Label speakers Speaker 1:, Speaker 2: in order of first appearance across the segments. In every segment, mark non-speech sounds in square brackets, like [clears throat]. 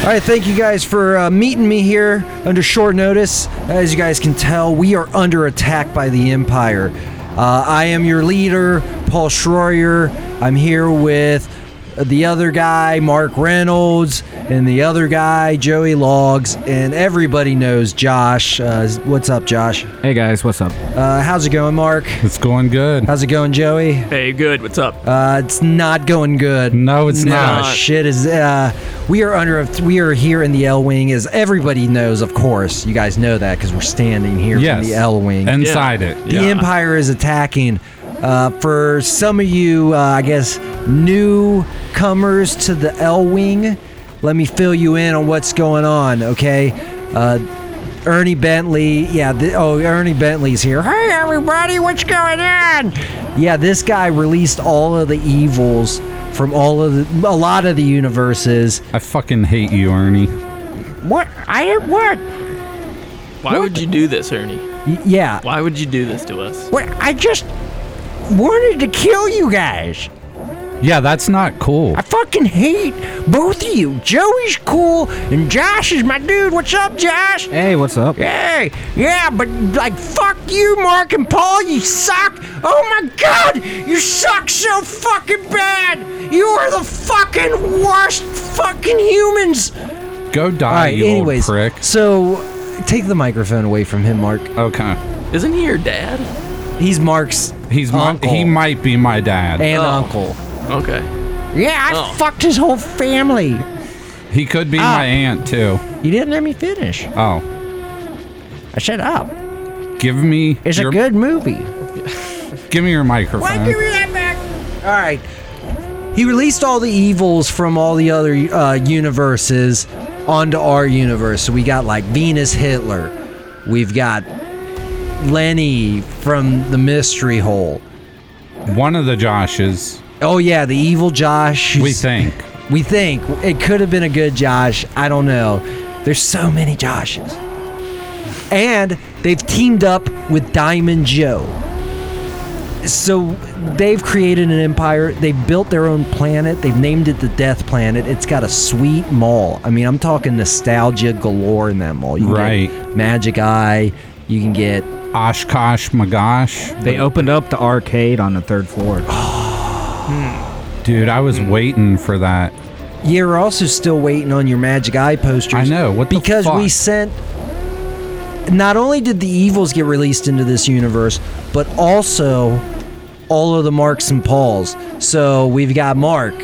Speaker 1: All right, thank you guys for uh, meeting me here under short notice. As you guys can tell, we are under attack by the Empire. Uh, I am your leader, Paul Schroyer. I'm here with the other guy, Mark Reynolds, and the other guy, Joey Logs, and everybody knows Josh. Uh, what's up, Josh?
Speaker 2: Hey guys, what's up?
Speaker 1: Uh, how's it going, Mark?
Speaker 3: It's going good.
Speaker 1: How's it going, Joey?
Speaker 4: Hey, good. What's up?
Speaker 1: Uh, it's not going good.
Speaker 3: No, it's not.
Speaker 1: Shit is. Uh, we are under. A, we are here in the L wing, as everybody knows. Of course, you guys know that because we're standing here
Speaker 3: Yes.
Speaker 1: in the L wing.
Speaker 3: Inside
Speaker 4: Yeah.
Speaker 3: it.
Speaker 1: the
Speaker 4: yeah.
Speaker 1: Empire is attacking. Uh, for some of you, uh, I guess, newcomers to the L wing, let me fill you in on what's going on. Okay. Uh, Ernie Bentley, yeah. Th- oh, Ernie Bentley's here. Hey, everybody, what's going on? Yeah, this guy released all of the evils from all of the, a lot of the universes.
Speaker 3: I fucking hate you, Ernie.
Speaker 1: What? I am what?
Speaker 4: Why would you do this, Ernie?
Speaker 1: Y- yeah.
Speaker 4: Why would you do this to us?
Speaker 1: What? I just wanted to kill you guys.
Speaker 3: Yeah, that's not cool.
Speaker 1: I fucking hate both of you. Joey's cool and Josh is my dude. What's up, Josh?
Speaker 2: Hey, what's up?
Speaker 1: Hey, yeah, but like, fuck you, Mark and Paul. You suck. Oh my god, you suck so fucking bad. You are the fucking worst fucking humans.
Speaker 3: Go die,
Speaker 1: All right,
Speaker 3: you
Speaker 1: anyways,
Speaker 3: old prick.
Speaker 1: so take the microphone away from him, Mark.
Speaker 3: Okay.
Speaker 4: Isn't he your dad?
Speaker 1: He's Mark's
Speaker 3: He's my,
Speaker 1: uncle
Speaker 3: he might be my dad.
Speaker 1: and
Speaker 4: Oh.
Speaker 1: uncle.
Speaker 4: Okay.
Speaker 1: Yeah, I
Speaker 4: Oh.
Speaker 1: fucked his whole family.
Speaker 3: he could be
Speaker 1: Ah.
Speaker 3: my aunt too.
Speaker 1: You didn't let me finish.
Speaker 3: Oh,
Speaker 1: I said up.
Speaker 3: give me
Speaker 1: It's
Speaker 3: your
Speaker 1: a good movie.
Speaker 3: give me your microphone.
Speaker 1: that back. All right. He released all the evils from all the other uh, universes onto our universe. So we got like Venus Hitler. We've got Lenny from the Mystery Hole.
Speaker 3: One of the Joshes,
Speaker 1: Oh yeah, the evil Josh.
Speaker 3: we think.
Speaker 1: We think it could have been a good Josh. I don't know. There's so many Joshes. And they've teamed up with Diamond Joe. So they've created an empire. They've built their own planet. They've named it the Death Planet. It's got a sweet mall. I mean, I'm talking nostalgia galore in that mall. You can get
Speaker 3: Right.
Speaker 1: Magic Eye. You can get
Speaker 3: Oshkosh Magosh.
Speaker 2: They opened up the arcade on the third floor.
Speaker 3: [sighs] Dude, I was waiting for that.
Speaker 1: You're also still waiting on your Magic Eye posters.
Speaker 3: I know, what the
Speaker 1: because we
Speaker 3: fuck?
Speaker 1: sent. Not only did the evils get released into this universe, but also all of the Marks and Pauls. So we've got Mark,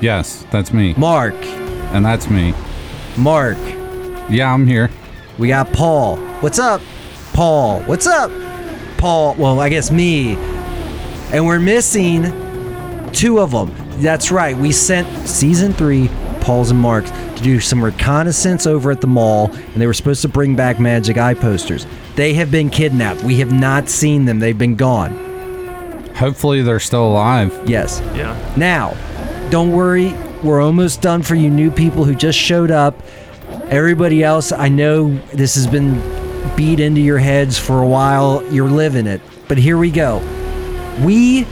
Speaker 3: Yes, that's me.
Speaker 1: Mark,
Speaker 3: And that's me.
Speaker 1: Mark.
Speaker 3: Yeah, I'm here.
Speaker 1: We got Paul. What's up, Paul? What's up, Paul? Well, I guess me. And we're missing two of them. That's right. We sent season three, Paul's and Mark's, to do some reconnaissance over at the mall, and they were supposed to bring back Magic Eye posters. They have been kidnapped. We have not seen them. They've been gone.
Speaker 3: Hopefully they're still alive.
Speaker 1: Yes.
Speaker 4: Yeah.
Speaker 1: Now, don't worry, we're almost done for you new people who just showed up. Everybody else, I know this has been beat into your heads for a while. You're living it. But here we go. We,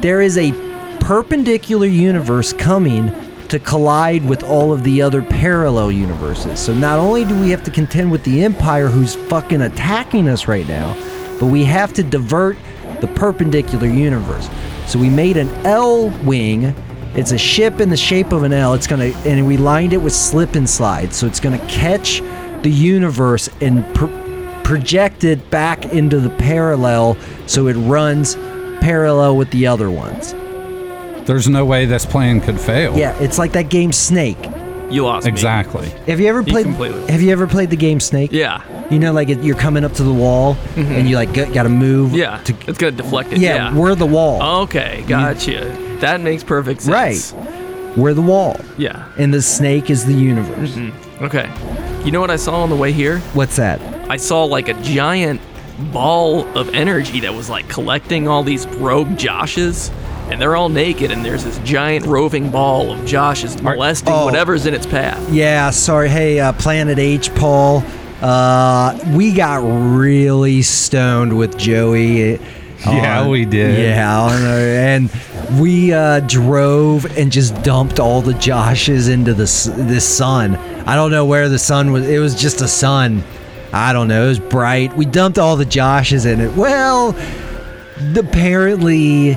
Speaker 1: there is a perpendicular universe coming to collide with all of the other parallel universes. So not only do we have to contend with the Empire who's fucking attacking us right now, but we have to divert the perpendicular universe. So we made an L wing. It's a ship in the shape of an L. It's gonna and we lined it with slip and slide. So it's gonna catch the universe and pr- project it back into the parallel so it runs parallel with the other ones.
Speaker 3: There's no way this plan could fail.
Speaker 1: Yeah, it's like that game Snake.
Speaker 4: You lost me.
Speaker 3: Exactly.
Speaker 1: Have you ever played?
Speaker 4: completely-
Speaker 1: Have you ever played the game Snake?
Speaker 4: Yeah. Mm-hmm.
Speaker 1: You know, like it, you're coming up to the wall and you like got to move.
Speaker 4: Yeah.
Speaker 1: To,
Speaker 4: it's gonna deflect it.
Speaker 1: yeah,
Speaker 4: Yeah. Oh.
Speaker 1: we're the wall.
Speaker 4: okay. Gotcha. That makes perfect sense.
Speaker 1: Right. We're the wall,
Speaker 4: Yeah.
Speaker 1: and the snake is the universe.
Speaker 4: Mm-hmm. Okay. You know what I saw on the way here?
Speaker 1: What's that?
Speaker 4: I saw like a giant ball of energy that was like collecting all these rogue Joshes, and they're all naked, and there's this giant roving ball of Joshes molesting
Speaker 1: oh.
Speaker 4: whatever's in its path.
Speaker 1: Yeah, sorry. Hey, uh, Planet H, Paul. Uh, we got really stoned with Joey.
Speaker 3: [laughs] Yeah,
Speaker 1: on-
Speaker 3: we did.
Speaker 1: Yeah, I know. and we uh, drove and just dumped all the Joshes into the s- this sun. I don't know where the sun was. It was just a sun. I don't know. It was bright. We dumped all the Joshes in it. Well, apparently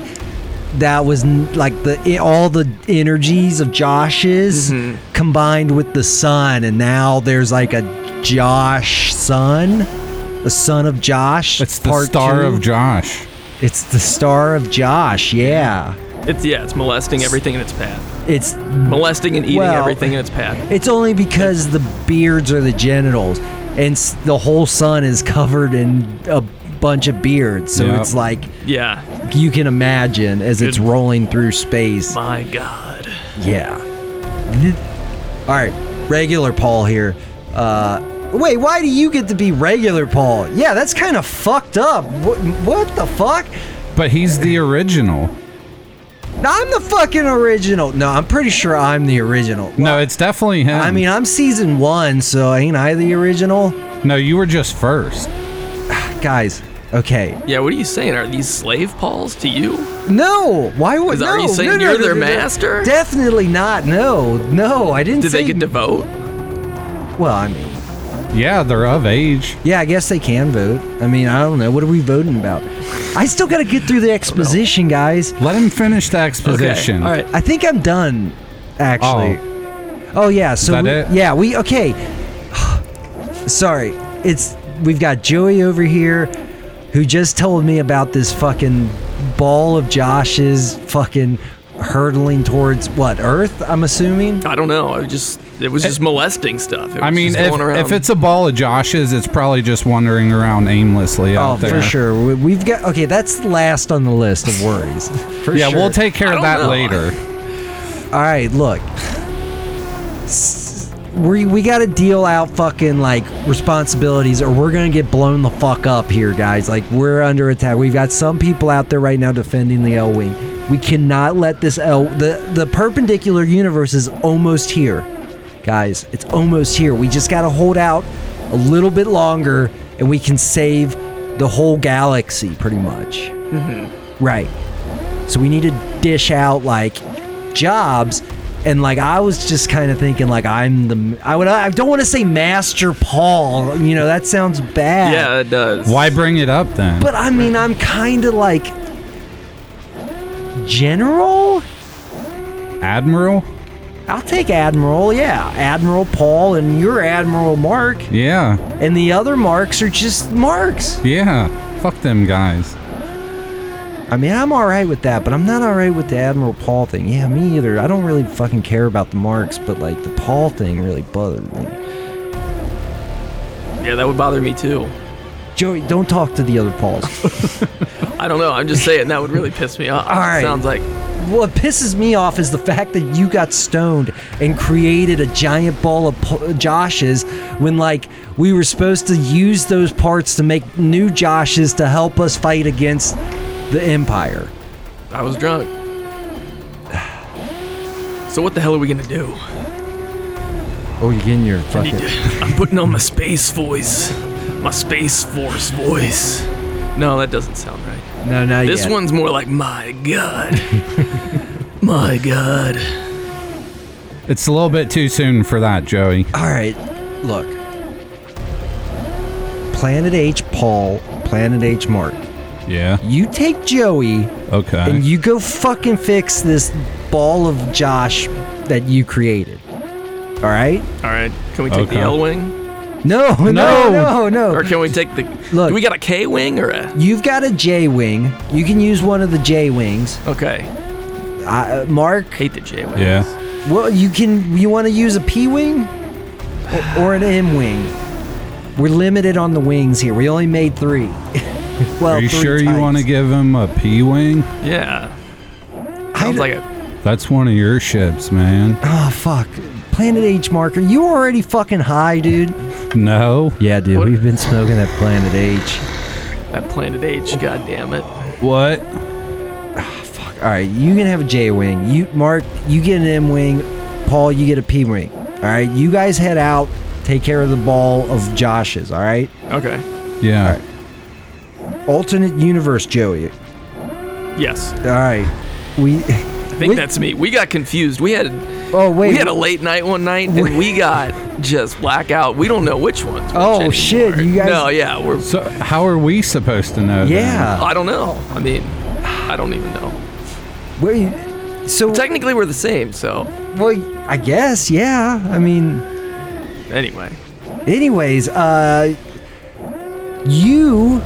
Speaker 1: that was n- like the i- all the energies of Josh's
Speaker 4: Mm-hmm.
Speaker 1: combined with the sun, and now there's like a Josh sun, the son of Josh.
Speaker 3: It's the
Speaker 1: part
Speaker 3: star
Speaker 1: two.
Speaker 3: of Josh.
Speaker 1: It's the star of Josh. Yeah,
Speaker 4: It's yeah, it's molesting everything in its path.
Speaker 1: it's
Speaker 4: Molesting and eating
Speaker 1: Well-
Speaker 4: everything in its path.
Speaker 1: it's only because the beards are the genitals, and s- the whole sun is covered in a bunch of beards. So
Speaker 3: Yeah.
Speaker 1: it's like
Speaker 4: Yeah.
Speaker 1: you can imagine as it's
Speaker 4: Good.
Speaker 1: rolling through space.
Speaker 4: My God.
Speaker 1: Yeah. All right, regular Paul here. Uh, wait, why do you get to be regular Paul? Yeah, that's kind of fucked up. What, what the fuck?
Speaker 3: But he's the original.
Speaker 1: No, I'm the fucking original. No, I'm pretty sure I'm the original.
Speaker 3: No, it's definitely him.
Speaker 1: I mean, I'm season one, so ain't I the original?
Speaker 3: no, you were just first.
Speaker 1: Guys, okay.
Speaker 4: Yeah, what are you saying? Are these slave Pauls to you?
Speaker 1: No, why would
Speaker 4: Is-
Speaker 1: no?
Speaker 4: are you saying
Speaker 1: no, no,
Speaker 4: you're
Speaker 1: no,
Speaker 4: their
Speaker 1: no, no.
Speaker 4: master?
Speaker 1: Definitely not. No, no, I didn't
Speaker 4: Did
Speaker 1: say.
Speaker 4: they get to vote?
Speaker 1: well, I mean,
Speaker 3: Yeah, they're of age.
Speaker 1: Yeah, I guess they can vote. I mean, I don't know. What are we voting about? I still got to get through the exposition, guys.
Speaker 3: Let him finish the
Speaker 4: Okay.
Speaker 3: exposition.
Speaker 4: All right.
Speaker 1: I think I'm done, actually. Oh, yeah. So
Speaker 3: that
Speaker 1: we-
Speaker 3: it?
Speaker 1: yeah, we okay. [sighs] Sorry, it's we've got Joey over here, who just told me about this fucking ball of Josh's fucking hurtling towards what Earth? I'm assuming.
Speaker 4: I don't know. I just it was just molesting stuff. It was
Speaker 3: Eh, I mean,
Speaker 4: just
Speaker 3: if,
Speaker 4: going around.
Speaker 3: if it's a ball of Josh's, it's probably just wandering around aimlessly
Speaker 1: Oh,
Speaker 3: out there.
Speaker 1: for sure. We- We've got okay. That's last on the list of worries. [laughs] For
Speaker 3: Yeah,
Speaker 1: sure.
Speaker 3: we'll take care
Speaker 4: I
Speaker 3: of
Speaker 4: don't
Speaker 3: that
Speaker 4: know.
Speaker 3: later.
Speaker 1: All right, look. S- We, we got to deal out fucking like responsibilities or we're going to get blown the fuck up here, guys. Like, we're under attack. We've got some people out there right now defending the L Wing. We cannot let this L. The, the perpendicular universe is almost here, guys. It's almost here. We just got to hold out a little bit longer and we can save the whole galaxy, pretty much. Right. So we need to dish out like jobs. And like I was just kind of thinking, like I'm the I would I don't want to say Master Paul, you know that sounds bad.
Speaker 4: yeah, it does.
Speaker 3: Why bring it up then?
Speaker 1: But I mean, I'm kind of like General.
Speaker 3: Admiral?
Speaker 1: I'll take Admiral, yeah, Admiral Paul, and you're Admiral Mark,
Speaker 3: Yeah,
Speaker 1: and the other marks are just marks.
Speaker 3: yeah. Fuck them guys.
Speaker 1: I mean, I'm all right with that, but I'm not all right with the Admiral Paul thing. Yeah, me either. I don't really fucking care about the marks, but like the Paul thing really bothered me.
Speaker 4: Yeah, that would bother me too.
Speaker 1: Joey, don't talk to the other [laughs] Pauls.
Speaker 4: I don't know. I'm just saying that would really piss me off.
Speaker 1: All right.
Speaker 4: Sounds like
Speaker 1: what pisses me off is the fact that you got stoned and created a giant ball of po- Joshes when, like, we were supposed to use those parts to make new Joshes to help us fight against the Empire.
Speaker 4: I was drunk. So what the hell are we gonna do?
Speaker 1: Oh, you're getting your fucking.
Speaker 4: I'm putting on my space voice, my space force voice. No, that doesn't sound right.
Speaker 1: No, no,
Speaker 4: This one's more like my God, my God.
Speaker 3: It's a little bit too soon for that, Joey.
Speaker 1: All right, look. Planet H Paul, Planet H Mark.
Speaker 3: Yeah.
Speaker 1: You take Joey
Speaker 3: Okay.
Speaker 1: and you go fucking fix this ball of Josh that you created. All right?
Speaker 4: All right, can we take
Speaker 3: Okay.
Speaker 4: the L wing,
Speaker 1: No, [laughs] no, no,
Speaker 3: No.
Speaker 1: no.
Speaker 4: or can we take the?
Speaker 1: Look.
Speaker 4: do we got a K wing or a?
Speaker 1: You've got a J wing. You can use one of the J wings.
Speaker 4: Okay,
Speaker 1: I- Uh, Mark,
Speaker 4: hate the J wing.
Speaker 3: yeah.
Speaker 1: well, you can. You want to use a P wing or, or an M wing? We're limited on the wings here. We only made three. [laughs] well,
Speaker 3: Are you
Speaker 1: three
Speaker 3: sure you want to
Speaker 1: types.
Speaker 3: give him a P wing?
Speaker 4: Yeah. Sounds like a
Speaker 3: That's one of your ships, man.
Speaker 1: Oh fuck! Planet H marker. You already fucking high, dude.
Speaker 3: No.
Speaker 1: Yeah, dude.
Speaker 4: What?
Speaker 1: We've been smoking that Planet H.
Speaker 4: that planet H. God damn it.
Speaker 3: What?
Speaker 1: Fuck. All right, you can have a J wing. You, Mark, you get an M wing. Paul, you get a P wing. All right, you guys head out. Take care of the ball of Josh's. All right.
Speaker 4: Okay.
Speaker 3: Yeah.
Speaker 1: Alright. alternate universe Joey.
Speaker 4: Yes,
Speaker 1: All right. We
Speaker 4: I think that's me. We got confused. We had
Speaker 1: Oh wait.
Speaker 4: we had a late night one night, and we got just blackout. We don't know which one's which
Speaker 1: Oh, shit,
Speaker 4: anymore.
Speaker 1: you guys-
Speaker 4: No, yeah, we're.
Speaker 3: So how are we supposed to know? then?
Speaker 1: yeah.
Speaker 4: I don't know. I mean, I don't even know.
Speaker 1: Wait. So
Speaker 4: Technically, we're the same. So
Speaker 1: well, I guess yeah. I mean,
Speaker 4: anyway,
Speaker 1: anyways, uh you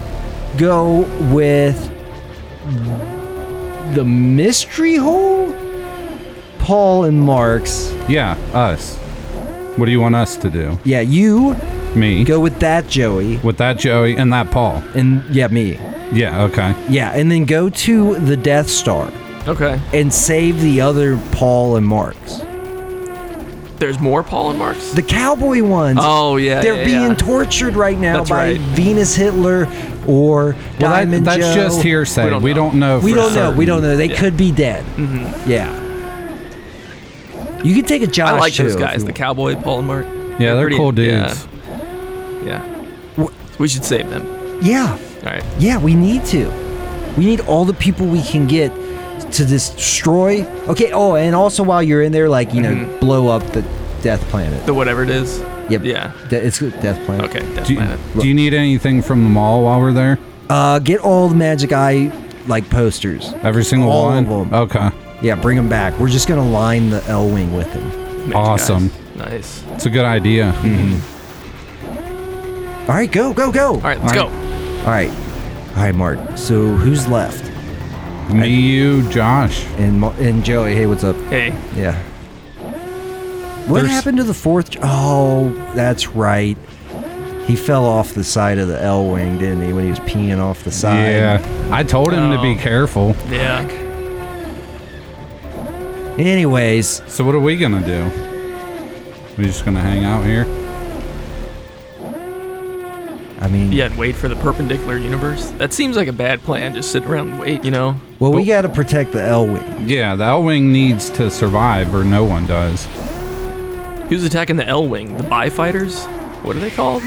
Speaker 1: go with the mystery hole Paul and Marks.
Speaker 3: Yeah, us. What do you want us to do?
Speaker 1: Yeah, you
Speaker 3: Me.
Speaker 1: go with that Joey
Speaker 3: With that Joey and that Paul.
Speaker 1: and yeah, me.
Speaker 3: Yeah, okay.
Speaker 1: Yeah, and then go to the Death Star
Speaker 4: okay.
Speaker 1: and save the other Paul and Marks.
Speaker 4: There's more Paul and Marks.
Speaker 1: The cowboy ones.
Speaker 4: Oh, yeah,
Speaker 1: They're
Speaker 4: yeah,
Speaker 1: being
Speaker 4: yeah.
Speaker 1: tortured right now
Speaker 4: That's
Speaker 1: by
Speaker 4: right.
Speaker 1: Venus Hitler or
Speaker 3: Well, that-
Speaker 1: Diamond
Speaker 3: that's
Speaker 1: Joe.
Speaker 3: just hearsay.
Speaker 4: We
Speaker 3: We
Speaker 4: don't
Speaker 3: don't,
Speaker 4: know.
Speaker 3: know.
Speaker 1: We
Speaker 3: for
Speaker 1: don't know. We
Speaker 3: certain.
Speaker 1: don't know. They
Speaker 4: Yeah.
Speaker 1: could be dead. Mm-hmm. Yeah. You can take a Josh
Speaker 4: I like
Speaker 1: too,
Speaker 4: those
Speaker 1: if
Speaker 4: guys,
Speaker 1: you
Speaker 4: the
Speaker 1: want.
Speaker 4: cowboy Paul and Mark.
Speaker 3: Yeah, they're
Speaker 4: pretty-
Speaker 3: cool
Speaker 4: yeah.
Speaker 3: dudes.
Speaker 4: Yeah,
Speaker 1: Wh-
Speaker 4: we should save them.
Speaker 1: yeah,
Speaker 4: All right.
Speaker 1: yeah. We need to. We need all the people we can get to destroy. Okay. Oh, and also while you're in there, like you
Speaker 4: Mm-hmm.
Speaker 1: know, blow up the Death Planet.
Speaker 4: The whatever it is.
Speaker 1: Yep.
Speaker 4: Yeah.
Speaker 1: De- it's Death Planet.
Speaker 4: Okay. Death
Speaker 3: Do you,
Speaker 4: Planet.
Speaker 3: do you need anything from the mall while we're there?
Speaker 1: Uh, get all the Magic Eye like posters.
Speaker 3: Every single Oh.
Speaker 1: All
Speaker 3: one?
Speaker 1: of 'em.
Speaker 3: Okay.
Speaker 1: Yeah, bring them back. We're just gonna line the L wing with them.
Speaker 4: Nice,
Speaker 3: Awesome.
Speaker 4: guys. Nice.
Speaker 3: It's a good idea.
Speaker 1: All right, go, go, go.
Speaker 4: All right, let's
Speaker 3: All
Speaker 4: go.
Speaker 1: all right, all right, Mark. So who's left?
Speaker 3: Me, you, Josh.
Speaker 1: And Mar- and Joey. Hey, what's up?
Speaker 4: Hey,
Speaker 1: Yeah. What
Speaker 3: There's-
Speaker 1: happened to the fourth? Oh, that's right. He fell off the side of the L wing, didn't he? When he was peeing off the side.
Speaker 3: Yeah. I told him to be
Speaker 4: Oh.
Speaker 3: careful.
Speaker 4: yeah.
Speaker 1: Anyways,
Speaker 3: So what are we gonna do? We just gonna hang out here?
Speaker 1: I mean,
Speaker 4: Yeah, and wait for the perpendicular universe. That seems like a bad plan. Just sit around and wait, you know?
Speaker 1: Well, we got to protect the L wing.
Speaker 3: Yeah, the L Wing needs to survive or no one does.
Speaker 4: Who's attacking the L Wing? The Bi Fighters? What are they called?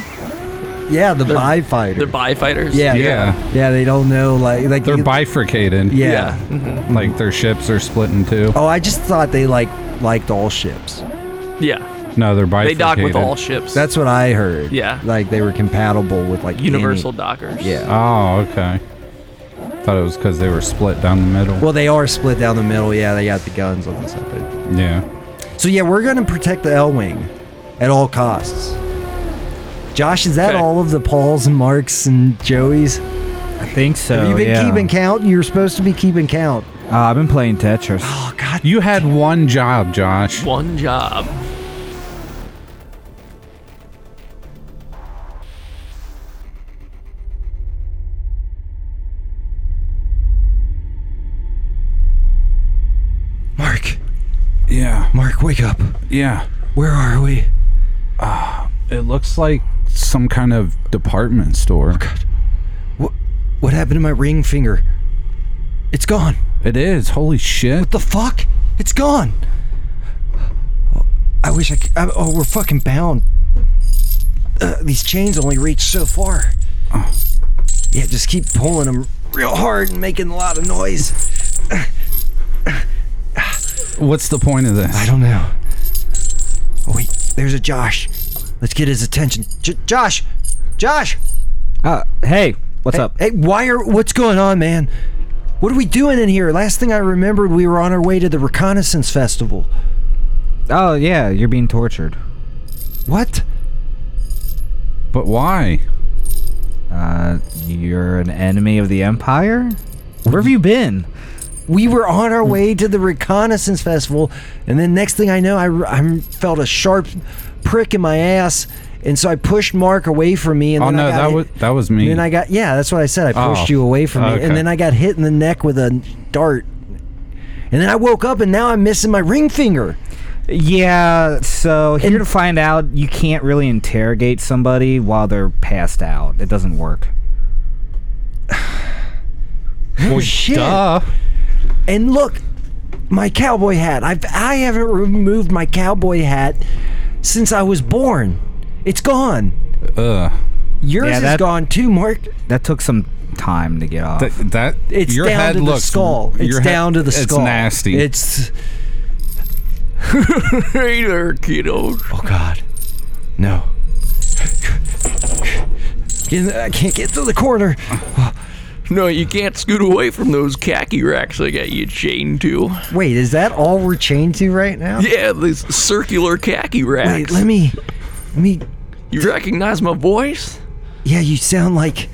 Speaker 1: Yeah, the
Speaker 4: They're-
Speaker 1: bi fighter.
Speaker 4: They're Bi Fighters?
Speaker 1: yeah,
Speaker 3: Yeah.
Speaker 1: yeah, yeah. They don't know like like
Speaker 3: They're
Speaker 1: you-
Speaker 3: bifurcated.
Speaker 1: Yeah.
Speaker 4: Yeah. mhm.
Speaker 3: Like their ships are split in two.
Speaker 1: Oh, I just thought they like liked all ships.
Speaker 4: Mm-hmm. Yeah.
Speaker 3: No, they're bifurcated.
Speaker 4: They dock with all ships.
Speaker 1: That's what I heard.
Speaker 4: Yeah.
Speaker 1: like they were compatible with like any-
Speaker 4: Universal dockers.
Speaker 1: Yeah.
Speaker 3: Oh, okay. Thought it was because they were split down the middle.
Speaker 1: Well, they are split down the middle. Yeah, they got the guns on the side.
Speaker 3: yeah.
Speaker 1: So yeah, we're gonna protect the L wing at all costs. Josh, is that
Speaker 4: Okay.
Speaker 1: all of the Pauls and Marks and Joeys?
Speaker 2: I think so.
Speaker 1: Have you been
Speaker 2: Oh, yeah.
Speaker 1: keeping count? You're supposed to be keeping count.
Speaker 2: Uh, I've been playing Tetris.
Speaker 1: Oh God.
Speaker 3: You had one job, Josh.
Speaker 4: One job.
Speaker 1: Mark,
Speaker 3: Yeah.
Speaker 1: Mark, wake up.
Speaker 3: Yeah.
Speaker 1: Where are we?
Speaker 3: It looks like some kind of department store.
Speaker 1: What? What happened to my ring finger? It's gone.
Speaker 3: It is. Holy shit.
Speaker 1: The fuck? It's gone. I wish I could. I, oh, we're fucking bound. Uh, these chains only reach so far. Yeah, just keep pulling them real hard and making a lot of noise.
Speaker 3: What's the point of
Speaker 1: I
Speaker 3: this?
Speaker 1: don't know. Oh, wait, there's a Josh. Let's get his attention. J- Josh! Josh!
Speaker 2: Uh, hey, what's up?
Speaker 1: Hey, why are. What's going on, man? What are we doing in here? Last thing I remembered, we were on our way to the Reconnaissance Festival.
Speaker 2: Oh yeah, you're being tortured.
Speaker 1: What?
Speaker 3: But why?
Speaker 2: Uh, you're an enemy of the Empire. Where have you been?
Speaker 1: we were on our way to the reconnaissance festival and then next thing i know i, I felt a sharp prick in my ass and so i pushed mark away from me and
Speaker 3: Oh
Speaker 1: then I
Speaker 3: no,
Speaker 1: got
Speaker 3: that
Speaker 1: hit-
Speaker 3: was that was me.
Speaker 1: and then i got yeah that's what i said i pushed
Speaker 3: Oh,
Speaker 1: you away from me
Speaker 3: okay.
Speaker 1: and then i got hit in the neck with a dart and then i woke up and now i'm missing my ring finger
Speaker 2: Yeah, so here
Speaker 1: And-
Speaker 2: to find out, you can't really interrogate somebody while they're passed out. It doesn't work.
Speaker 3: well,
Speaker 1: shit.
Speaker 3: Duh.
Speaker 1: and look my cowboy hat i've i haven't removed my cowboy hat since i was born it's gone
Speaker 3: Ugh.
Speaker 1: yours
Speaker 2: Yeah,
Speaker 1: is
Speaker 2: that-
Speaker 1: gone too mark
Speaker 2: That took some time to get off.
Speaker 3: That, that
Speaker 1: It's
Speaker 3: your
Speaker 1: down
Speaker 3: head
Speaker 1: to the
Speaker 3: looks
Speaker 1: skull. It's
Speaker 3: your head-
Speaker 1: down to the skull.
Speaker 3: It's nasty.
Speaker 1: It's
Speaker 4: Hey there, kiddo.
Speaker 1: oh god, no. Get in the- I can't get to the corner.
Speaker 4: No, you can't scoot away from those khaki racks I got you chained to.
Speaker 1: Wait, is that all we're chained to right now?
Speaker 4: Yeah, these circular khaki
Speaker 1: Wait,
Speaker 4: racks.
Speaker 1: let me, let me.
Speaker 4: you recognize my voice?
Speaker 1: Yeah, you sound like.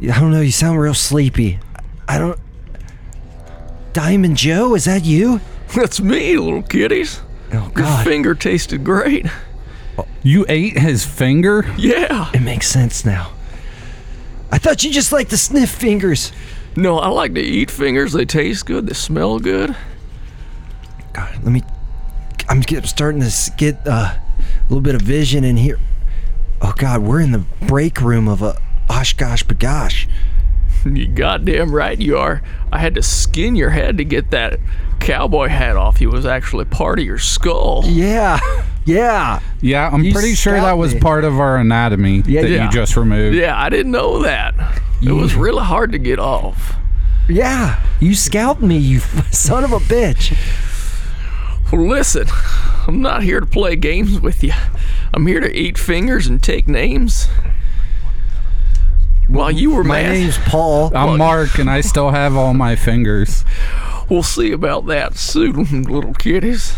Speaker 1: I don't know. You sound real sleepy. I don't. Diamond Joe, is that you?
Speaker 4: That's me, little kitties.
Speaker 1: Oh
Speaker 4: Your
Speaker 1: God,
Speaker 4: finger tasted great.
Speaker 3: you ate his finger.
Speaker 4: Yeah.
Speaker 1: it makes sense now. I thought you just like to sniff fingers.
Speaker 4: No, I like to eat fingers. They taste good. They smell good.
Speaker 1: God, let me. I'm get, starting to s- get uh, a little bit of vision in here. Oh God, we're in the break room of a Oshkosh Bagosh.
Speaker 4: You goddamn right you are. I had to skin your head to get that cowboy hat off. It was actually part of your skull.
Speaker 1: Yeah, [laughs] yeah.
Speaker 3: Yeah, I'm
Speaker 1: You
Speaker 3: pretty sure
Speaker 1: stabbed
Speaker 3: that was
Speaker 1: me.
Speaker 3: part of our anatomy that
Speaker 4: yeah.
Speaker 3: you just removed.
Speaker 4: Yeah, I didn't know that. It was really hard to get off.
Speaker 1: Yeah, you scalped me, you [laughs] son of a bitch.
Speaker 4: Well, listen, I'm not here to play games with you. I'm here to eat fingers and take names. While you were
Speaker 1: My Uh,
Speaker 4: mad,
Speaker 1: name's Paul.
Speaker 3: I'm
Speaker 4: Look.
Speaker 3: Mark, and I still have all my fingers.
Speaker 4: we'll see about that soon, little kitties.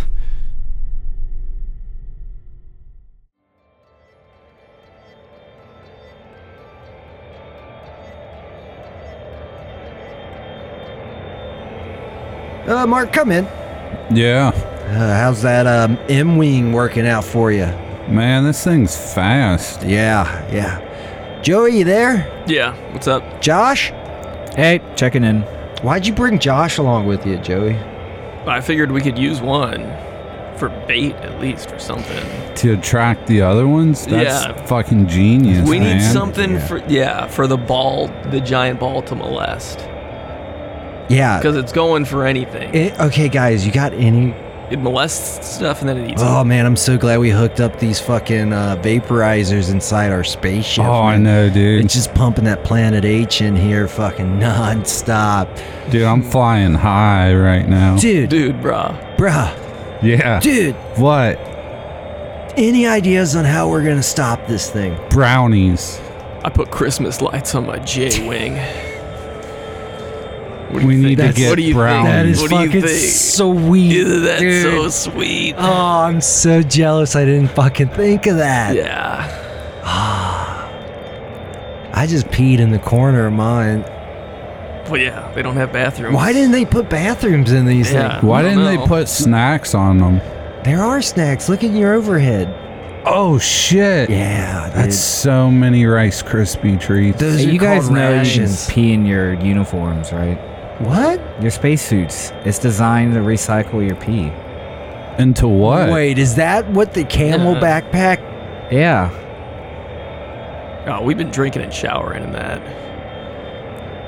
Speaker 1: Uh, Mark, come in.
Speaker 3: Yeah,
Speaker 1: Uh, how's that um, M wing working out for you?
Speaker 3: man, this thing's fast.
Speaker 1: Yeah, yeah. Joey, you there?
Speaker 4: Yeah, what's up?
Speaker 1: Josh?
Speaker 2: hey, checking in.
Speaker 1: Why'd you bring Josh along with you, Joey?
Speaker 4: I figured we could use one for bait at least or something.
Speaker 3: To attract the other ones, that's
Speaker 4: Yeah.
Speaker 3: fucking genius.
Speaker 4: we need
Speaker 3: man.
Speaker 4: something for yeah, for the ball, the giant ball to molest
Speaker 1: Yeah.
Speaker 4: because it's going for anything. It,
Speaker 1: Eh, okay, guys, you got any?
Speaker 4: molests stuff and then it eats.
Speaker 1: Oh man, I'm so glad we hooked up these fucking uh, vaporizers inside our spaceship.
Speaker 3: Oh, I
Speaker 1: man.
Speaker 3: know, dude.
Speaker 1: It's just pumping that Planet H in here, fucking nonstop,
Speaker 3: Dude, I'm flying high right now.
Speaker 4: it.
Speaker 1: dude,
Speaker 4: Dude, bruh.
Speaker 1: bruh,
Speaker 3: Yeah.
Speaker 1: dude.
Speaker 3: What?
Speaker 1: Any ideas on how we're gonna stop this thing?
Speaker 3: Brownies.
Speaker 4: I put Christmas lights on my J wing.
Speaker 3: We need to
Speaker 1: That's-
Speaker 3: get
Speaker 4: what do you think?
Speaker 3: brownies.
Speaker 4: That is- Um, What do you think?
Speaker 1: sweet.
Speaker 4: Isn't that so
Speaker 1: dude.
Speaker 4: sweet?
Speaker 1: Oh, I'm so jealous. I didn't fucking think of that.
Speaker 4: Yeah.
Speaker 1: I just peed in the corner of mine.
Speaker 4: Well, yeah, they don't have bathrooms.
Speaker 1: Why didn't they put bathrooms in these
Speaker 4: Yeah.
Speaker 1: things?
Speaker 3: Why
Speaker 4: I don't
Speaker 3: didn't they
Speaker 4: know.
Speaker 3: put snacks on them?
Speaker 1: There are snacks. Look at your overhead.
Speaker 3: Oh shit.
Speaker 1: Yeah,
Speaker 3: That's
Speaker 1: dude.
Speaker 3: so many Rice Krispie treats.
Speaker 1: those
Speaker 2: Hey,
Speaker 1: are
Speaker 2: you guys
Speaker 1: called
Speaker 2: know you can
Speaker 1: rations.
Speaker 2: pee in your uniforms, right?
Speaker 1: What?
Speaker 2: Your spacesuits. It's designed to recycle your pee.
Speaker 3: Into what?
Speaker 1: Wait, is that what the camel
Speaker 4: Yeah.
Speaker 1: backpack?
Speaker 2: Yeah.
Speaker 4: Oh, we've been drinking and showering in that.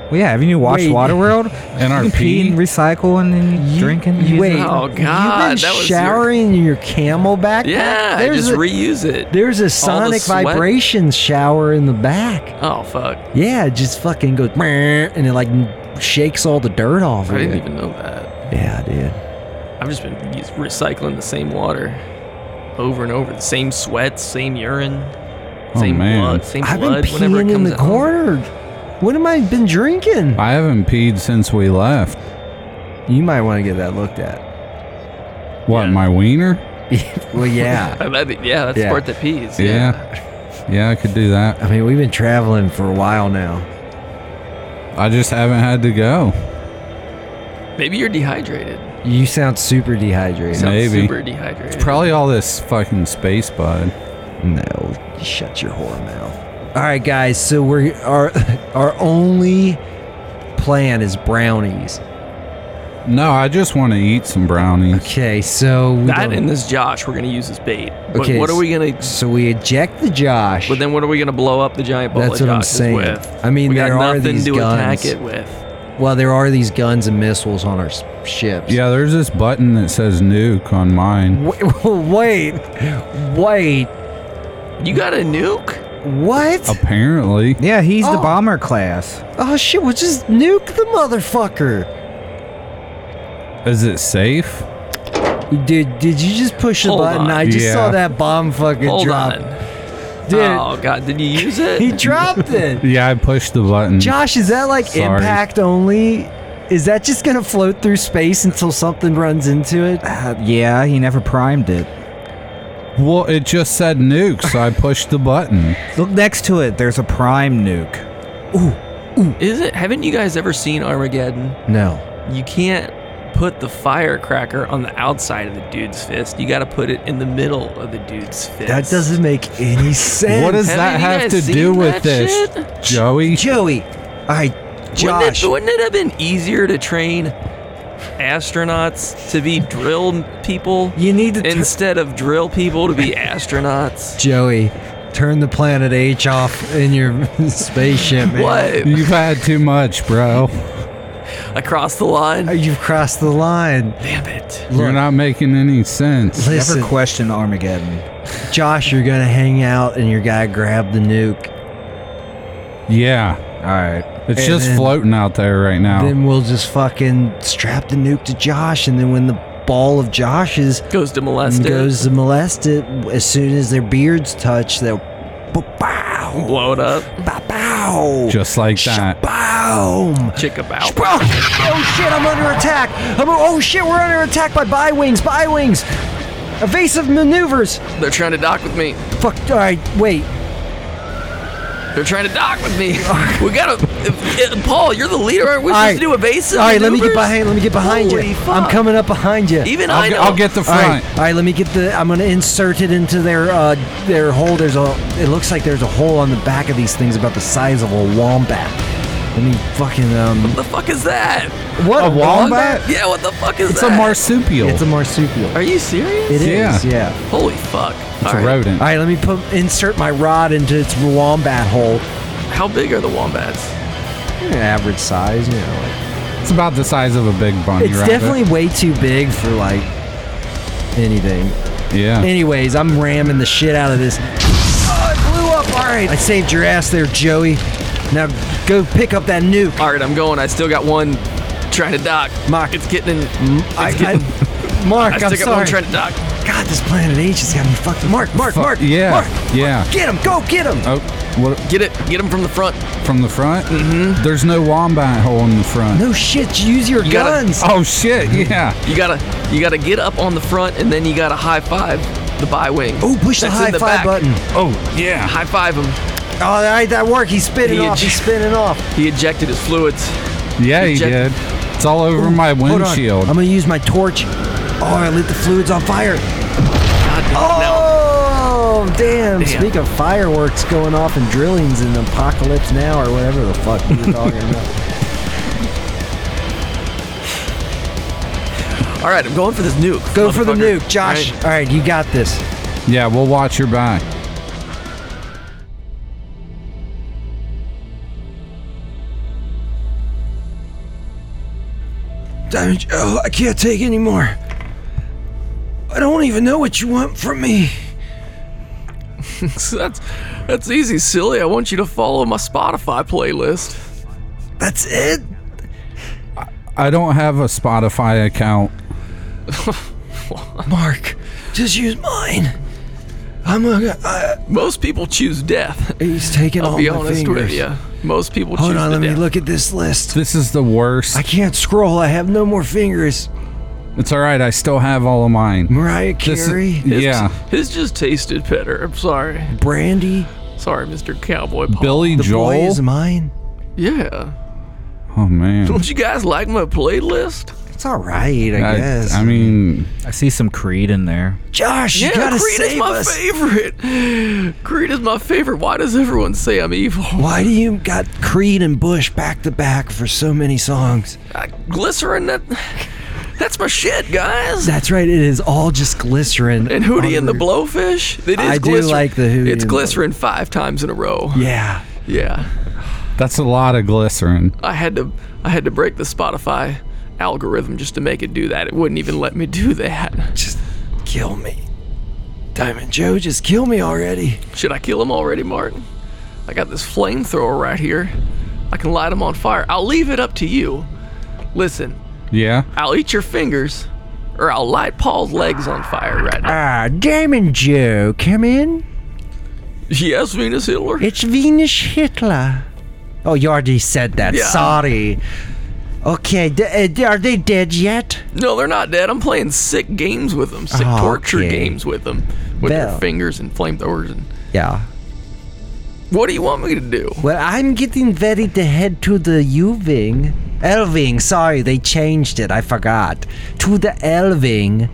Speaker 2: Well, yeah. Haven't you watched
Speaker 1: Wait. [laughs]
Speaker 2: Waterworld?
Speaker 3: And our
Speaker 2: You pee and
Speaker 3: pee?
Speaker 2: recycle and then you,
Speaker 1: You-
Speaker 2: drink and
Speaker 1: you-
Speaker 2: use
Speaker 1: wait.
Speaker 2: it.
Speaker 4: Oh,
Speaker 1: you've
Speaker 4: God,
Speaker 1: been
Speaker 4: that was your-
Speaker 1: showering in your camel backpack.
Speaker 4: Yeah,
Speaker 1: there's
Speaker 4: just
Speaker 1: a,
Speaker 4: reuse it.
Speaker 1: there's a sonic
Speaker 4: sweat.
Speaker 1: vibration shower in the back.
Speaker 4: Oh fuck,
Speaker 1: Yeah, it just fucking goes "Meh," and it like shakes all the dirt off.
Speaker 4: I
Speaker 1: of
Speaker 4: didn't
Speaker 1: it.
Speaker 4: even know that.
Speaker 1: Yeah, dude.
Speaker 4: I've just been use- recycling the same water over and over. The same sweat, same urine,
Speaker 3: Oh,
Speaker 4: same
Speaker 3: man.
Speaker 4: blood, same
Speaker 1: I've been
Speaker 4: blood. whenever it
Speaker 1: peeing in
Speaker 4: comes
Speaker 1: the
Speaker 4: out.
Speaker 1: corner. What am I been drinking?
Speaker 3: I haven't peed since we left.
Speaker 1: You might want to get that looked at.
Speaker 3: What,
Speaker 4: Yeah.
Speaker 3: my wiener?
Speaker 1: Well, yeah.
Speaker 4: I bet it- yeah, that's
Speaker 1: Yeah.
Speaker 4: the part that pees. Yeah.
Speaker 3: Yeah. Yeah, I could do that.
Speaker 1: I mean, we've been traveling for a while now.
Speaker 3: I just haven't had to go.
Speaker 4: Maybe you're dehydrated.
Speaker 1: You sound super
Speaker 4: You
Speaker 1: dehydrated.
Speaker 4: sound
Speaker 3: Maybe.
Speaker 4: super dehydrated.
Speaker 3: Probably all this fucking space bud.
Speaker 1: No, shut your whore mouth. All right, guys. So we're our our only plan is brownies.
Speaker 3: No, I just want to eat some brownies.
Speaker 1: Okay, so we
Speaker 4: that
Speaker 1: don't-
Speaker 4: and this Josh, we're gonna use as bait. But
Speaker 1: Okay,
Speaker 4: what are
Speaker 1: s-
Speaker 4: we gonna?
Speaker 1: so we eject the Josh.
Speaker 4: But then what are we gonna blow up the giant ball
Speaker 1: That's
Speaker 4: of
Speaker 1: what I'm
Speaker 4: Josh's
Speaker 1: saying.
Speaker 4: with?
Speaker 1: I mean,
Speaker 4: we
Speaker 1: there
Speaker 4: got
Speaker 1: are
Speaker 4: nothing
Speaker 1: these
Speaker 4: to
Speaker 1: guns.
Speaker 4: attack it with.
Speaker 1: well, there are these guns and missiles on our s- ships.
Speaker 3: Yeah, there's this button that says nuke on
Speaker 1: [laughs]
Speaker 3: mine.
Speaker 1: Wait, wait, wait.
Speaker 4: You got a nuke?
Speaker 1: What?
Speaker 3: Apparently.
Speaker 2: Yeah, he's the
Speaker 1: Oh.
Speaker 2: bomber class.
Speaker 1: oh shit, we'll just nuke the motherfucker.
Speaker 3: Is it safe?
Speaker 1: Dude, did you just push the
Speaker 4: Hold
Speaker 1: button?
Speaker 4: on.
Speaker 1: I just
Speaker 3: Yeah.
Speaker 1: saw that bomb fucking
Speaker 4: Hold
Speaker 1: drop.
Speaker 4: on.
Speaker 1: Dude,
Speaker 4: Oh god, did you use
Speaker 1: [laughs]
Speaker 4: it?
Speaker 1: he dropped
Speaker 4: [laughs]
Speaker 1: it.
Speaker 3: Yeah, I pushed the button.
Speaker 1: Josh, is that like
Speaker 3: Sorry.
Speaker 1: impact only? Is that just gonna float through space until something runs into it?
Speaker 2: Uh, yeah, he never primed it.
Speaker 3: Well, it just said nuke, so I pushed the button.
Speaker 2: Look next to it. There's a prime nuke.
Speaker 4: Is it? Haven't you guys ever seen Armageddon?
Speaker 1: No.
Speaker 4: You can't put the firecracker on the outside of the dude's fist. You got to put it in the middle of the dude's fist.
Speaker 1: That doesn't make any sense.
Speaker 3: what does that
Speaker 4: Haven't you
Speaker 3: have
Speaker 4: guys
Speaker 3: to
Speaker 4: seen
Speaker 3: do with
Speaker 4: that
Speaker 3: this,
Speaker 4: shit?
Speaker 3: Joey?
Speaker 1: Joey? I
Speaker 4: Wouldn't
Speaker 1: Josh.
Speaker 4: it, wouldn't it have been easier to train astronauts to be drill people
Speaker 1: [laughs] You need to tur-
Speaker 4: instead of drill people to be astronauts?
Speaker 1: Joey, turn the planet H off in your [laughs] spaceship, man.
Speaker 4: What?
Speaker 3: You've had too much, bro.
Speaker 4: I crossed the line.
Speaker 1: Uh, You've crossed the line.
Speaker 4: Damn it.
Speaker 1: Look.
Speaker 3: You're not making any sense.
Speaker 1: Listen,
Speaker 2: Never question Armageddon.
Speaker 1: Josh, you're gonna hang out and your guy grabbed the nuke.
Speaker 3: Yeah,
Speaker 2: All right.
Speaker 3: it's
Speaker 1: And
Speaker 3: just
Speaker 1: then-
Speaker 3: floating out there right
Speaker 4: Oh.
Speaker 3: now.
Speaker 1: Then we'll just fucking strap the nuke to Josh, and then when the ball of Josh's
Speaker 4: Goes to molest it.
Speaker 1: goes to molest it, as soon as their beards touch, they'll bow, bow,
Speaker 4: Blow it up.
Speaker 1: bow, bow,
Speaker 3: just like that.
Speaker 1: boom.
Speaker 4: Chick about.
Speaker 1: Bro, oh shit, I'm under attack. I'm, oh shit, we're under attack by bi wings, bi wings. Evasive maneuvers.
Speaker 4: They're trying to dock with me.
Speaker 1: Fuck, all right, wait.
Speaker 4: They're trying to dock with me. [laughs] We gotta. uh, uh, Paul, you're the leader, aren't we?
Speaker 1: All
Speaker 4: Supposed to
Speaker 1: right.
Speaker 4: do evasive.
Speaker 1: All right, let me get
Speaker 4: maneuvers?
Speaker 1: behind. Let me get behind
Speaker 4: Holy
Speaker 1: you. I'm
Speaker 4: fuck.
Speaker 1: coming up behind you.
Speaker 4: Even
Speaker 3: I'll,
Speaker 4: I
Speaker 3: get-
Speaker 4: know.
Speaker 3: I'll get the
Speaker 1: all
Speaker 3: front.
Speaker 1: right, all right. Let me get the. I'm gonna insert it into their uh, their hole. There's a. It looks like there's a hole on the back of these things about the size of a wombat. Let me fucking um.
Speaker 4: What the fuck is that?
Speaker 1: What
Speaker 3: A wombat?
Speaker 4: Yeah, what the fuck is
Speaker 3: It's a
Speaker 4: that?
Speaker 3: marsupial.
Speaker 1: It's a marsupial.
Speaker 4: Are you serious?
Speaker 1: It is.
Speaker 3: Yeah.
Speaker 1: Yeah.
Speaker 4: Holy fuck. It's
Speaker 3: a rodent.
Speaker 1: All right. Let me put insert my rod into its wombat hole.
Speaker 4: How big are the wombats?
Speaker 1: Average size, you know. Like,
Speaker 3: It's about the size of a big bunny
Speaker 1: it's
Speaker 3: rabbit.
Speaker 1: definitely way too big for like anything.
Speaker 3: yeah.
Speaker 1: Anyways, I'm ramming the shit out of this. Oh, it blew up. All right. I saved your ass there, Joey. Now go pick up that nuke.
Speaker 4: All right, I'm going. I still got one trying to dock.
Speaker 1: Mark.
Speaker 4: It's getting in. It's
Speaker 1: I,
Speaker 4: getting,
Speaker 1: I, Mark,
Speaker 4: I
Speaker 1: I
Speaker 4: still
Speaker 1: am
Speaker 4: got
Speaker 1: sorry.
Speaker 4: one trying to dock.
Speaker 1: God, this planet H has got me fucking. Mark, Mark,
Speaker 3: Fu-
Speaker 1: Mark.
Speaker 3: yeah,
Speaker 1: Mark,
Speaker 3: yeah.
Speaker 1: Mark, get him. Go get him.
Speaker 3: Oh, what
Speaker 4: Get it. Get him from the front.
Speaker 3: from the front? Mm-hmm. There's no wombat hole in the front.
Speaker 1: No shit. Use your
Speaker 4: You gotta-
Speaker 1: guns.
Speaker 3: Oh shit! Yeah.
Speaker 4: You gotta you gotta get up on the front and then you gotta high five the by wing.
Speaker 1: Oh, push the
Speaker 4: That's
Speaker 1: high
Speaker 4: in
Speaker 1: five
Speaker 4: back.
Speaker 1: button.
Speaker 3: Oh yeah.
Speaker 4: High five him.
Speaker 1: Oh, all right, that worked. He's spinning
Speaker 4: He
Speaker 1: off.
Speaker 4: ej-
Speaker 1: He's spinning off.
Speaker 4: He ejected his fluids.
Speaker 3: Yeah, he
Speaker 4: Eject-
Speaker 3: did. It's all over my
Speaker 1: Hold on.
Speaker 3: windshield.
Speaker 1: I'm gonna use my torch. Oh, I lit the fluids on fire.
Speaker 4: God damn, now-
Speaker 1: Oh, damn.
Speaker 4: Damn.
Speaker 1: Speak of fireworks going off and drillings in Apocalypse Now or whatever the fuck you were talking [laughs] about.
Speaker 4: All right, I'm going for this nuke.
Speaker 1: Go for the
Speaker 4: motherfucker.
Speaker 1: nuke, Josh.
Speaker 4: [laughs] All
Speaker 1: All right, you got this.
Speaker 3: Yeah, we'll watch your back.
Speaker 1: Damn it, oh, I can't take anymore. I don't even know what you want from me.
Speaker 4: right. that's that's easy, silly. I want you to follow my Spotify playlist.
Speaker 1: That's it?
Speaker 3: I don't have a Spotify account.
Speaker 1: Mark, just use mine. I'm a. I,
Speaker 4: Most people choose death.
Speaker 1: he's taking
Speaker 4: I'll
Speaker 1: all
Speaker 4: be
Speaker 1: Oh, my
Speaker 4: honest
Speaker 1: fingers.
Speaker 4: with you. Most people
Speaker 1: Hold
Speaker 4: choose
Speaker 1: on,
Speaker 4: the
Speaker 1: let me
Speaker 4: death.
Speaker 1: look at this list.
Speaker 3: This is the worst.
Speaker 1: I can't scroll. I have no more fingers.
Speaker 3: It's all right. I still have all of mine.
Speaker 1: Mariah
Speaker 3: This
Speaker 1: Carey,
Speaker 4: His-
Speaker 3: yeah.
Speaker 4: His just tasted better. I'm sorry.
Speaker 1: Brandy,
Speaker 4: Sorry, Mr. Cowboy Paul.
Speaker 3: Billy
Speaker 1: the
Speaker 3: Joel.
Speaker 1: boy is mine.
Speaker 4: Yeah.
Speaker 3: oh man.
Speaker 4: [laughs] Don't you guys like my playlist?
Speaker 1: It's all right, I,
Speaker 3: I,
Speaker 1: guess.
Speaker 3: I mean,
Speaker 2: I see some Creed in there.
Speaker 1: Josh, you
Speaker 4: yeah,
Speaker 1: gotta
Speaker 4: Creed is
Speaker 1: save
Speaker 4: my
Speaker 1: us.
Speaker 4: favorite. Creed is my favorite. Why does everyone say I'm evil?
Speaker 1: Why do you got Creed and Bush back to back for so many songs?
Speaker 4: I, glycerin, that, that's my shit, guys.
Speaker 1: That's right. It is all just glycerin.
Speaker 4: and Hootie and the
Speaker 1: Under-
Speaker 4: Blowfish. It is
Speaker 1: I do
Speaker 4: glycerin.
Speaker 1: like the Hootie
Speaker 4: It's
Speaker 1: and the Blowfish.
Speaker 4: glycerin five times in a row.
Speaker 1: Yeah.
Speaker 4: Yeah.
Speaker 3: that's a lot of glycerin.
Speaker 4: I had to I had to break the Spotify algorithm just to make it do that. It wouldn't even let me do that.
Speaker 1: Just kill me. Diamond Joe, just kill me already.
Speaker 4: Should I kill him already, Martin? I got this flamethrower right here. I can light him on fire. I'll leave it up to you. Listen,
Speaker 3: Yeah.
Speaker 4: I'll eat your fingers, or I'll light Paul's legs on fire right now.
Speaker 1: Ah,
Speaker 4: [laughs]
Speaker 1: Diamond Joe, come in.
Speaker 4: Yes, Venus Hitler.
Speaker 1: It's Venus Hitler. Oh, you already said that.
Speaker 4: Yeah.
Speaker 1: Sorry. Okay, d- uh, d- are they dead yet?
Speaker 4: No, they're not dead. I'm playing sick games with them, sick
Speaker 1: Oh,
Speaker 4: torture
Speaker 1: okay.
Speaker 4: games with them, with
Speaker 1: Well.
Speaker 4: their fingers and flamethrowers. And
Speaker 1: Yeah.
Speaker 4: what do you want me to do?
Speaker 1: Well, I'm getting ready to head to the U-wing. L-wing. Sorry, they changed it. I forgot. To the L-wing.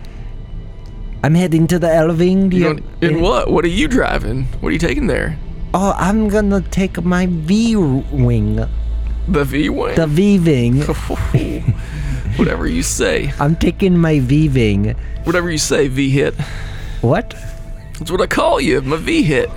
Speaker 1: I'm heading to the L-wing. Do
Speaker 4: You
Speaker 1: you-
Speaker 4: know, in what? What are you driving? What are you taking there?
Speaker 1: Oh, I'm gonna take my V-wing.
Speaker 4: The V wing.
Speaker 1: The V-wing.
Speaker 4: [laughs] Whatever you say.
Speaker 1: I'm taking my V-wing.
Speaker 4: Whatever you say, V hit.
Speaker 1: What?
Speaker 4: That's what I call you, my V hit.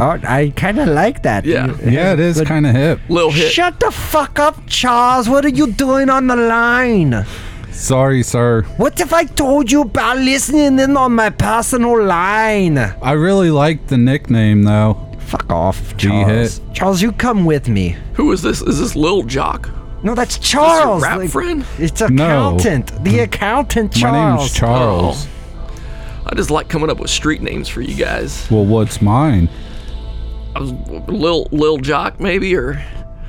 Speaker 1: Oh, I kind of like that.
Speaker 4: Yeah.
Speaker 3: Yeah, it is kind of hip.
Speaker 4: Lil hit.
Speaker 1: Shut the fuck up, Charles. What are you doing on the line?
Speaker 3: Sorry, sir.
Speaker 1: What if I told you about listening in on my personal line?
Speaker 3: I really like the nickname though.
Speaker 1: Fuck off,
Speaker 3: G-hit.
Speaker 1: Charles. Charles, you come with me.
Speaker 4: Who is this? Is this Lil Jock?
Speaker 1: No, that's
Speaker 4: Is this
Speaker 1: Charles.
Speaker 4: your rap
Speaker 1: Like,
Speaker 4: friend?
Speaker 1: It's
Speaker 3: No.
Speaker 1: accountant. The accountant, Charles.
Speaker 3: My name's Charles.
Speaker 4: Oh. I just like coming up with street names for you guys.
Speaker 3: Well, what's mine?
Speaker 4: I was Lil Lil Jock maybe or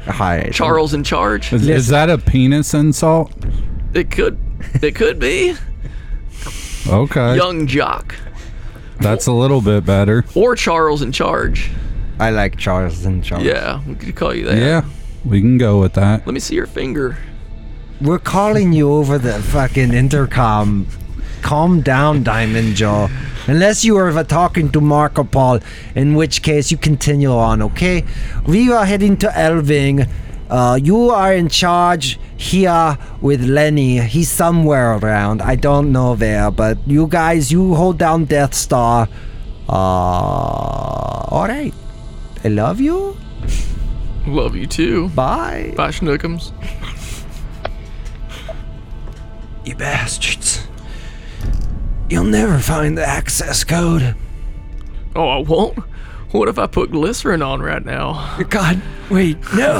Speaker 1: Hi.
Speaker 4: Charles in charge.
Speaker 3: Is, is that a penis insult?
Speaker 4: It could it
Speaker 3: [laughs]
Speaker 4: could be
Speaker 3: Okay.
Speaker 4: Young Jock
Speaker 3: That's a little bit better.
Speaker 4: or Charles in charge.
Speaker 1: I like Charles and Charles.
Speaker 4: Yeah, we could call you that.
Speaker 3: Yeah. We can go with that.
Speaker 4: Let me see your finger.
Speaker 1: We're calling you over the fucking intercom. Calm down, Diamond Jaw. Unless you are talking to Marco Paul, in which case you continue on, okay? We are heading to Elving. Uh, you are in charge here with Lenny. He's somewhere around. I don't know where, but you guys, you hold down Death Star. Uh, all right. I love you.
Speaker 4: Love you too.
Speaker 1: Bye.
Speaker 4: Bye Schnookums.
Speaker 1: You bastards. You'll never find the access code.
Speaker 4: Oh, I won't. What if I put glycerin on right now? [laughs]
Speaker 1: God, wait, no,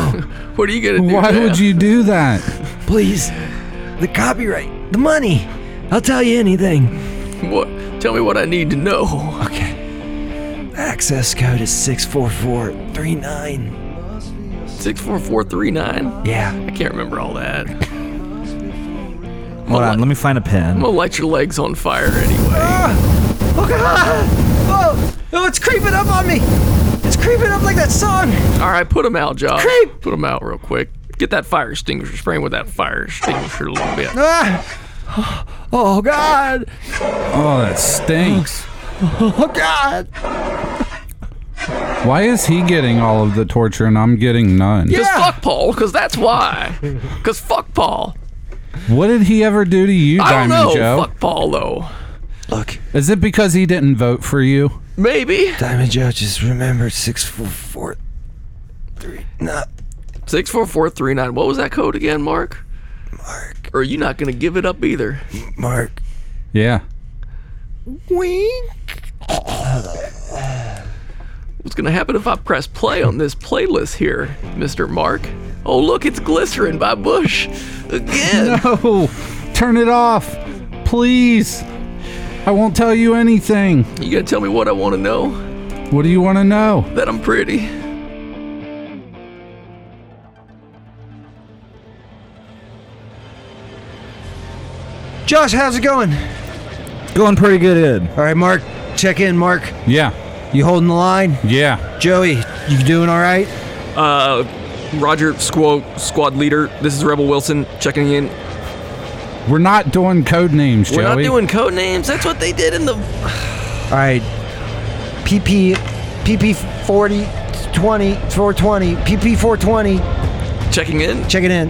Speaker 4: What are you gonna do?
Speaker 3: Why would
Speaker 4: now?
Speaker 3: you do that?
Speaker 1: please. The copyright, the money. I'll tell you anything.
Speaker 4: What? Tell me what I need to know.
Speaker 1: Okay. The access code is 64439.
Speaker 4: Six four four three nine.
Speaker 1: Yeah.
Speaker 4: I can't remember all that. I'm
Speaker 2: Hold on, let me find a pen.
Speaker 4: gonna light your legs on fire anyway.
Speaker 1: Oh, God. Oh, oh, it's creeping up on me. It's creeping up like that song.
Speaker 4: All right, put them out, Josh.
Speaker 1: Creep!
Speaker 4: Put them out real quick. Get that fire extinguisher. Spray 'em with that fire extinguisher a little bit.
Speaker 1: Ah. Oh, God.
Speaker 3: Oh, that stinks.
Speaker 1: Oh, God.
Speaker 3: Why is he getting all of the torture and I'm getting none?
Speaker 4: Just
Speaker 1: Yeah.
Speaker 4: fuck Paul, cause that's why. Cause fuck Paul.
Speaker 3: What did he ever do to you,
Speaker 4: I don't
Speaker 3: Diamond
Speaker 4: know.
Speaker 3: Joe?
Speaker 4: Fuck Paul though.
Speaker 1: Look,
Speaker 3: Is it because he didn't vote for you?
Speaker 4: Maybe
Speaker 1: Diamond Joe just remembered 6443. No.
Speaker 4: six four four three nine. What was that code again, Mark?
Speaker 1: Mark,
Speaker 4: Or are you not gonna give it up either?
Speaker 1: Mark.
Speaker 3: Yeah.
Speaker 1: Wink.
Speaker 4: What's gonna happen if I press play on this playlist here, Mr. Mark? Oh look, it's Glycerin by Bush again.
Speaker 3: No! Turn it off! Please! I won't tell you anything.
Speaker 4: You gonna tell me what I want to know?
Speaker 3: What do you want to know?
Speaker 4: That I'm pretty.
Speaker 1: Josh, how's it going?
Speaker 2: Going pretty good.
Speaker 1: All right, Mark. Check in, Mark.
Speaker 3: Yeah.
Speaker 1: You holding the line?
Speaker 3: Yeah.
Speaker 1: Joey, you doing all right?
Speaker 4: Uh, Roger, squad squad leader. This is Rebel Wilson checking in.
Speaker 3: We're not doing code names,
Speaker 4: We're
Speaker 3: Joey.
Speaker 4: not doing code names. That's what they did in the.
Speaker 1: All right. PP, PP 40, 20, 420, PP 420.
Speaker 4: Checking in.
Speaker 1: Check it in.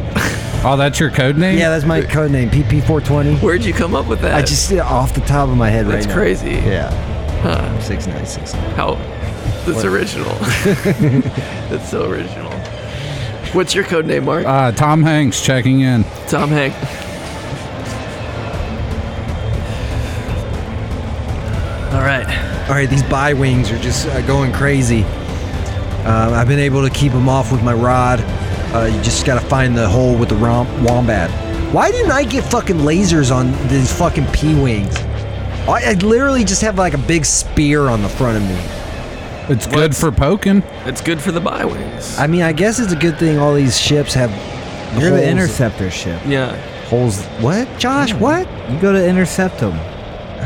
Speaker 3: oh, that's your code name?
Speaker 1: Yeah, that's my
Speaker 4: [laughs]
Speaker 1: code name, PP 420.
Speaker 4: Where'd you come up with that?
Speaker 1: I just uh, off the top of my head right
Speaker 4: That's
Speaker 1: now.
Speaker 4: crazy.
Speaker 1: Yeah. Six nine six.
Speaker 4: How? That's original. [laughs] that's so original. What's your code name, Mark?
Speaker 3: Uh, Tom Hanks checking in.
Speaker 4: Tom Hank. All right.
Speaker 1: All right, these bi wings are just uh, going crazy. Um, I've been able to keep them off with my rod. Uh, you just gotta find the hole with the romp, wombat. Why didn't I get fucking lasers on these fucking p wings? I, I literally just have like a big spear on the front of me.
Speaker 3: It's good for poking.
Speaker 4: It's good for the bi wings.
Speaker 1: I mean, I guess it's a good thing all these ships have.
Speaker 2: You're the
Speaker 1: holes.
Speaker 2: interceptor ship.
Speaker 4: Yeah.
Speaker 2: Holes.
Speaker 1: What, Josh? What?
Speaker 2: You go to intercept them.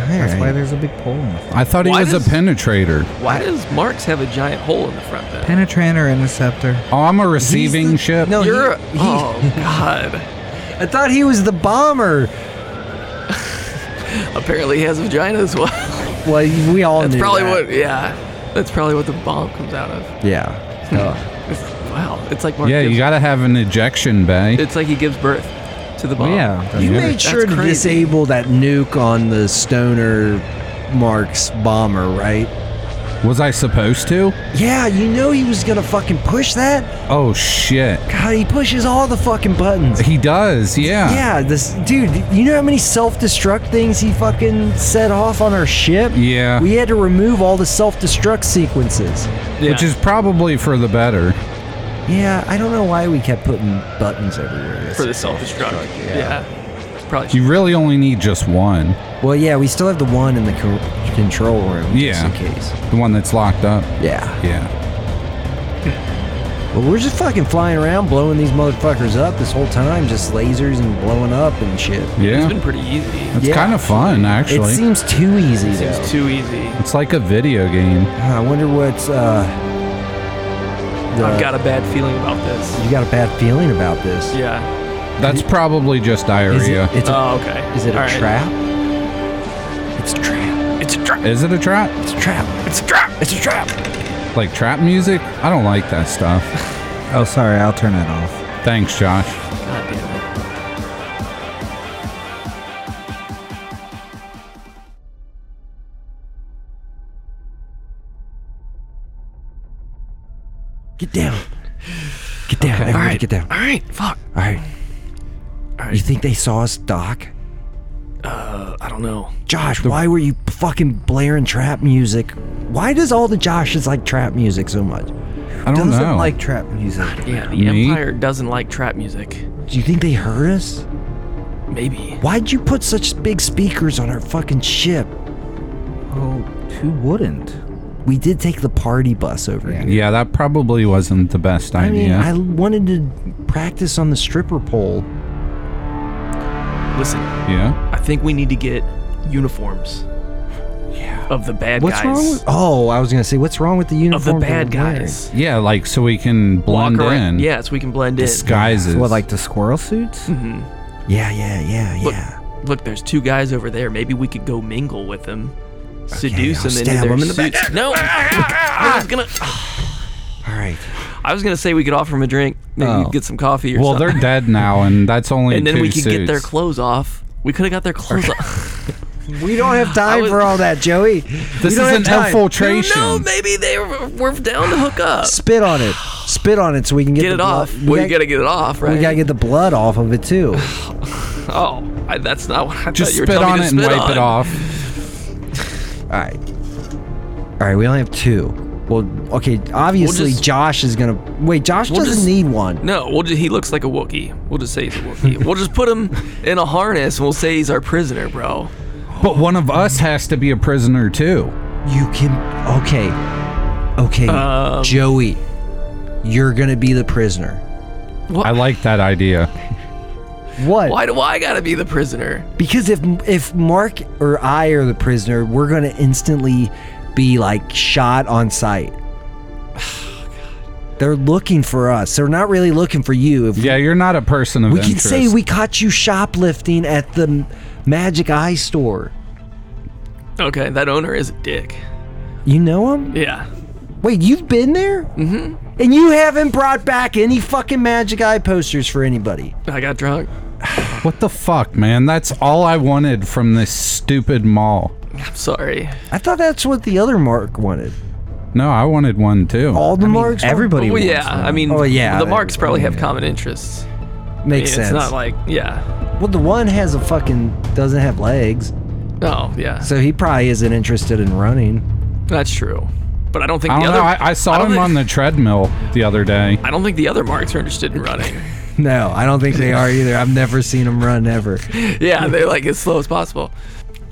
Speaker 2: That's
Speaker 1: All
Speaker 2: why
Speaker 1: right.
Speaker 2: there's a big pole in the front.
Speaker 3: I thought he
Speaker 4: Why
Speaker 3: was
Speaker 4: does-
Speaker 3: a penetrator.
Speaker 4: Why does Marks have a giant hole in the front then?
Speaker 2: Penetrator interceptor.
Speaker 3: Oh, I'm a
Speaker 1: He's the-
Speaker 3: receiving ship.
Speaker 1: No,
Speaker 4: You're.
Speaker 1: he-
Speaker 4: a-
Speaker 1: he-
Speaker 4: oh God.
Speaker 1: I thought he was the bomber.
Speaker 4: Apparently he has a vagina as well.
Speaker 1: Well, we all
Speaker 4: That's
Speaker 1: knew
Speaker 4: probably
Speaker 1: that.
Speaker 4: what. Yeah. That's probably what the bomb comes out of.
Speaker 1: Yeah.
Speaker 4: [laughs] It's, wow. It's like Mark.
Speaker 3: yeah,
Speaker 4: gives,
Speaker 3: you gotta have an ejection bay.
Speaker 4: It's like he gives birth to the bomb.
Speaker 2: yeah.
Speaker 1: you
Speaker 3: Yeah.
Speaker 1: made
Speaker 4: That's
Speaker 1: sure to
Speaker 4: crazy.
Speaker 1: disable that nuke on the Stoner Marks bomber, right?
Speaker 3: Was I supposed to?
Speaker 1: Yeah, you know he was gonna fucking push that.
Speaker 3: Oh shit.
Speaker 1: God, he pushes all the fucking buttons.
Speaker 3: He does,
Speaker 1: [laughs]
Speaker 3: yeah.
Speaker 1: Yeah, this dude. You know how many self-destruct things he fucking set off on our ship?
Speaker 3: Yeah.
Speaker 1: We had to remove all the self-destruct sequences.
Speaker 3: Which is probably for the better.
Speaker 1: Yeah, I don't know why we kept putting buttons everywhere.
Speaker 4: For the self-destruct. Yeah. Probably.
Speaker 3: You really only need just one.
Speaker 1: Well, yeah, we still have the one in the co- control room just
Speaker 3: Yeah.
Speaker 1: in case.
Speaker 3: The one that's locked up.
Speaker 1: Yeah.
Speaker 3: Yeah.
Speaker 1: But we're just fucking flying around, blowing these motherfuckers up this whole time, just lasers and blowing up and shit.
Speaker 4: It's
Speaker 3: Yeah.
Speaker 4: been pretty easy.
Speaker 3: It's
Speaker 1: Yeah.
Speaker 3: kind of fun,
Speaker 1: It
Speaker 3: actually.
Speaker 1: seems too easy though.
Speaker 4: It's too easy.
Speaker 3: it's like a video game.
Speaker 1: I wonder what. Uh, the-
Speaker 4: I've got a bad feeling about this.
Speaker 1: You got a bad feeling about this.
Speaker 4: Yeah.
Speaker 3: That's probably
Speaker 1: Is
Speaker 3: just
Speaker 1: it,
Speaker 3: diarrhea.
Speaker 1: it's a,
Speaker 4: oh, okay.
Speaker 1: is it a
Speaker 4: All right.
Speaker 1: trap? It's a trap.
Speaker 4: It's a trap.
Speaker 3: Is it a trap?
Speaker 1: It's a trap.
Speaker 4: It's a trap. It's a trap.
Speaker 3: Like trap music? I don't like
Speaker 1: [laughs]
Speaker 3: that stuff.
Speaker 2: Oh, sorry. I'll turn it off.
Speaker 3: Thanks, Josh.
Speaker 4: God damn it.
Speaker 1: Get down. Get down. Everybody,
Speaker 4: All right.
Speaker 1: get down.
Speaker 4: All right. Fuck.
Speaker 1: All right.
Speaker 4: All
Speaker 1: You
Speaker 4: right.
Speaker 1: think they saw us, Doc?
Speaker 4: Uh, I don't know.
Speaker 1: Josh, why were you fucking blaring trap music? Why does all the Joshes like trap music so much?
Speaker 3: I don't
Speaker 2: Doesn't
Speaker 3: know.
Speaker 2: like trap music.
Speaker 4: Yeah. The
Speaker 3: Me?
Speaker 4: Empire doesn't like trap music.
Speaker 1: Do you think they heard us?
Speaker 4: Maybe.
Speaker 1: Why'd you put such big speakers on our fucking ship?
Speaker 2: Oh, who wouldn't?
Speaker 1: We did take the party bus over here.
Speaker 3: yeah, that probably wasn't the best
Speaker 1: I mean,
Speaker 3: idea.
Speaker 1: I wanted to practice on the stripper pole.
Speaker 4: Listen,
Speaker 3: yeah.
Speaker 4: I think we need to get uniforms. Yeah. Of the bad
Speaker 1: What's
Speaker 4: guys.
Speaker 1: wrong with? Oh, I was gonna say, what's wrong with the
Speaker 4: of the
Speaker 1: uniform?
Speaker 4: bad guys.
Speaker 3: Yeah, like so we can
Speaker 4: Walk
Speaker 3: blend in.
Speaker 4: around. Yeah, so we can blend in.
Speaker 3: Disguises.
Speaker 2: What, like the squirrel suits?
Speaker 1: Yeah, yeah, yeah,
Speaker 4: Look,
Speaker 1: yeah.
Speaker 4: look, there's two guys over there. Maybe we could go mingle with them, seduce
Speaker 1: I'll
Speaker 4: them into
Speaker 1: stab
Speaker 4: their
Speaker 1: him in the back.
Speaker 4: suits. [laughs] No, I was gonna.
Speaker 1: All right.
Speaker 4: I was gonna say we could offer them a drink, maybe
Speaker 1: Oh.
Speaker 4: get some coffee or
Speaker 3: well,
Speaker 4: something.
Speaker 3: they're dead now, and that's only.
Speaker 4: and then
Speaker 3: two
Speaker 4: we could get their
Speaker 3: suits.
Speaker 4: clothes off. We could have got their clothes off. [laughs]
Speaker 1: We don't have time
Speaker 4: was-
Speaker 1: for all that, [laughs] Joey.
Speaker 3: [laughs] This is an infiltration.
Speaker 4: No, maybe they were, were down to hook up.
Speaker 1: Spit on it. Spit on it so we can get,
Speaker 4: Get
Speaker 1: the
Speaker 4: it
Speaker 1: blood-
Speaker 4: off. Well, you
Speaker 1: gotta-
Speaker 4: gotta get it off, right?
Speaker 1: We gotta get the blood off of it too.
Speaker 4: Oh, I, that's not what I
Speaker 3: Just
Speaker 4: thought you were
Speaker 3: spit
Speaker 4: telling
Speaker 3: on
Speaker 4: me
Speaker 3: it
Speaker 4: to
Speaker 3: and
Speaker 4: spit
Speaker 3: wipe it off.
Speaker 4: on.
Speaker 1: All right. All right. We only have two. Well, okay. Obviously,
Speaker 4: just-
Speaker 1: Josh is gonna wait. Josh
Speaker 4: We'll
Speaker 1: doesn't
Speaker 4: just-
Speaker 1: need one.
Speaker 4: No, we'll just, he looks like a Wookiee. We'll just say he's a Wookiee. we'll just put him in a harness and we'll say he's our prisoner, bro.
Speaker 3: But one of us has to be a prisoner too.
Speaker 1: You can. Okay. Okay.
Speaker 4: Um.
Speaker 1: Joey, you're gonna be the prisoner.
Speaker 3: I like that idea.
Speaker 1: What?
Speaker 4: Why do I gotta be the prisoner?
Speaker 1: Because if if Mark or I are the prisoner, we're gonna instantly be like shot on sight. [sighs] Oh, They're looking for us. They're not really looking for you. If
Speaker 3: Yeah, you're not a person of
Speaker 1: we can
Speaker 3: interest.
Speaker 1: say we caught you shoplifting at the M- Magic Eye store.
Speaker 4: Okay, that owner is a dick.
Speaker 1: You know him?
Speaker 4: Yeah.
Speaker 1: Wait, you've been there? Mm-hmm. And you haven't brought back any fucking Magic Eye posters for anybody.
Speaker 4: I got drunk.
Speaker 3: What the fuck, man? That's all I wanted from this stupid mall.
Speaker 4: I'm sorry.
Speaker 1: I thought that's what the other Mark wanted.
Speaker 3: No, I wanted one too.
Speaker 1: All the Marks want-
Speaker 2: Everybody
Speaker 4: Well,
Speaker 2: wants
Speaker 4: yeah,
Speaker 2: one.
Speaker 4: I mean,
Speaker 1: Oh, yeah,
Speaker 4: the
Speaker 1: that-
Speaker 4: marks probably have common interests. I mean,
Speaker 1: makes
Speaker 4: it's
Speaker 1: sense.
Speaker 4: not like, yeah.
Speaker 1: well, the one has a fucking doesn't have legs.
Speaker 4: Oh, yeah.
Speaker 1: So he probably isn't interested in running. [laughs]
Speaker 4: That's true. But I don't think
Speaker 3: I
Speaker 4: the
Speaker 3: don't
Speaker 4: other.
Speaker 3: know. I, I saw
Speaker 4: don't
Speaker 3: him
Speaker 4: thi-
Speaker 3: on the treadmill the other day.
Speaker 4: I don't think the other marks are interested in running. [laughs]
Speaker 1: No, I don't think they are either. I've never seen them run ever.
Speaker 4: yeah, they're like as slow as possible.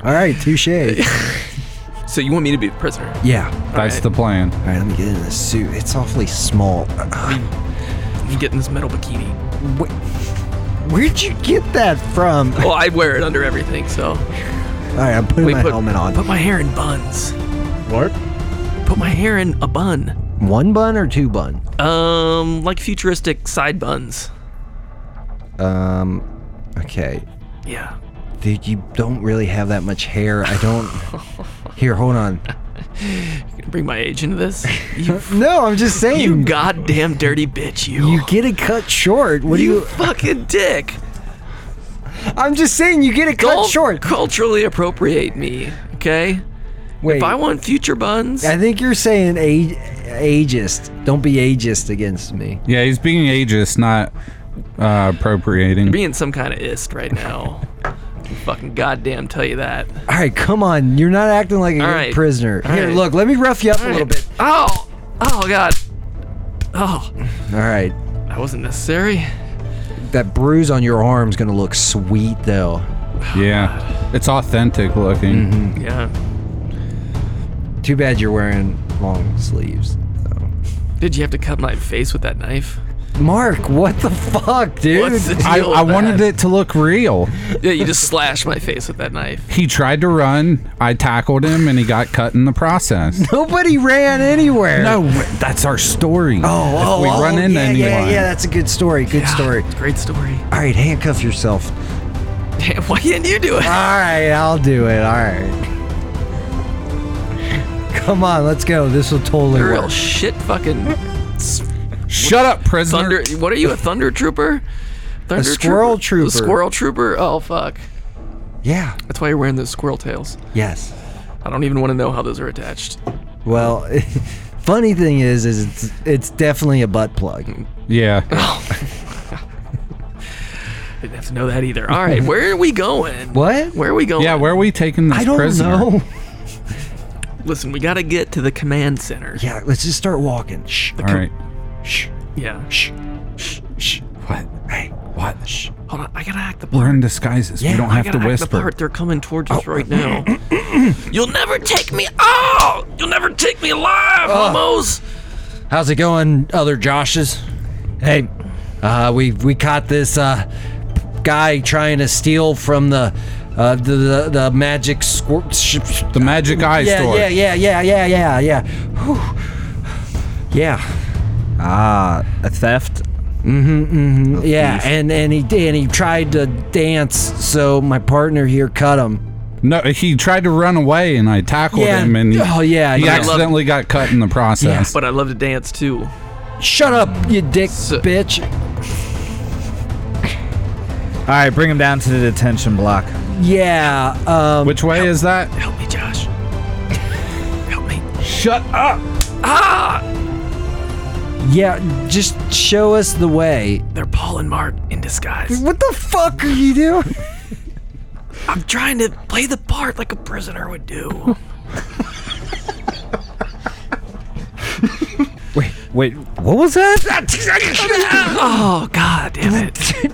Speaker 1: All right, touche. Yeah.
Speaker 4: So you want me to be the prisoner?
Speaker 3: That's
Speaker 4: right.
Speaker 3: the plan.
Speaker 1: All right, let me get in this suit. It's awfully small.
Speaker 4: You get in this metal bikini.
Speaker 1: Wh- Where'd you get that from? All
Speaker 4: Well, I wear it under everything, so
Speaker 1: right, I'm putting
Speaker 4: we
Speaker 1: my
Speaker 4: put
Speaker 1: helmet on.
Speaker 4: put my hair in buns.
Speaker 1: What?
Speaker 4: Put my hair in a bun.
Speaker 1: One bun or two bun?
Speaker 4: Um, like futuristic side buns.
Speaker 1: Um, okay.
Speaker 4: Yeah.
Speaker 1: Dude, you don't really have that much hair. I don't. Here, hold on.
Speaker 4: You gonna bring my age
Speaker 1: [laughs]
Speaker 4: into this? You,
Speaker 1: No, I'm just saying.
Speaker 4: you goddamn dirty bitch, you.
Speaker 1: You get it cut short. What do
Speaker 4: You
Speaker 1: you?
Speaker 4: fucking dick.
Speaker 1: I'm just saying you get it cut
Speaker 4: Don't
Speaker 1: short.
Speaker 4: culturally appropriate me, okay?
Speaker 1: Wait,
Speaker 4: If I want future buns,
Speaker 1: I think you're saying age, ageist. Don't be ageist against me.
Speaker 3: Yeah, he's being ageist, not uh, appropriating.
Speaker 4: being some kind of ist right now. Can fucking goddamn tell you that.
Speaker 1: All right, come on. You're not acting like a
Speaker 4: All
Speaker 1: good
Speaker 4: right.
Speaker 1: prisoner.
Speaker 4: All
Speaker 1: Here,
Speaker 4: right.
Speaker 1: look. Let me rough you up a little bit.
Speaker 4: Oh, oh god. Oh,
Speaker 1: All right.
Speaker 4: that wasn't necessary.
Speaker 1: That bruise on your arm's gonna look sweet though.
Speaker 3: yeah, it's authentic looking.
Speaker 4: Yeah.
Speaker 1: Too bad you're wearing long sleeves. though.
Speaker 4: Did you have to cut my face with that knife?
Speaker 1: Mark, what the fuck, dude?
Speaker 4: What's the deal
Speaker 3: I, I
Speaker 4: with
Speaker 3: wanted
Speaker 4: that?
Speaker 3: it to look real.
Speaker 4: Yeah, you just slashed my face with that knife.
Speaker 3: He tried to run. I tackled him, and he got cut in the process.
Speaker 1: Nobody ran anywhere.
Speaker 3: no, that's our story.
Speaker 1: Oh,
Speaker 3: if
Speaker 1: oh,
Speaker 3: we
Speaker 1: oh,
Speaker 3: run into
Speaker 1: yeah, yeah,
Speaker 3: anyone.
Speaker 1: yeah. That's a good story. Good story.
Speaker 4: It's a great story.
Speaker 1: All right, handcuff yourself.
Speaker 4: Damn, why didn't you do it?
Speaker 1: All right, I'll do it. All right. [laughs] Come on, let's go. This will totally
Speaker 4: You're a real
Speaker 1: work.
Speaker 4: shit fucking
Speaker 3: Shut up, prisoner.
Speaker 4: thunder. What are you, a thunder trooper? Thunder
Speaker 1: squirrel trooper.
Speaker 4: A squirrel trooper? Oh, fuck.
Speaker 1: Yeah.
Speaker 4: That's why you're wearing those squirrel tails.
Speaker 1: Yes.
Speaker 4: I don't even want to know how those are attached.
Speaker 1: Well, [laughs] funny thing is, is it's it's definitely a butt plug.
Speaker 4: [laughs]
Speaker 3: Yeah.
Speaker 4: Oh. I didn't have to know that either. All
Speaker 3: [laughs]
Speaker 4: right, where are we going?
Speaker 1: What?
Speaker 4: Where are we going?
Speaker 3: Yeah, where are we taking this
Speaker 1: I don't [laughs]
Speaker 3: prisoner?
Speaker 1: know.
Speaker 4: Listen, we got to get to the command center.
Speaker 1: Yeah, let's just start walking. Shh.
Speaker 3: All right.
Speaker 1: Shh.
Speaker 4: Yeah.
Speaker 1: Shh.
Speaker 3: Shh. What?
Speaker 1: Hey.
Speaker 3: What? Shh.
Speaker 4: Hold on, I gotta act the part.
Speaker 3: We're in disguises.
Speaker 1: Yeah,
Speaker 3: we don't
Speaker 4: I
Speaker 3: have to
Speaker 4: gotta act the
Speaker 3: whisper. Oh.
Speaker 4: part. They're coming towards us right now.
Speaker 3: [clears throat]
Speaker 4: You'll never take me. Oh, you'll never take me alive, homos.
Speaker 1: How's it going, other Joshes? Hey, uh, we we caught this uh, guy trying to steal from the uh, the, the the magic squirt. Sh- sh-
Speaker 3: The magic eye
Speaker 1: yeah,
Speaker 3: store.
Speaker 1: yeah, yeah, yeah, yeah, yeah, yeah. Whew. Yeah,
Speaker 2: Ah, a theft.
Speaker 1: Mm, yeah, and and he and he tried to dance, so my partner here cut him.
Speaker 3: No, he tried to run away, and I tackled
Speaker 1: Yeah.
Speaker 3: him, and
Speaker 1: Oh, yeah,
Speaker 3: he
Speaker 1: yeah.
Speaker 3: accidentally got cut in the process.
Speaker 4: But I love to dance too.
Speaker 1: Shut up, you dick
Speaker 4: So-
Speaker 1: bitch.
Speaker 2: All right, bring him down to the detention block.
Speaker 1: Yeah, um,
Speaker 3: Which way is that?
Speaker 4: Help me, Josh. Help me.
Speaker 3: Shut up!
Speaker 1: yeah. Just show us the way.
Speaker 4: They're Paul and Mart in disguise.
Speaker 1: What the fuck are you doing?
Speaker 4: I'm trying to play the part like a prisoner
Speaker 3: [laughs]
Speaker 4: would do.
Speaker 2: Wait, what was that?
Speaker 4: [laughs] oh God, damn it!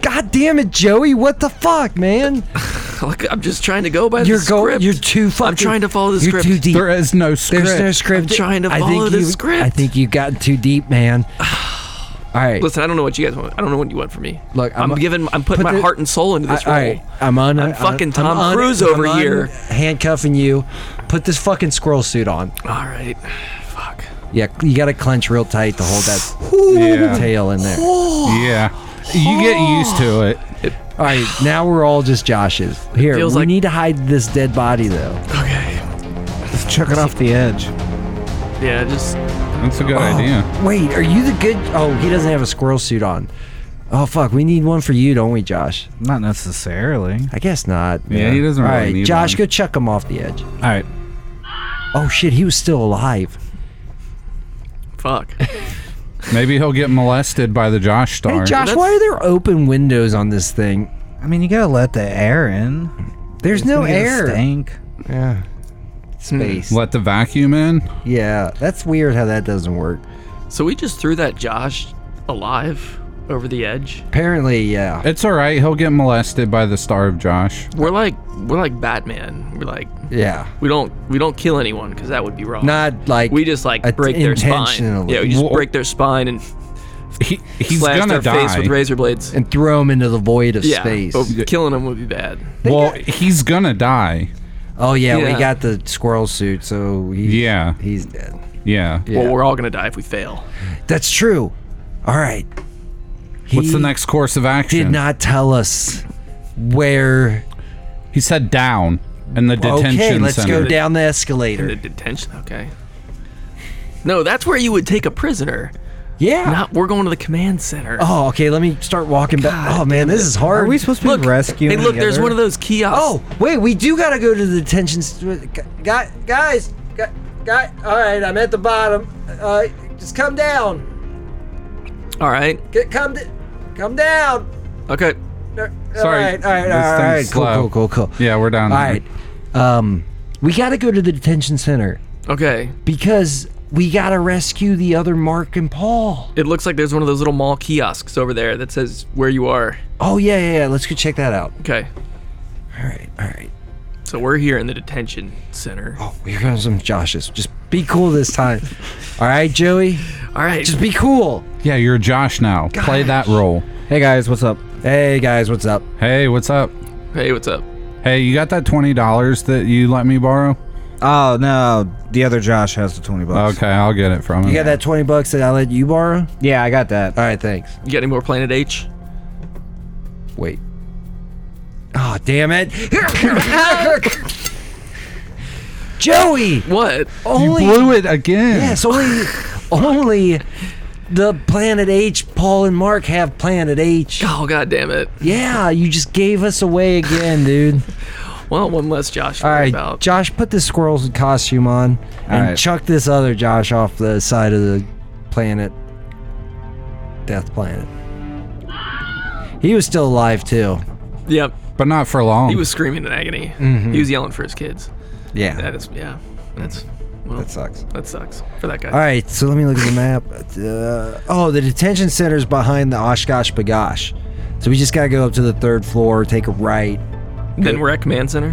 Speaker 1: God damn it, Joey! What the fuck, man?
Speaker 4: [laughs] Look, I'm just trying to go by
Speaker 1: You're
Speaker 4: the
Speaker 1: going.
Speaker 4: script.
Speaker 1: You're too fucking.
Speaker 4: I'm trying to follow the
Speaker 1: you're
Speaker 4: script.
Speaker 1: Too deep.
Speaker 3: There is no script.
Speaker 1: There's no script.
Speaker 4: I'm trying to
Speaker 1: I
Speaker 4: follow
Speaker 1: think
Speaker 4: the
Speaker 1: you,
Speaker 4: script.
Speaker 1: I think you've gotten too deep, man. [sighs] All right,
Speaker 4: Listen, I don't know what you guys want. I don't know what you want from me.
Speaker 1: Look,
Speaker 4: I'm,
Speaker 1: I'm-
Speaker 4: giving. I'm putting
Speaker 1: put
Speaker 4: my
Speaker 1: the-
Speaker 4: heart and soul into this
Speaker 1: I, all
Speaker 4: role.
Speaker 1: right. I'm on.
Speaker 4: I'm fucking Tom
Speaker 1: on-
Speaker 4: Cruise
Speaker 1: I'm
Speaker 4: over
Speaker 1: on
Speaker 4: here.
Speaker 1: handcuffing you. Put this fucking squirrel suit on.
Speaker 4: All right. Fuck.
Speaker 1: Yeah, you gotta clench real tight to hold
Speaker 4: [laughs]
Speaker 1: that
Speaker 3: Yeah.
Speaker 1: tail in there.
Speaker 3: yeah. You get used to it.
Speaker 1: All right, now we're all just Josh's. Here, we
Speaker 4: feels like-
Speaker 1: need to hide this dead body though.
Speaker 4: Okay.
Speaker 2: Just chuck it off the edge.
Speaker 4: Yeah. Just.
Speaker 3: That's a
Speaker 1: Oh.
Speaker 3: good idea.
Speaker 1: Wait, are you the good? Oh, he doesn't have a squirrel suit on. Oh fuck, we need one for you, don't we, Josh?
Speaker 2: Not necessarily.
Speaker 1: I guess not.
Speaker 3: Yeah, he doesn't
Speaker 1: All
Speaker 3: really
Speaker 1: right,
Speaker 3: need
Speaker 1: Josh,
Speaker 3: one.
Speaker 1: go chuck him off the edge.
Speaker 3: All right.
Speaker 1: Oh shit, he was still alive. [laughs]
Speaker 4: Fuck.
Speaker 3: Maybe he'll get molested by the Josh
Speaker 1: Hey,
Speaker 3: star.
Speaker 1: Josh,
Speaker 4: That's-
Speaker 1: why are there open windows on this thing?
Speaker 2: I mean, you gotta let the air in.
Speaker 1: There's
Speaker 2: It's
Speaker 1: no
Speaker 2: gonna get a
Speaker 1: air.
Speaker 2: Stank.
Speaker 1: Yeah.
Speaker 4: Hmm.
Speaker 1: space.
Speaker 3: Let the vacuum in.
Speaker 1: Yeah, that's weird how that doesn't work.
Speaker 4: So we just threw that Josh alive over the edge.
Speaker 1: Apparently, yeah.
Speaker 3: It's all right. He'll get molested by the star of Josh.
Speaker 4: We're like we're like Batman. We're like
Speaker 1: Yeah.
Speaker 4: we don't we don't kill anyone because that would be wrong.
Speaker 1: Not like
Speaker 4: we just like
Speaker 1: at-
Speaker 4: break their spine.
Speaker 1: intentionally.
Speaker 4: Yeah, we just
Speaker 3: Wha-
Speaker 4: break their spine and
Speaker 3: He, he's
Speaker 4: slash
Speaker 3: gonna
Speaker 4: their
Speaker 3: die.
Speaker 4: face with razor blades.
Speaker 1: and throw him into the void of
Speaker 4: yeah,
Speaker 1: space.
Speaker 4: but killing them would be bad.
Speaker 3: well, he's gonna die.
Speaker 1: Oh yeah,
Speaker 4: Yeah.
Speaker 1: we got the squirrel suit, so he's,
Speaker 3: Yeah.
Speaker 1: he's dead.
Speaker 3: Yeah.
Speaker 1: Yeah.
Speaker 4: Well, we're all gonna die if we fail.
Speaker 1: That's true. All right.
Speaker 3: What's the
Speaker 1: He
Speaker 3: next course of action?
Speaker 1: Did not tell us where.
Speaker 3: He said down in the detention
Speaker 1: okay, let's
Speaker 3: center.
Speaker 1: go down the
Speaker 4: The
Speaker 1: escalator.
Speaker 4: detention. Okay. No, that's where you would take a prisoner.
Speaker 1: Yeah.
Speaker 4: Not we're going to the command center.
Speaker 1: Oh, okay. Let me start walking back.
Speaker 4: God
Speaker 1: Oh man, this is hard.
Speaker 2: Are we supposed to
Speaker 4: look,
Speaker 2: be rescuing?
Speaker 4: hey, look,
Speaker 2: the
Speaker 4: there's
Speaker 2: other-
Speaker 4: one of those kiosks.
Speaker 1: Oh wait, we do gotta go to the detention. St- guy, guys, guy, guy. All right, I'm at the bottom. Uh, just come down.
Speaker 4: all right.
Speaker 1: Get come, d- come down.
Speaker 4: Okay.
Speaker 1: Sorry.
Speaker 3: Sorry,
Speaker 1: all right,
Speaker 3: this
Speaker 1: all right.
Speaker 3: thing's
Speaker 1: Cool,
Speaker 3: slow.
Speaker 1: cool, cool, cool.
Speaker 3: Yeah, we're down.
Speaker 1: All
Speaker 3: there.
Speaker 1: right. Um, we gotta go to the detention center
Speaker 4: Okay.
Speaker 1: because we gotta rescue the other Mark and Paul.
Speaker 4: It looks like there's one of those little mall kiosks over there that says where you are.
Speaker 1: Oh yeah, yeah, yeah. Let's go check that out.
Speaker 4: Okay.
Speaker 1: All right, all right.
Speaker 4: So we're here in the detention center.
Speaker 1: Oh, here comes some Joshes. Just be cool this time. all right, Joey.
Speaker 4: All right.
Speaker 1: Just be cool.
Speaker 3: Yeah, you're Josh now. Play that role.
Speaker 2: Hey guys, what's up?
Speaker 1: Hey guys, what's up?
Speaker 3: Hey, what's up?
Speaker 4: hey, what's up?
Speaker 3: Hey, you got that twenty dollars that you let me borrow?
Speaker 2: Oh no, the other Josh has the twenty bucks.
Speaker 3: Okay, I'll get it from him.
Speaker 1: You got that 20 bucks that I let you borrow?
Speaker 2: Yeah, I got that.
Speaker 1: All right, thanks.
Speaker 4: You got any more Planet H?
Speaker 1: Wait. Oh, damn it. [laughs] Joey!
Speaker 4: What?
Speaker 3: You
Speaker 1: Only.
Speaker 3: blew it again.
Speaker 1: Yes, only. Only the Planet H, Paul and Mark have Planet H.
Speaker 4: Oh god damn it!
Speaker 1: Yeah, you just gave us away again,
Speaker 4: [laughs]
Speaker 1: dude.
Speaker 4: Well, one less Josh. to
Speaker 1: All
Speaker 4: worry
Speaker 1: right,
Speaker 4: about.
Speaker 1: Josh, put this squirrel's costume on and
Speaker 2: right.
Speaker 1: chuck this other Josh off the side of the planet. Death planet. He was still alive, too.
Speaker 4: yep.
Speaker 3: but not for long.
Speaker 4: He was screaming in agony.
Speaker 1: Mm-hmm.
Speaker 4: He was yelling for his kids. That is, yeah. That's well,
Speaker 1: That sucks.
Speaker 4: that sucks for that guy.
Speaker 1: All right, so let me look at the map. Uh, oh, the detention center's behind the Oshkosh Bagosh. So we just gotta go up to the third floor, take a right.
Speaker 4: Then we're at command center.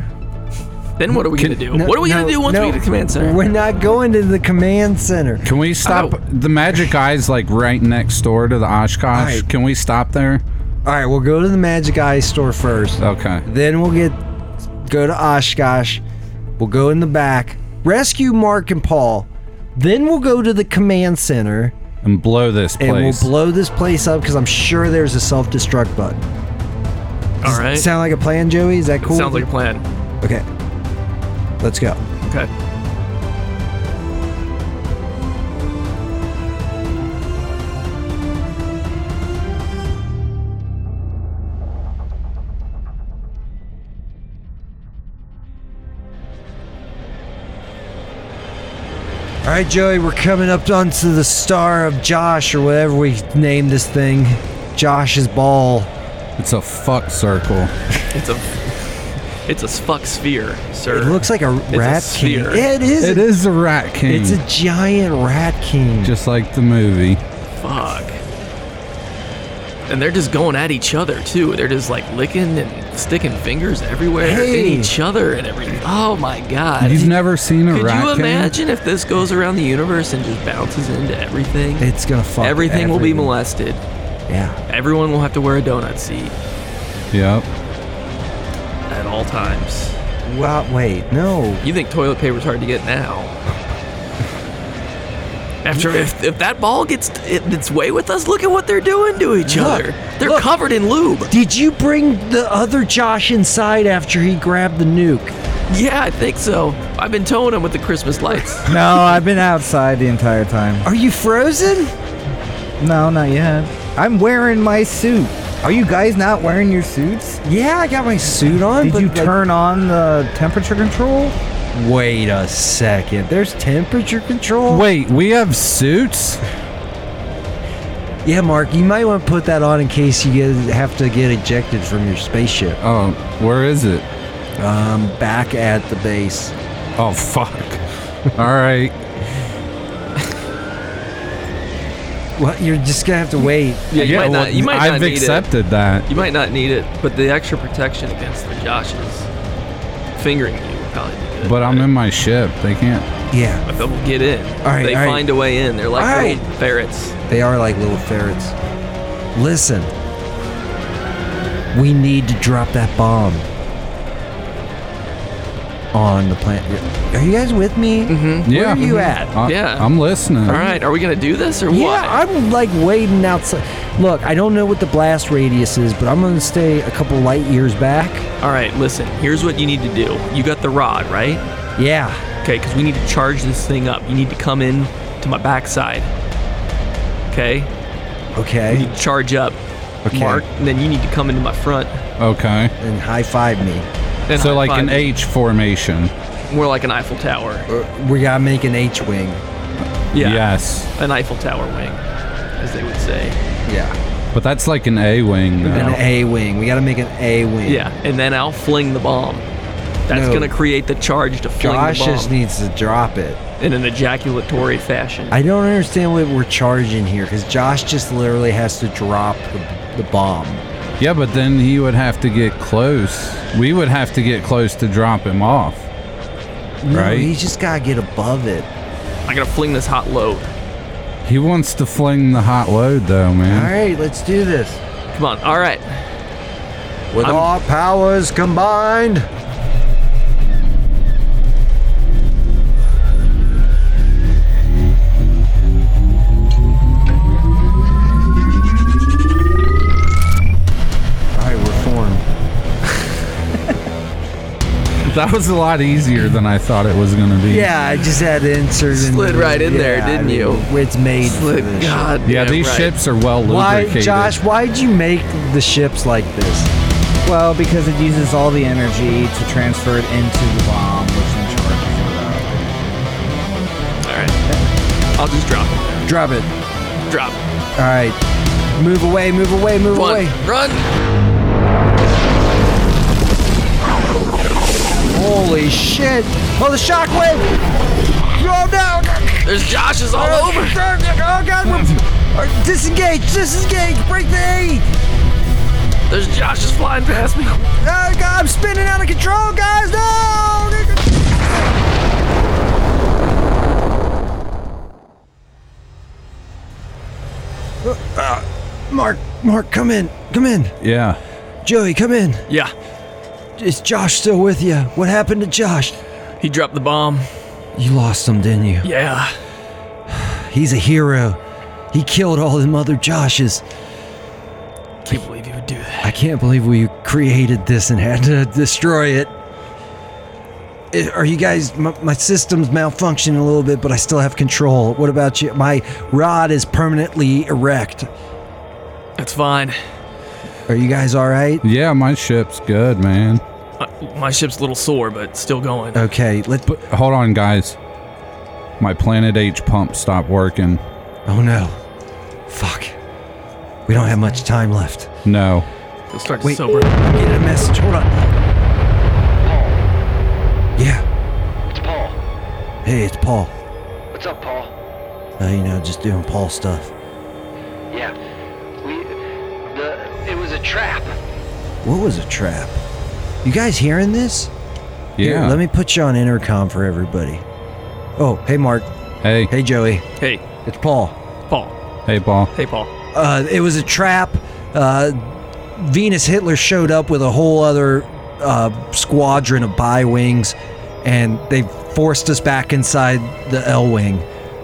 Speaker 4: Then what are we gonna do?
Speaker 1: No-
Speaker 4: what are we
Speaker 1: no,
Speaker 4: gonna do once
Speaker 1: no,
Speaker 4: we get to command center?
Speaker 1: We're not going to the command center.
Speaker 3: Can we stop?
Speaker 4: Oh.
Speaker 3: The magic eye's like right next door to the Oshkosh.
Speaker 1: Alright.
Speaker 3: Can we stop there?
Speaker 1: All right, we'll go to the Magic Eye store first.
Speaker 3: Okay.
Speaker 1: Then we'll get go to Oshkosh. We'll go in the back, rescue Mark and Paul. Then we'll go to the command center
Speaker 3: And blow this
Speaker 1: and
Speaker 3: place.
Speaker 1: we'll blow this place up because I'm sure there's a self-destruct button.
Speaker 4: All right.
Speaker 1: Sound like a plan, Joey? Is that cool?
Speaker 4: Sounds like a plan.
Speaker 1: okay. Let's go.
Speaker 4: Okay.
Speaker 1: All right, Joey, we're coming up onto the star of Josh or whatever we name this thing. Josh's ball.
Speaker 3: it's a fuck circle.
Speaker 4: It's a it's a fuck sphere, sir.
Speaker 1: It looks like a
Speaker 4: a
Speaker 1: rat king.
Speaker 4: sphere.
Speaker 1: Yeah, it is.
Speaker 3: It is a rat king.
Speaker 1: It's a giant rat king.
Speaker 3: just like the movie.
Speaker 4: fuck. And they're just going at each other too. They're just like licking and sticking fingers everywhere
Speaker 1: Hey.
Speaker 4: in each other and everything. Oh my god.
Speaker 3: You've never seen a
Speaker 4: Could
Speaker 3: rat
Speaker 4: you
Speaker 3: king?
Speaker 4: imagine if this goes around the universe and just bounces into everything?
Speaker 1: it's gonna fuck.
Speaker 4: everything will be
Speaker 1: everything.
Speaker 4: molested.
Speaker 1: Yeah.
Speaker 4: Everyone will have to wear a donut seat
Speaker 3: Yep.
Speaker 4: at all times.
Speaker 1: Wow. Wait. No.
Speaker 4: You think toilet paper's hard to get now? After if, if that ball gets it, its way with us, look at what they're doing to each
Speaker 1: Look,
Speaker 4: other. They're
Speaker 1: look.
Speaker 4: covered in lube.
Speaker 1: Did you bring the other Josh inside after he grabbed the nuke?
Speaker 4: Yeah, I think so. I've been towing them with the Christmas lights.
Speaker 2: no, I've been outside the entire time.
Speaker 1: Are you frozen?
Speaker 2: No, not yet. I'm wearing my suit. Are you guys not wearing your suits?
Speaker 1: Yeah, I got my suit on.
Speaker 2: Did
Speaker 1: but
Speaker 2: you
Speaker 1: like-
Speaker 2: turn on the temperature control?
Speaker 1: Wait a second. There's temperature control.
Speaker 3: Wait, we have suits?
Speaker 1: Yeah, Mark. You might want to put that on in case you get, have to get ejected from your spaceship.
Speaker 3: Oh, where is it?
Speaker 1: Um, back at the base.
Speaker 3: Oh fuck. [laughs] All right.
Speaker 1: Well, you're just gonna have to wait.
Speaker 4: Yeah, you
Speaker 3: yeah,
Speaker 4: might
Speaker 3: well,
Speaker 4: not. You might
Speaker 3: I've
Speaker 4: not need
Speaker 3: accepted that.
Speaker 4: it. You might not need it, but the extra protection against the Joshes fingering you would probably be good.
Speaker 3: But I'm in my ship. They can't.
Speaker 1: Yeah,
Speaker 4: But they'll get in.
Speaker 1: All right,
Speaker 4: they
Speaker 1: all right.
Speaker 4: find a way in. They're like
Speaker 1: All
Speaker 4: little ferrets.
Speaker 1: they are like little ferrets. Listen, we need to drop that bomb on the planet. Are you guys with me? Mm-hmm. Where
Speaker 3: Yeah.
Speaker 1: are you at?
Speaker 3: I,
Speaker 4: Yeah.
Speaker 3: I'm listening.
Speaker 4: All right, are we gonna do this or what?
Speaker 1: Yeah, I'm like waiting outside. Look, I don't know what the blast radius is, but I'm gonna stay a couple light years back.
Speaker 4: All right, listen. Here's what you need to do. You got the rod, right?
Speaker 1: Yeah.
Speaker 4: Okay, because we need to charge this thing up. You need to come in to my backside. Okay, you
Speaker 2: Mm-hmm.
Speaker 1: Okay.
Speaker 4: need to charge up,
Speaker 1: Okay.
Speaker 4: Mark, and then you need to come into my front.
Speaker 3: Okay.
Speaker 1: And high five me.
Speaker 4: and
Speaker 3: So like an
Speaker 4: high-five.
Speaker 3: H formation.
Speaker 4: more like an Eiffel Tower.
Speaker 1: Uh, We gotta make an H wing.
Speaker 4: Yeah,
Speaker 3: Yes.
Speaker 4: an Eiffel Tower wing, as they would say.
Speaker 1: Yeah.
Speaker 3: But that's like an A wing though.
Speaker 1: An A wing. We gotta make an A wing.
Speaker 4: Yeah, and then I'll fling the bomb. That's
Speaker 1: No.
Speaker 4: gonna create the charge to fling
Speaker 1: Josh
Speaker 4: the
Speaker 1: just
Speaker 4: bomb
Speaker 1: needs to drop it.
Speaker 4: in an ejaculatory fashion.
Speaker 1: I don't understand what we're charging here because Josh just literally has to drop the, the bomb.
Speaker 3: Yeah, but then he would have to get close. We would have to get close to drop him off.
Speaker 1: No,
Speaker 3: Right.
Speaker 1: He's just gotta get above it.
Speaker 4: I gotta fling this hot load.
Speaker 3: He wants to fling the hot load though,
Speaker 1: All
Speaker 3: man.
Speaker 1: right, let's do this.
Speaker 4: Come on. All right.
Speaker 1: With
Speaker 4: I'm-
Speaker 1: all powers combined. Alright, we're formed.
Speaker 3: [laughs] That was a lot easier than I thought it was gonna be.
Speaker 1: Yeah, I just had to insert in-
Speaker 4: Slid right in there,
Speaker 1: Yeah, I
Speaker 4: didn't
Speaker 1: mean,
Speaker 4: you?
Speaker 1: It's made for
Speaker 4: Look,
Speaker 1: this shit.
Speaker 4: God.
Speaker 3: Yeah,
Speaker 4: damn
Speaker 3: these
Speaker 4: right.
Speaker 3: ships are well
Speaker 1: Why,
Speaker 3: lubricated.
Speaker 1: Josh, why'd you make the ships like this?
Speaker 2: Well, because it uses all the energy to transfer it into the bomb, which then charges it up.
Speaker 4: All right. I'll just drop it.
Speaker 1: Drop it.
Speaker 4: Drop it.
Speaker 1: Alright. Move away, move away, move
Speaker 4: Run.
Speaker 1: away.
Speaker 4: Run.
Speaker 1: Holy shit! Oh, the shockwave! Go down!
Speaker 4: There's Joshes all over.
Speaker 1: Oh god! we're- uh, Disengage! Disengage! Break the eight!
Speaker 4: There's Joshes flying past me.
Speaker 1: Oh god! I'm spinning out of control, guys! No! Uh, Mark, Mark, come in, come in.
Speaker 3: Yeah.
Speaker 1: Joey, come in.
Speaker 4: Yeah.
Speaker 1: Is Josh still with you? What happened to Josh?
Speaker 4: He dropped the bomb.
Speaker 1: You lost him, didn't you?
Speaker 4: Yeah.
Speaker 1: He's a hero. He killed all them other Joshes.
Speaker 4: Can't believe you would do that.
Speaker 1: I can't believe we created this and had to destroy it. I- Are you guys? My, my system's malfunctioning a little bit, but I still have control. What about you? My rod is permanently erect.
Speaker 4: That's fine.
Speaker 1: Are you guys all right?
Speaker 3: Yeah, my ship's good, man.
Speaker 4: Uh, my ship's a little sore, but still going.
Speaker 1: Okay, let's.
Speaker 3: But hold on, guys. My Planet H pump stopped working.
Speaker 1: Oh no, fuck. We don't have much time left.
Speaker 3: No.
Speaker 4: It'll start to
Speaker 1: Wait.
Speaker 4: sober. up.
Speaker 1: Get a message. Hold on.
Speaker 5: Paul.
Speaker 1: Yeah.
Speaker 5: It's Paul.
Speaker 1: Hey, it's Paul.
Speaker 5: What's up, Paul?
Speaker 1: Uh, you know, just doing Paul stuff.
Speaker 5: Yeah. We. The. It was a trap.
Speaker 1: What was a trap? You guys hearing this?
Speaker 3: Yeah.
Speaker 1: Here, let me put you on intercom for everybody. Oh, hey, Mark.
Speaker 3: hey,
Speaker 1: Hey, Joey.
Speaker 4: Hey,
Speaker 1: It's Paul.
Speaker 4: Paul.
Speaker 3: hey, Paul.
Speaker 4: Hey, Paul.
Speaker 1: Uh, it was a trap. Uh, Venus Hitler showed up with a whole other uh, squadron of bi wings, and they forced us back inside the L wing.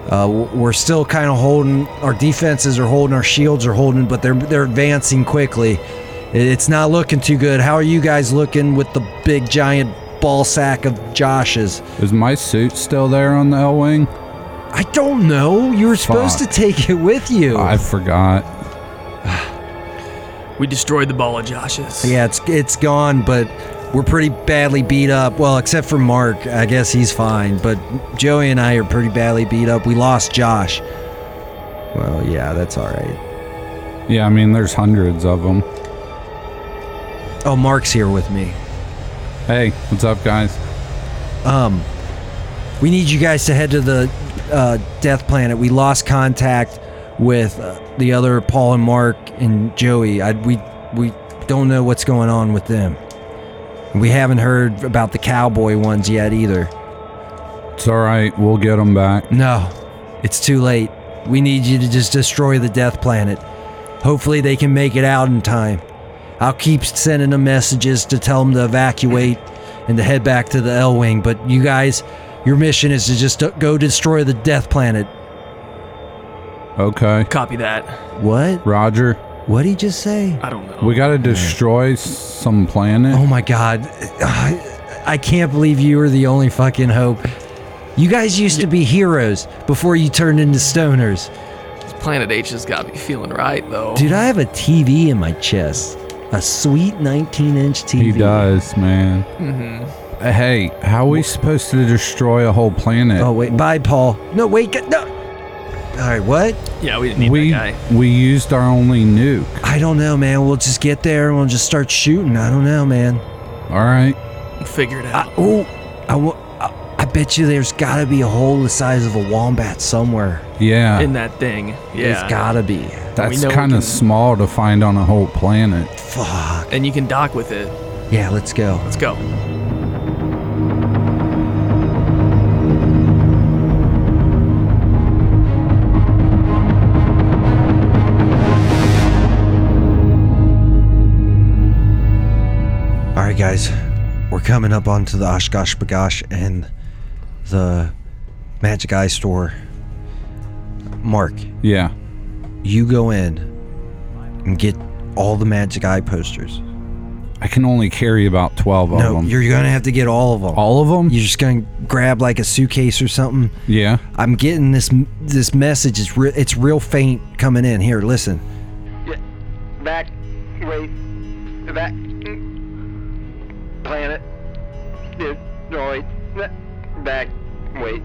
Speaker 1: Uh, w- we're still kind of holding our defenses are holding our shields are holding, but they're they're advancing quickly. It- It's not looking too good. How are you guys looking with the big giant ball sack of Josh's?
Speaker 3: Is my suit still there on the L Wing?
Speaker 1: I don't know. You were supposed to
Speaker 3: Fuck.
Speaker 1: take it with you.
Speaker 3: I forgot.
Speaker 4: We destroyed the ball of Josh's.
Speaker 1: Yeah, it's it's gone, but we're pretty badly beat up. Well, except for Mark, I guess he's fine. But Joey and I are pretty badly beat up. We lost Josh. Well, yeah, that's all right.
Speaker 3: Yeah, I mean, there's hundreds of them.
Speaker 1: Oh, Mark's here with me.
Speaker 3: Hey, what's up, guys?
Speaker 1: Um, we need you guys to head to the uh, Death Planet. We lost contact with uh, the other Paul and Mark and Joey. I, we we don't know what's going on with them. We haven't heard about the cowboy ones yet either.
Speaker 3: It's all right. We'll get them back.
Speaker 1: No, it's too late. We need you to just destroy the Death Planet. Hopefully, they can make it out in time. I'll keep sending them messages to tell them to evacuate and to head back to the L Wing, but you guys, your mission is to just go destroy the Death Planet.
Speaker 3: Okay.
Speaker 4: Copy that.
Speaker 1: What?
Speaker 3: Roger.
Speaker 1: What'd he just say?
Speaker 4: I don't know.
Speaker 3: We got to destroy some planet.
Speaker 1: Oh my god. I, I can't believe you were the only fucking hope. You guys used to be heroes before you turned into stoners.
Speaker 4: Planet H has got me feeling right though.
Speaker 1: Dude, I have a TV in my chest. A sweet 19 inch TV.
Speaker 3: He does, man. Mm-hmm. Hey, how are we supposed to destroy a whole planet?
Speaker 1: Oh, wait. Bye, Paul. No, wait. g- No. All right, what?
Speaker 4: Yeah, we didn't need
Speaker 3: we
Speaker 4: that guy.
Speaker 3: we used our only nuke.
Speaker 1: I don't know, man. We'll just get there and we'll just start shooting. I don't know, man.
Speaker 3: All right.
Speaker 4: We'll figure it out.
Speaker 1: I, oh, I, wa- I, I bet you there's got to be a hole the size of a wombat somewhere.
Speaker 3: Yeah.
Speaker 4: in that thing. Yeah.
Speaker 1: There's got to be.
Speaker 4: we
Speaker 3: That's
Speaker 4: know we
Speaker 3: kind
Speaker 4: can-
Speaker 3: of small to find on a whole planet.
Speaker 1: Fuck.
Speaker 4: and you can dock with it.
Speaker 1: Yeah, let's go.
Speaker 4: Let's go.
Speaker 1: All right, guys, we're coming up onto the Oshkosh Bagosh and the Magic Eye store. Mark,
Speaker 3: Yeah.
Speaker 1: you go in and get all the Magic Eye posters.
Speaker 3: I can only carry about 12 of
Speaker 1: no,
Speaker 3: them.
Speaker 1: you're gonna have to get all of them.
Speaker 3: All of them?
Speaker 1: You're just gonna grab like a suitcase or something.
Speaker 3: yeah.
Speaker 1: I'm getting this this message. It's re- it's real faint coming in. Here, listen.
Speaker 5: Back. Wait. Back. Planet. Destroyed. Back. Wait.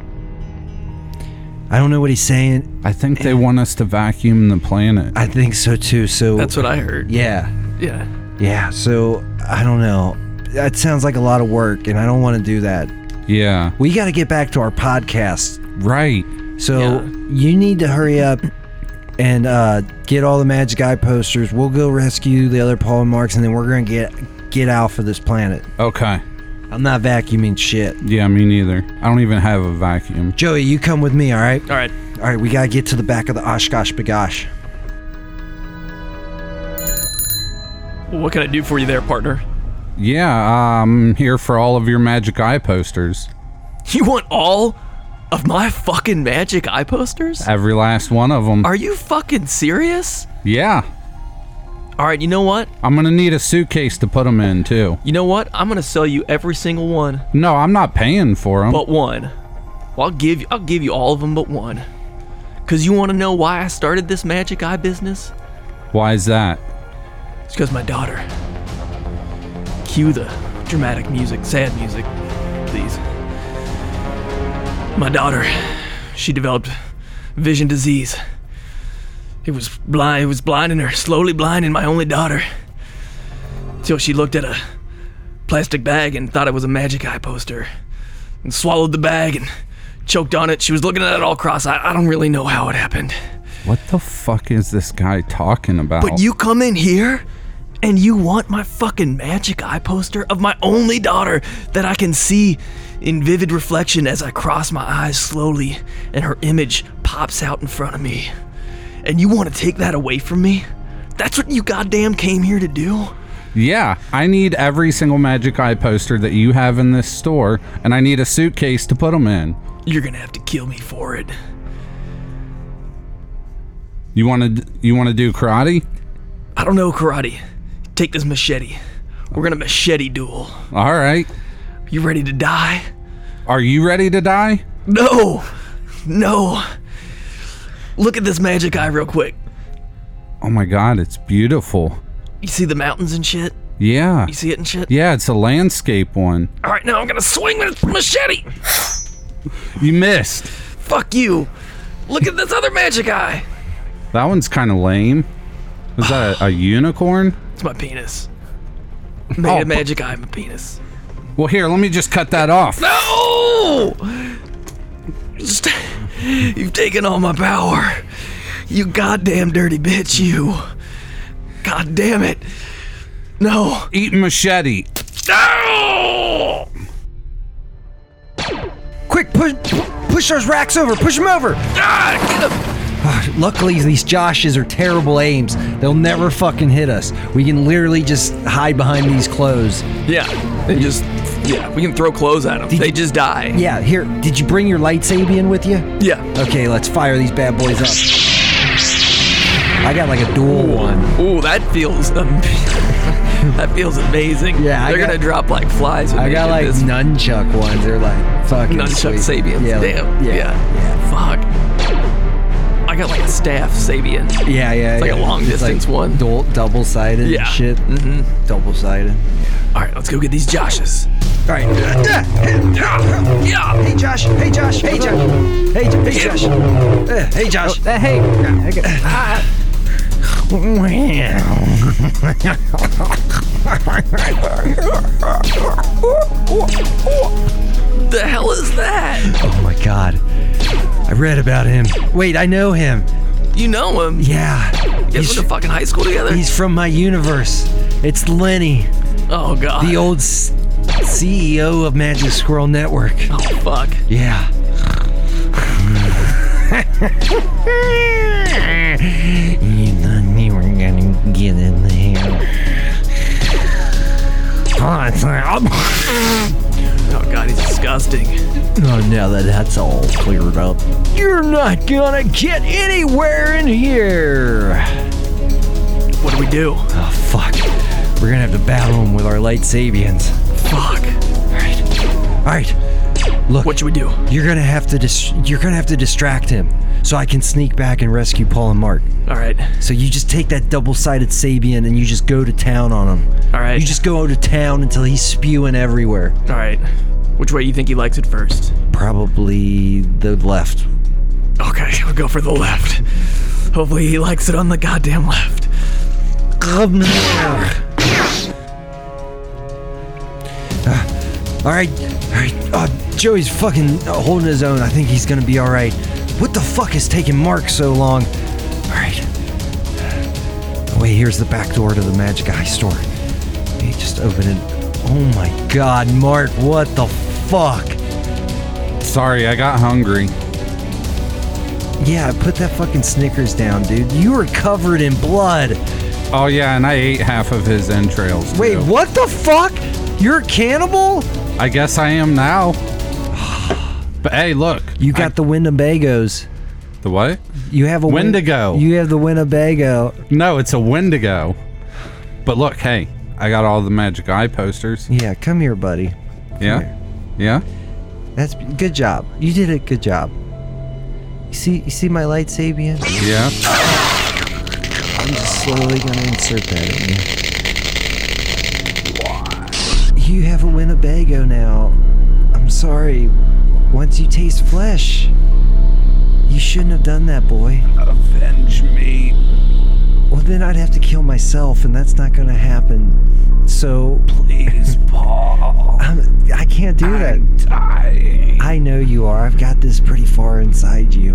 Speaker 1: I don't know what he's saying.
Speaker 3: I think they want us to vacuum the planet.
Speaker 1: I think so too. So
Speaker 4: That's what I heard.
Speaker 1: yeah.
Speaker 4: Yeah.
Speaker 1: Yeah, so I don't know. That sounds like a lot of work, and I don't want to do that.
Speaker 3: yeah.
Speaker 1: We got to get back to our podcast.
Speaker 3: Right.
Speaker 1: So
Speaker 4: Yeah.
Speaker 1: you need to hurry up and uh, get all the Magic Eye posters. We'll go rescue the other Paul and Marks, and then we're going to get get off of this planet.
Speaker 3: Okay.
Speaker 1: I'm not vacuuming shit.
Speaker 3: Yeah, me neither. I don't even have a vacuum.
Speaker 1: Joey, you come with me, all right?
Speaker 4: All right.
Speaker 1: All right, we got to get to the back of the Oshkosh Bagosh.
Speaker 4: Well, what can I do for you there, partner?
Speaker 3: Yeah, I'm here for all of your Magic Eye posters.
Speaker 4: You want all of my fucking magic eye posters?
Speaker 3: Every last one of them.
Speaker 4: Are you fucking serious?
Speaker 3: yeah.
Speaker 4: All right, you know what?
Speaker 3: I'm going to need a suitcase to put them in, too.
Speaker 4: You know what? I'm gonna sell you every single one
Speaker 3: No, I'm not paying for them.
Speaker 4: but one. Well, I'll give you, I'll give you all of them but one. Cause you want to know why I started this magic eye business?
Speaker 3: Why is that?
Speaker 4: It's because my daughter. Cue the dramatic music, sad music, please. My daughter, she developed vision disease. It was blind. It was blinding her, slowly blinding my only daughter. Till she looked at a plastic bag and thought it was a magic eye poster, and swallowed the bag and choked on it. She was looking at it all cross-eyed. I don't really know how it happened.
Speaker 3: What the fuck is this guy talking about?
Speaker 4: But you come in here and you want my fucking magic eye poster of my only daughter that I can see in vivid reflection as I cross my eyes slowly and her image pops out in front of me. And you want to take that away from me? That's what you goddamn came here to do?
Speaker 3: Yeah, I need every single Magic Eye poster that you have in this store, and I need a suitcase to put them in.
Speaker 4: You're gonna have to kill me for it.
Speaker 3: You want to you want to do karate?
Speaker 4: I don't know karate. Take this machete. We're gonna machete duel.
Speaker 3: All right.
Speaker 4: You ready to die?
Speaker 3: Are you ready to die?
Speaker 4: No! No! Look at this magic eye real quick.
Speaker 3: Oh my god, it's beautiful.
Speaker 4: You see the mountains and shit?
Speaker 3: Yeah.
Speaker 4: You see it and shit?
Speaker 3: Yeah, it's a landscape one.
Speaker 4: All right, now I'm gonna swing with a machete.
Speaker 3: You missed.
Speaker 4: Fuck you. Look at this other magic eye.
Speaker 3: That one's kind of lame. Is that a, a unicorn?
Speaker 4: It's my penis. Made
Speaker 3: Oh,
Speaker 4: a
Speaker 3: but-
Speaker 4: magic eye, my penis.
Speaker 3: Well, here, let me just cut that off.
Speaker 4: No! Just, you've taken all my power. You goddamn dirty bitch, you. God damn it. No.
Speaker 3: Eat machete.
Speaker 1: Quick, push, push those racks over. Push them over. Ah, [sighs] Luckily, these Joshes are terrible aims. They'll never fucking hit us. We can literally just hide behind these clothes.
Speaker 4: Yeah, they just. Yeah, we can throw clothes at them.
Speaker 1: Did
Speaker 4: They
Speaker 1: you-
Speaker 4: just die.
Speaker 1: Yeah, here. Did you bring your lightsabian with you?
Speaker 4: Yeah.
Speaker 1: Okay, let's fire these bad boys up. I got like a dual one.
Speaker 4: Ooh, that feels. am- [laughs] that feels amazing.
Speaker 1: Yeah, I
Speaker 4: They're
Speaker 1: got-
Speaker 4: gonna drop like flies. When
Speaker 1: I
Speaker 4: they
Speaker 1: got
Speaker 4: hit
Speaker 1: like
Speaker 4: this.
Speaker 1: nunchuck ones. They're like fucking
Speaker 4: nunchuck
Speaker 1: sweet.
Speaker 4: Sabians.
Speaker 1: Yeah, like-
Speaker 4: Damn. Yeah. Fuck. I got like a staff Sabian.
Speaker 1: Yeah, yeah.
Speaker 4: It's like a
Speaker 1: yeah.
Speaker 4: long distance one.
Speaker 1: Dual, double sided
Speaker 4: Yeah.
Speaker 1: shit. Mm-hmm. Double sided.
Speaker 4: All right, let's go get these Joshes.
Speaker 1: All right.
Speaker 4: Yeah.
Speaker 1: Hey Josh. Hey Josh. Hey Josh. Hey, J- hey Josh. Uh, hey Josh.
Speaker 4: Oh,
Speaker 2: Uh, hey,
Speaker 1: Ah.
Speaker 4: [laughs]
Speaker 1: Oh,
Speaker 4: The hell is that?
Speaker 1: Oh my God. I read about him. Wait, I know him.
Speaker 4: You know him?
Speaker 1: Yeah.
Speaker 4: You guys
Speaker 1: He's,
Speaker 4: went to fucking high school together?
Speaker 1: he's from my universe. It's Lenny,
Speaker 4: oh god.
Speaker 1: the old s- CEO of Magic Squirrel Network.
Speaker 4: oh fuck.
Speaker 1: Yeah. [laughs] you thought you were gonna get in there. Oh, it's like-
Speaker 4: Oh god, he's disgusting.
Speaker 1: Oh, now that that's all cleared up, you're not gonna get anywhere in here.
Speaker 4: What do we do?
Speaker 1: Oh, fuck. We're gonna have to battle him with our light Sabians.
Speaker 4: Fuck.
Speaker 1: All right. Look,
Speaker 4: What should we do?
Speaker 1: you're gonna have to dis- you're gonna have to distract him, so I can sneak back and rescue Paul and Mark.
Speaker 4: All right.
Speaker 1: So you just take that double-sided Sabian and you just go to town on him.
Speaker 4: All right.
Speaker 1: You just go to town until he's spewing everywhere.
Speaker 4: All right. Which way you think he likes it first?
Speaker 1: Probably the left.
Speaker 4: Okay, we'll go for the left. Hopefully he likes it on the goddamn left.
Speaker 1: Come here. Ah, all right, all right. Uh, Joey's fucking uh, holding his own. I think he's gonna be all right. What the fuck is taking Mark so long? All right. Oh, wait, here's the back door to the Magic Eye store. He just opened it. Oh my God, Mark! What the fuck?
Speaker 3: Sorry, I got hungry.
Speaker 1: Yeah, put that fucking Snickers down, dude. You were covered in blood.
Speaker 3: Oh yeah, and I ate half of his entrails.
Speaker 1: Wait,
Speaker 3: too.
Speaker 1: what the fuck? You're a cannibal?
Speaker 3: I guess I am now. [sighs] But hey, look.
Speaker 1: You got the Winnebagos.
Speaker 3: I- the what?
Speaker 1: You have a win-
Speaker 3: Wendigo.
Speaker 1: you have the Winnebago.
Speaker 3: No, it's a Wendigo. But look, hey, I got all the Magic Eye posters.
Speaker 1: Yeah, come here, buddy.
Speaker 3: Yeah, yeah.
Speaker 1: That's good job. You did a good job. You see, you see my light Sabian?
Speaker 3: Yeah.
Speaker 1: I'm just slowly gonna insert that in you. You have a Winnebago now. I'm sorry. Once you taste flesh, you shouldn't have done that, boy.
Speaker 3: Avenge me.
Speaker 1: Well, then I'd have to kill myself, and that's not gonna happen. So
Speaker 3: Please, Paul.
Speaker 1: I'm, I can't do that.
Speaker 3: dying.
Speaker 1: I know you are. I've got this pretty far inside you.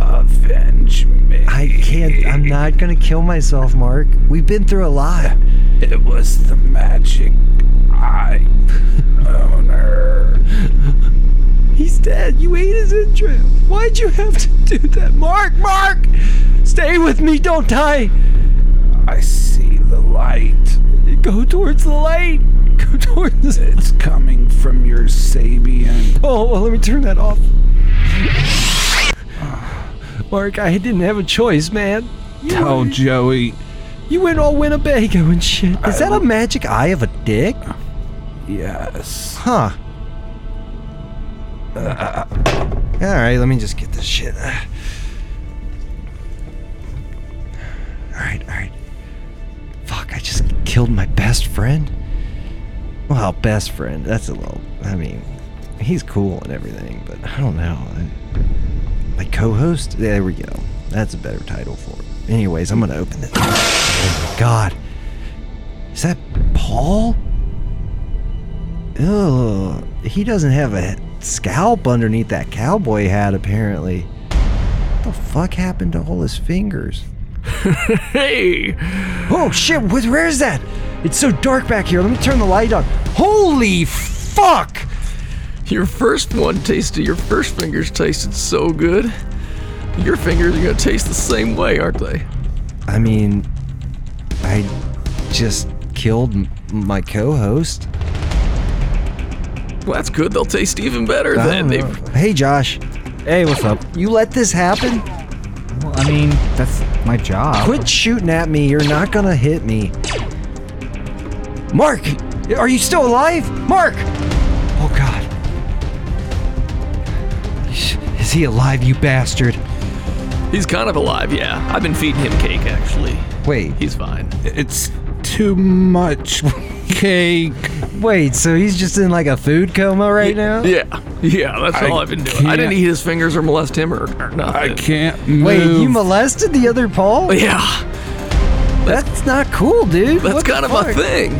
Speaker 3: Avenge me.
Speaker 1: I can't. I'm not gonna kill myself, Mark. We've been through a lot.
Speaker 3: It was the Magic Eye owner.
Speaker 1: He's dead. You ate his entrail. Why'd you have to do that, Mark? Mark, stay with me. Don't die.
Speaker 3: I see the light.
Speaker 1: Go towards the light. Go towards. The...
Speaker 3: It's coming from your Sabian.
Speaker 1: Oh well, let me turn that off. Mark, I didn't have a choice, man. You,
Speaker 3: Tell Joey.
Speaker 1: you went all Winnebago and shit. Is that a magic eye of a dick?
Speaker 3: Yes.
Speaker 1: Huh. Uh, all right, let me just get this shit. Uh. All right, all right. Fuck, I just killed my best friend? Well, best friend, that's a little. I mean, he's cool and everything, but I don't know. My co host? There we go. That's a better title for it. Anyways, I'm gonna open this. Oh my god. Is that Paul? Ugh. he doesn't have a scalp underneath that cowboy hat, apparently. What the fuck happened to all his fingers?
Speaker 4: Hey!
Speaker 1: Oh shit, what, where is that? It's so dark back here. Let me turn the light on. Holy fuck!
Speaker 4: Your first one tasted, your first fingers tasted so good. Your fingers are gonna taste the same way, aren't they?
Speaker 1: I mean, I just killed m- my co host.
Speaker 4: Well, that's good. They'll taste even better then. They've,
Speaker 1: Hey Josh,
Speaker 2: Hey, what's up?
Speaker 1: you let this happen?
Speaker 2: Well, I mean, that's my job.
Speaker 1: Quit shooting at me. You're not gonna hit me. Mark, are you still alive? Mark! Oh God. Is he alive, you bastard?
Speaker 4: he's kind of alive, yeah. I've been feeding him cake, actually.
Speaker 1: Wait,
Speaker 4: He's fine.
Speaker 3: It's too much cake.
Speaker 1: wait. So he's just in like a food coma right now?
Speaker 4: Yeah, yeah, that's
Speaker 3: I
Speaker 4: all I've been doing. I
Speaker 3: can't-
Speaker 4: didn't eat his fingers or molest him or, or
Speaker 3: I
Speaker 4: nothing.
Speaker 3: can't move.
Speaker 1: Uh, Wait, you molested the other Paul?
Speaker 4: Yeah,
Speaker 1: That's not cool, dude.
Speaker 4: that's
Speaker 1: What the
Speaker 4: kind of
Speaker 1: fuck?
Speaker 4: my thing.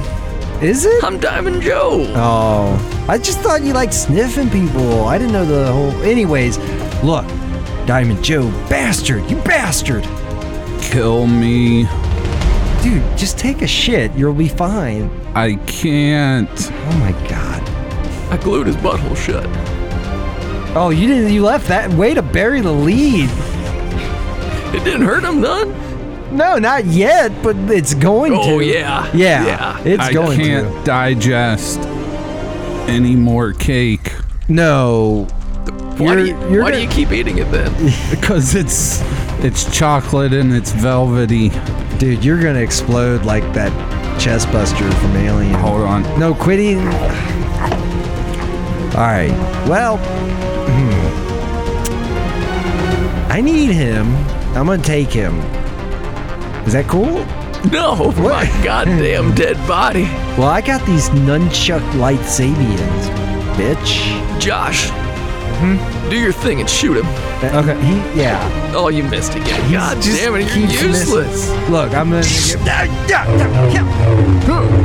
Speaker 1: Is it?
Speaker 4: I'm Diamond Joe.
Speaker 1: Oh, I just thought you liked sniffing people. I didn't know the whole. Anyways, look, Diamond Joe, bastard, you bastard,
Speaker 3: Kill me.
Speaker 1: dude, just take a shit. You'll be fine.
Speaker 3: I can't.
Speaker 1: Oh my god.
Speaker 4: I glued his butthole shut.
Speaker 1: Oh, you didn't. You left that way to bury the lead.
Speaker 4: It didn't hurt him none.
Speaker 1: No, not yet, but it's going to.
Speaker 4: Oh yeah,
Speaker 1: Yeah.
Speaker 4: yeah.
Speaker 1: It's
Speaker 3: I
Speaker 1: going
Speaker 3: can't digest any more cake
Speaker 1: to. No.
Speaker 4: Why, do you,
Speaker 1: You're- you're
Speaker 4: why do
Speaker 1: gonna-
Speaker 4: you keep eating it then?
Speaker 1: [laughs]
Speaker 3: because it's it's chocolate and it's velvety.
Speaker 1: Dude, you're gonna explode like that chest buster from Alien.
Speaker 3: Hold on.
Speaker 1: No, quit eating. All right. Well, hmm. I need him. I'm gonna take him. Is that cool?
Speaker 4: No, my goddamn dead body.
Speaker 1: Well, I got these nunchuck light sabians, bitch.
Speaker 4: Josh,
Speaker 1: Hmm?
Speaker 4: do your thing and shoot him.
Speaker 1: Okay. He, yeah.
Speaker 4: Oh, you missed again.
Speaker 1: He
Speaker 4: God
Speaker 1: just
Speaker 4: damn it, you're
Speaker 1: keeps missing.
Speaker 4: useless.
Speaker 1: Look, I'm gonna.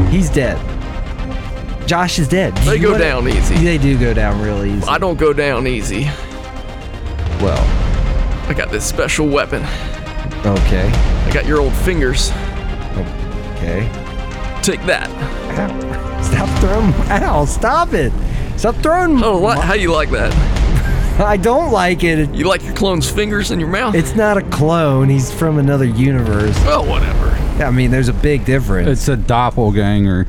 Speaker 1: He's dead. Josh is dead.
Speaker 4: They
Speaker 1: You
Speaker 4: go
Speaker 1: wanna-
Speaker 4: down easy.
Speaker 1: They do go down real easy.
Speaker 4: I don't go down easy.
Speaker 1: Well,
Speaker 4: I got this special weapon.
Speaker 1: okay.
Speaker 4: I got your old fingers.
Speaker 1: Okay.
Speaker 4: Take that.
Speaker 1: Ow. Stop throwing. [laughs] Ow, stop it. Stop throwing.
Speaker 4: Oh, what? How you like that?
Speaker 1: I don't like it. it.
Speaker 4: You like your clone's fingers in your mouth?
Speaker 1: It's not a clone. He's from another universe.
Speaker 4: oh, whatever.
Speaker 1: I mean, there's a big difference.
Speaker 3: It's a doppelganger.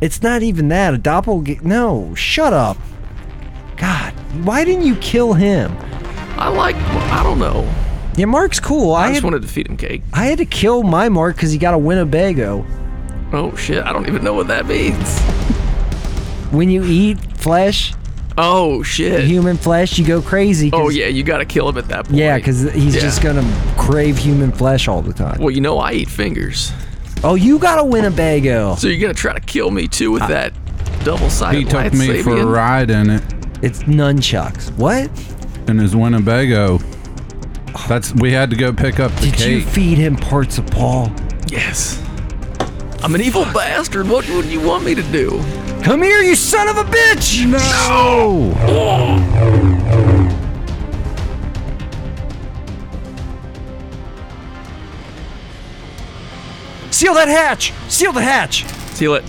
Speaker 1: It's not even that. A doppelganger. No, shut up. God, why didn't you kill him?
Speaker 4: I like. I don't know.
Speaker 1: Yeah, Mark's cool. I,
Speaker 4: I
Speaker 1: had,
Speaker 4: just wanted to feed him cake.
Speaker 1: I had to kill my Mark because he got a Winnebago.
Speaker 4: Oh shit! I don't even know what that means.
Speaker 1: When you eat flesh,
Speaker 4: Oh shit!
Speaker 1: human flesh, you go crazy. 'cause-
Speaker 4: oh yeah, you gotta kill him at that point.
Speaker 1: Yeah, because he's
Speaker 4: Yeah.
Speaker 1: just going to crave human flesh all the time.
Speaker 4: Well, you know I eat fingers,
Speaker 1: Oh, you got a Winnebago.
Speaker 4: so you're gonna try to kill me too with that double-sided
Speaker 3: He took
Speaker 4: light
Speaker 3: me for a
Speaker 4: Sabian?
Speaker 3: ride in it
Speaker 1: It's nunchucks. What?
Speaker 3: in his Winnebago. That's we had to go pick up the
Speaker 1: Did you
Speaker 3: cake.
Speaker 1: feed him parts of Paul?
Speaker 4: Yes. I'm an evil bastard. What would you want me to do?
Speaker 1: Come here, you son of a bitch! No! Seal that hatch! Seal the hatch!
Speaker 4: Seal it.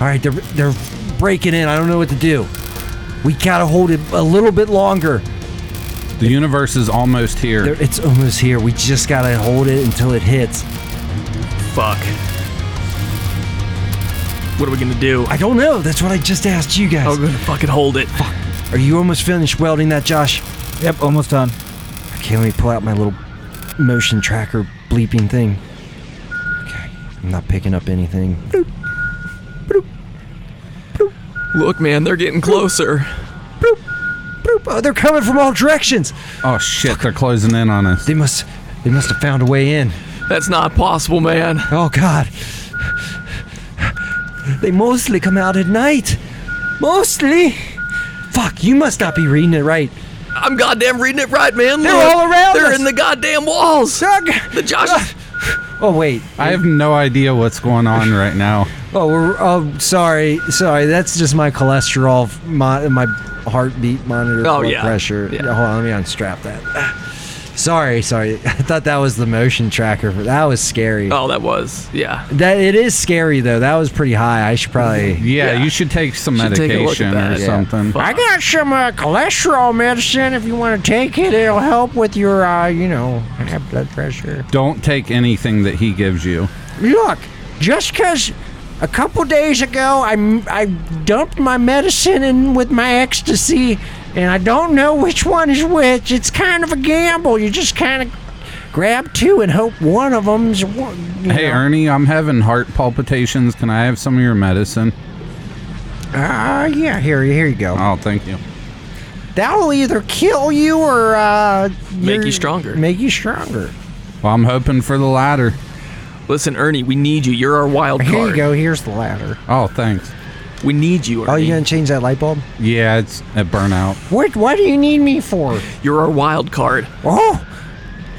Speaker 1: All right, they're they're breaking in. I don't know what to do. We gotta hold it a little bit longer.
Speaker 3: the universe is almost here.
Speaker 1: They're- it's almost here. We just gotta hold it until it hits.
Speaker 4: Fuck. What are we gonna do?
Speaker 1: I don't know. That's what I just asked you guys.
Speaker 4: I'm gonna fucking hold it.
Speaker 1: Are you almost finished welding that, Josh?
Speaker 2: Uh, Yep, almost done.
Speaker 1: Okay, let me pull out my little motion tracker bleeping thing. Okay, I'm not picking up anything.
Speaker 4: Look, man, they're getting closer.
Speaker 1: Boop. Oh, they're coming from all directions.
Speaker 3: oh shit, they're closing in on us.
Speaker 1: They must, they must have found a way in.
Speaker 4: That's not possible, man.
Speaker 1: Oh God. They mostly come out at night. Mostly. Fuck, you must not be reading it right.
Speaker 4: I'm goddamn reading it right, man.
Speaker 1: They're
Speaker 4: Look,
Speaker 1: all around
Speaker 4: They're
Speaker 1: us.
Speaker 4: in the goddamn walls.
Speaker 1: Doug.
Speaker 4: The Josh.
Speaker 1: Oh wait.
Speaker 3: I have no idea what's going on right now.
Speaker 1: Oh, we're, oh, sorry, sorry. That's just my cholesterol, mon- my heartbeat monitor,
Speaker 4: Oh,
Speaker 1: blood
Speaker 4: yeah.
Speaker 1: pressure.
Speaker 4: Yeah.
Speaker 1: Yeah, Hold on, let me unstrap that. [sighs] Sorry, sorry. [laughs] I thought that was the motion tracker. For, that was scary.
Speaker 4: Oh, that was yeah.
Speaker 1: That it is scary though. That was pretty high. I should probably.
Speaker 3: Yeah,
Speaker 4: [laughs] Yeah.
Speaker 3: you should take some
Speaker 4: Should take a look
Speaker 3: medication
Speaker 4: at that.
Speaker 3: or
Speaker 4: Yeah.
Speaker 3: something.
Speaker 4: Fuck.
Speaker 1: got some uh, cholesterol medicine. If you want to take it, it'll help with your, uh, you know, blood pressure.
Speaker 3: Don't take anything that he gives you.
Speaker 1: Look, just 'cause a couple days ago I, m- I dumped my medicine in with my ecstasy and I don't know which one is which, it's kind of a gamble. You just kind of grab two and hope one of them's one. you
Speaker 3: Hey,
Speaker 1: know.
Speaker 3: Ernie, I'm having heart palpitations. Can I have some of your medicine?
Speaker 1: Ah, yeah, here, here you go.
Speaker 3: Oh, thank you.
Speaker 1: That'll either kill you or uh,
Speaker 4: Make you
Speaker 1: you're-
Speaker 4: stronger.
Speaker 1: Make you stronger.
Speaker 3: Well, I'm hoping for the latter.
Speaker 4: Listen, Ernie, we need you. You're our wild
Speaker 1: Here
Speaker 4: card.
Speaker 1: you go. Here's the ladder.
Speaker 3: Oh, thanks.
Speaker 4: We need you, Ernie.
Speaker 1: Oh, you gonna change that light bulb?
Speaker 3: Yeah, it's a burnout.
Speaker 1: What? What do you need me for?
Speaker 4: You're our wild card.
Speaker 1: Oh,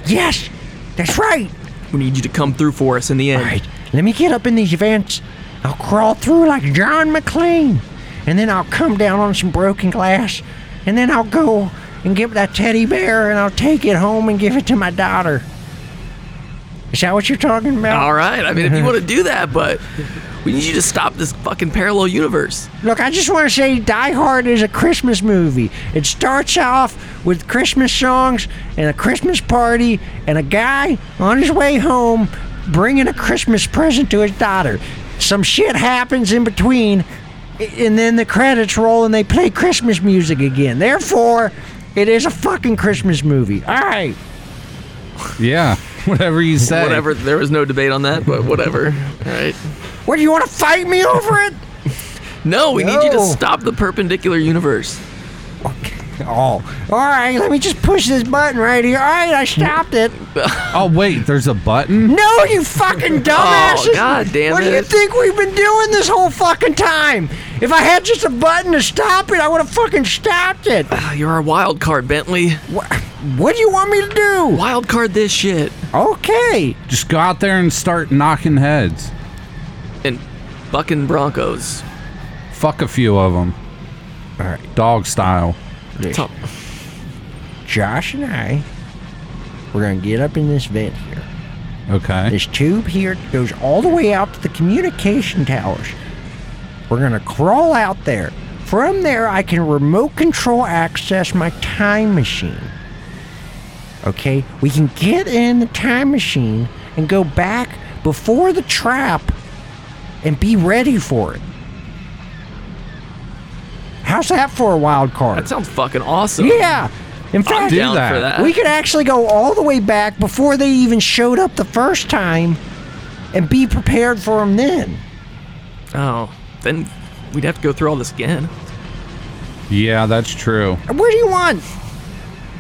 Speaker 1: yes, that's right.
Speaker 4: We need you to come through for us in the end.
Speaker 1: All right, let me get up in these vents. I'll crawl through like John McClane, and then I'll come down on some broken glass, and then I'll go and get that teddy bear, and I'll take it home and give it to my daughter. Is that what you're talking about?
Speaker 4: All right. I mean, if you want to do that, but we need you to stop this fucking parallel universe.
Speaker 1: Look, I just want to say Die Hard is a Christmas movie. It starts off with Christmas songs and a Christmas party and a guy on his way home bringing a Christmas present to his daughter. Some shit happens in between, i- and then the credits roll and they play Christmas music again. Therefore, it is a fucking Christmas movie. All right.
Speaker 3: Yeah, [laughs] whatever you say.
Speaker 4: Whatever. There was no debate on that, but whatever. All right.
Speaker 1: What, do you want to fight me over it?
Speaker 4: No, we need you to
Speaker 1: No.
Speaker 4: stop the perpendicular universe.
Speaker 1: Oh. All right, let me just push this button right here. All right, I stopped it.
Speaker 3: Oh, wait, there's a button?
Speaker 1: No, you fucking dumbasses!
Speaker 4: [laughs] Oh, God damn
Speaker 1: What do you
Speaker 4: it.
Speaker 1: think we've been doing this whole fucking time? If I had just a button to stop it, I would have fucking stopped
Speaker 4: [laughs]
Speaker 1: it.
Speaker 4: Ah, You're our wild card, Bentley.
Speaker 1: What, what do you want me to do?
Speaker 4: Wild card this shit.
Speaker 1: Okay.
Speaker 3: Just go out there and start knocking heads.
Speaker 4: And fucking Broncos.
Speaker 3: Fuck a few of them.
Speaker 1: All right,
Speaker 3: Dog style.
Speaker 4: Tom-
Speaker 1: Josh and I, we're gonna get up in this vent here.
Speaker 3: Okay.
Speaker 1: This tube here goes all the way out to the communication towers. We're gonna crawl out there. From there, I can remote control access my time machine. Okay, we can get in the time machine and go back before the trap and be ready for it. How's that for a wild card?
Speaker 4: That sounds fucking awesome.
Speaker 1: yeah. In
Speaker 4: I'm
Speaker 1: fact,
Speaker 4: down
Speaker 3: that.
Speaker 4: for that.
Speaker 1: we could actually go all the way back before they even showed up the first time and be prepared for them then.
Speaker 4: oh, then we'd have to go through all this again.
Speaker 3: Yeah, that's true.
Speaker 1: What do you want?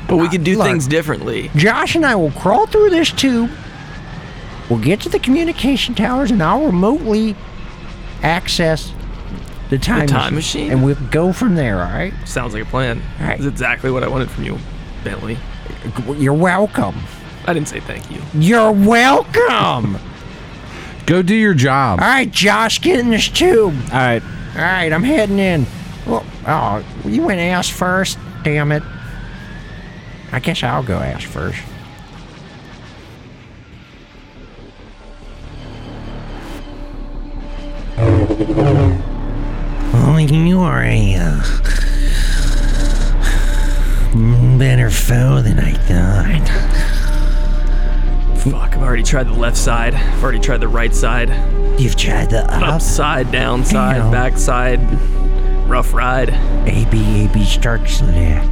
Speaker 4: But we could do
Speaker 1: Look.
Speaker 4: things differently.
Speaker 1: Josh and I will crawl through this tube. We'll get to the communication towers and I'll remotely access the time,
Speaker 4: time machine?
Speaker 1: And we'll go from there, all right?
Speaker 4: Sounds like a plan.
Speaker 1: All right.
Speaker 4: That's exactly what I wanted from you, Bentley.
Speaker 1: You're welcome.
Speaker 4: I didn't say thank you.
Speaker 1: You're welcome. all
Speaker 3: Go do your job.
Speaker 1: right, Josh, get in this tube.
Speaker 2: All right.
Speaker 1: All right, I'm heading in. Well, oh, you went ass first. Damn it. I guess I'll go ass first. Well, you are a uh, better foe than I thought.
Speaker 4: Fuck, I've already tried the left side. I've already tried the right side.
Speaker 1: You've tried the up,
Speaker 4: Upside, downside,
Speaker 1: Damn.
Speaker 4: backside, rough ride.
Speaker 1: A B A B starts left.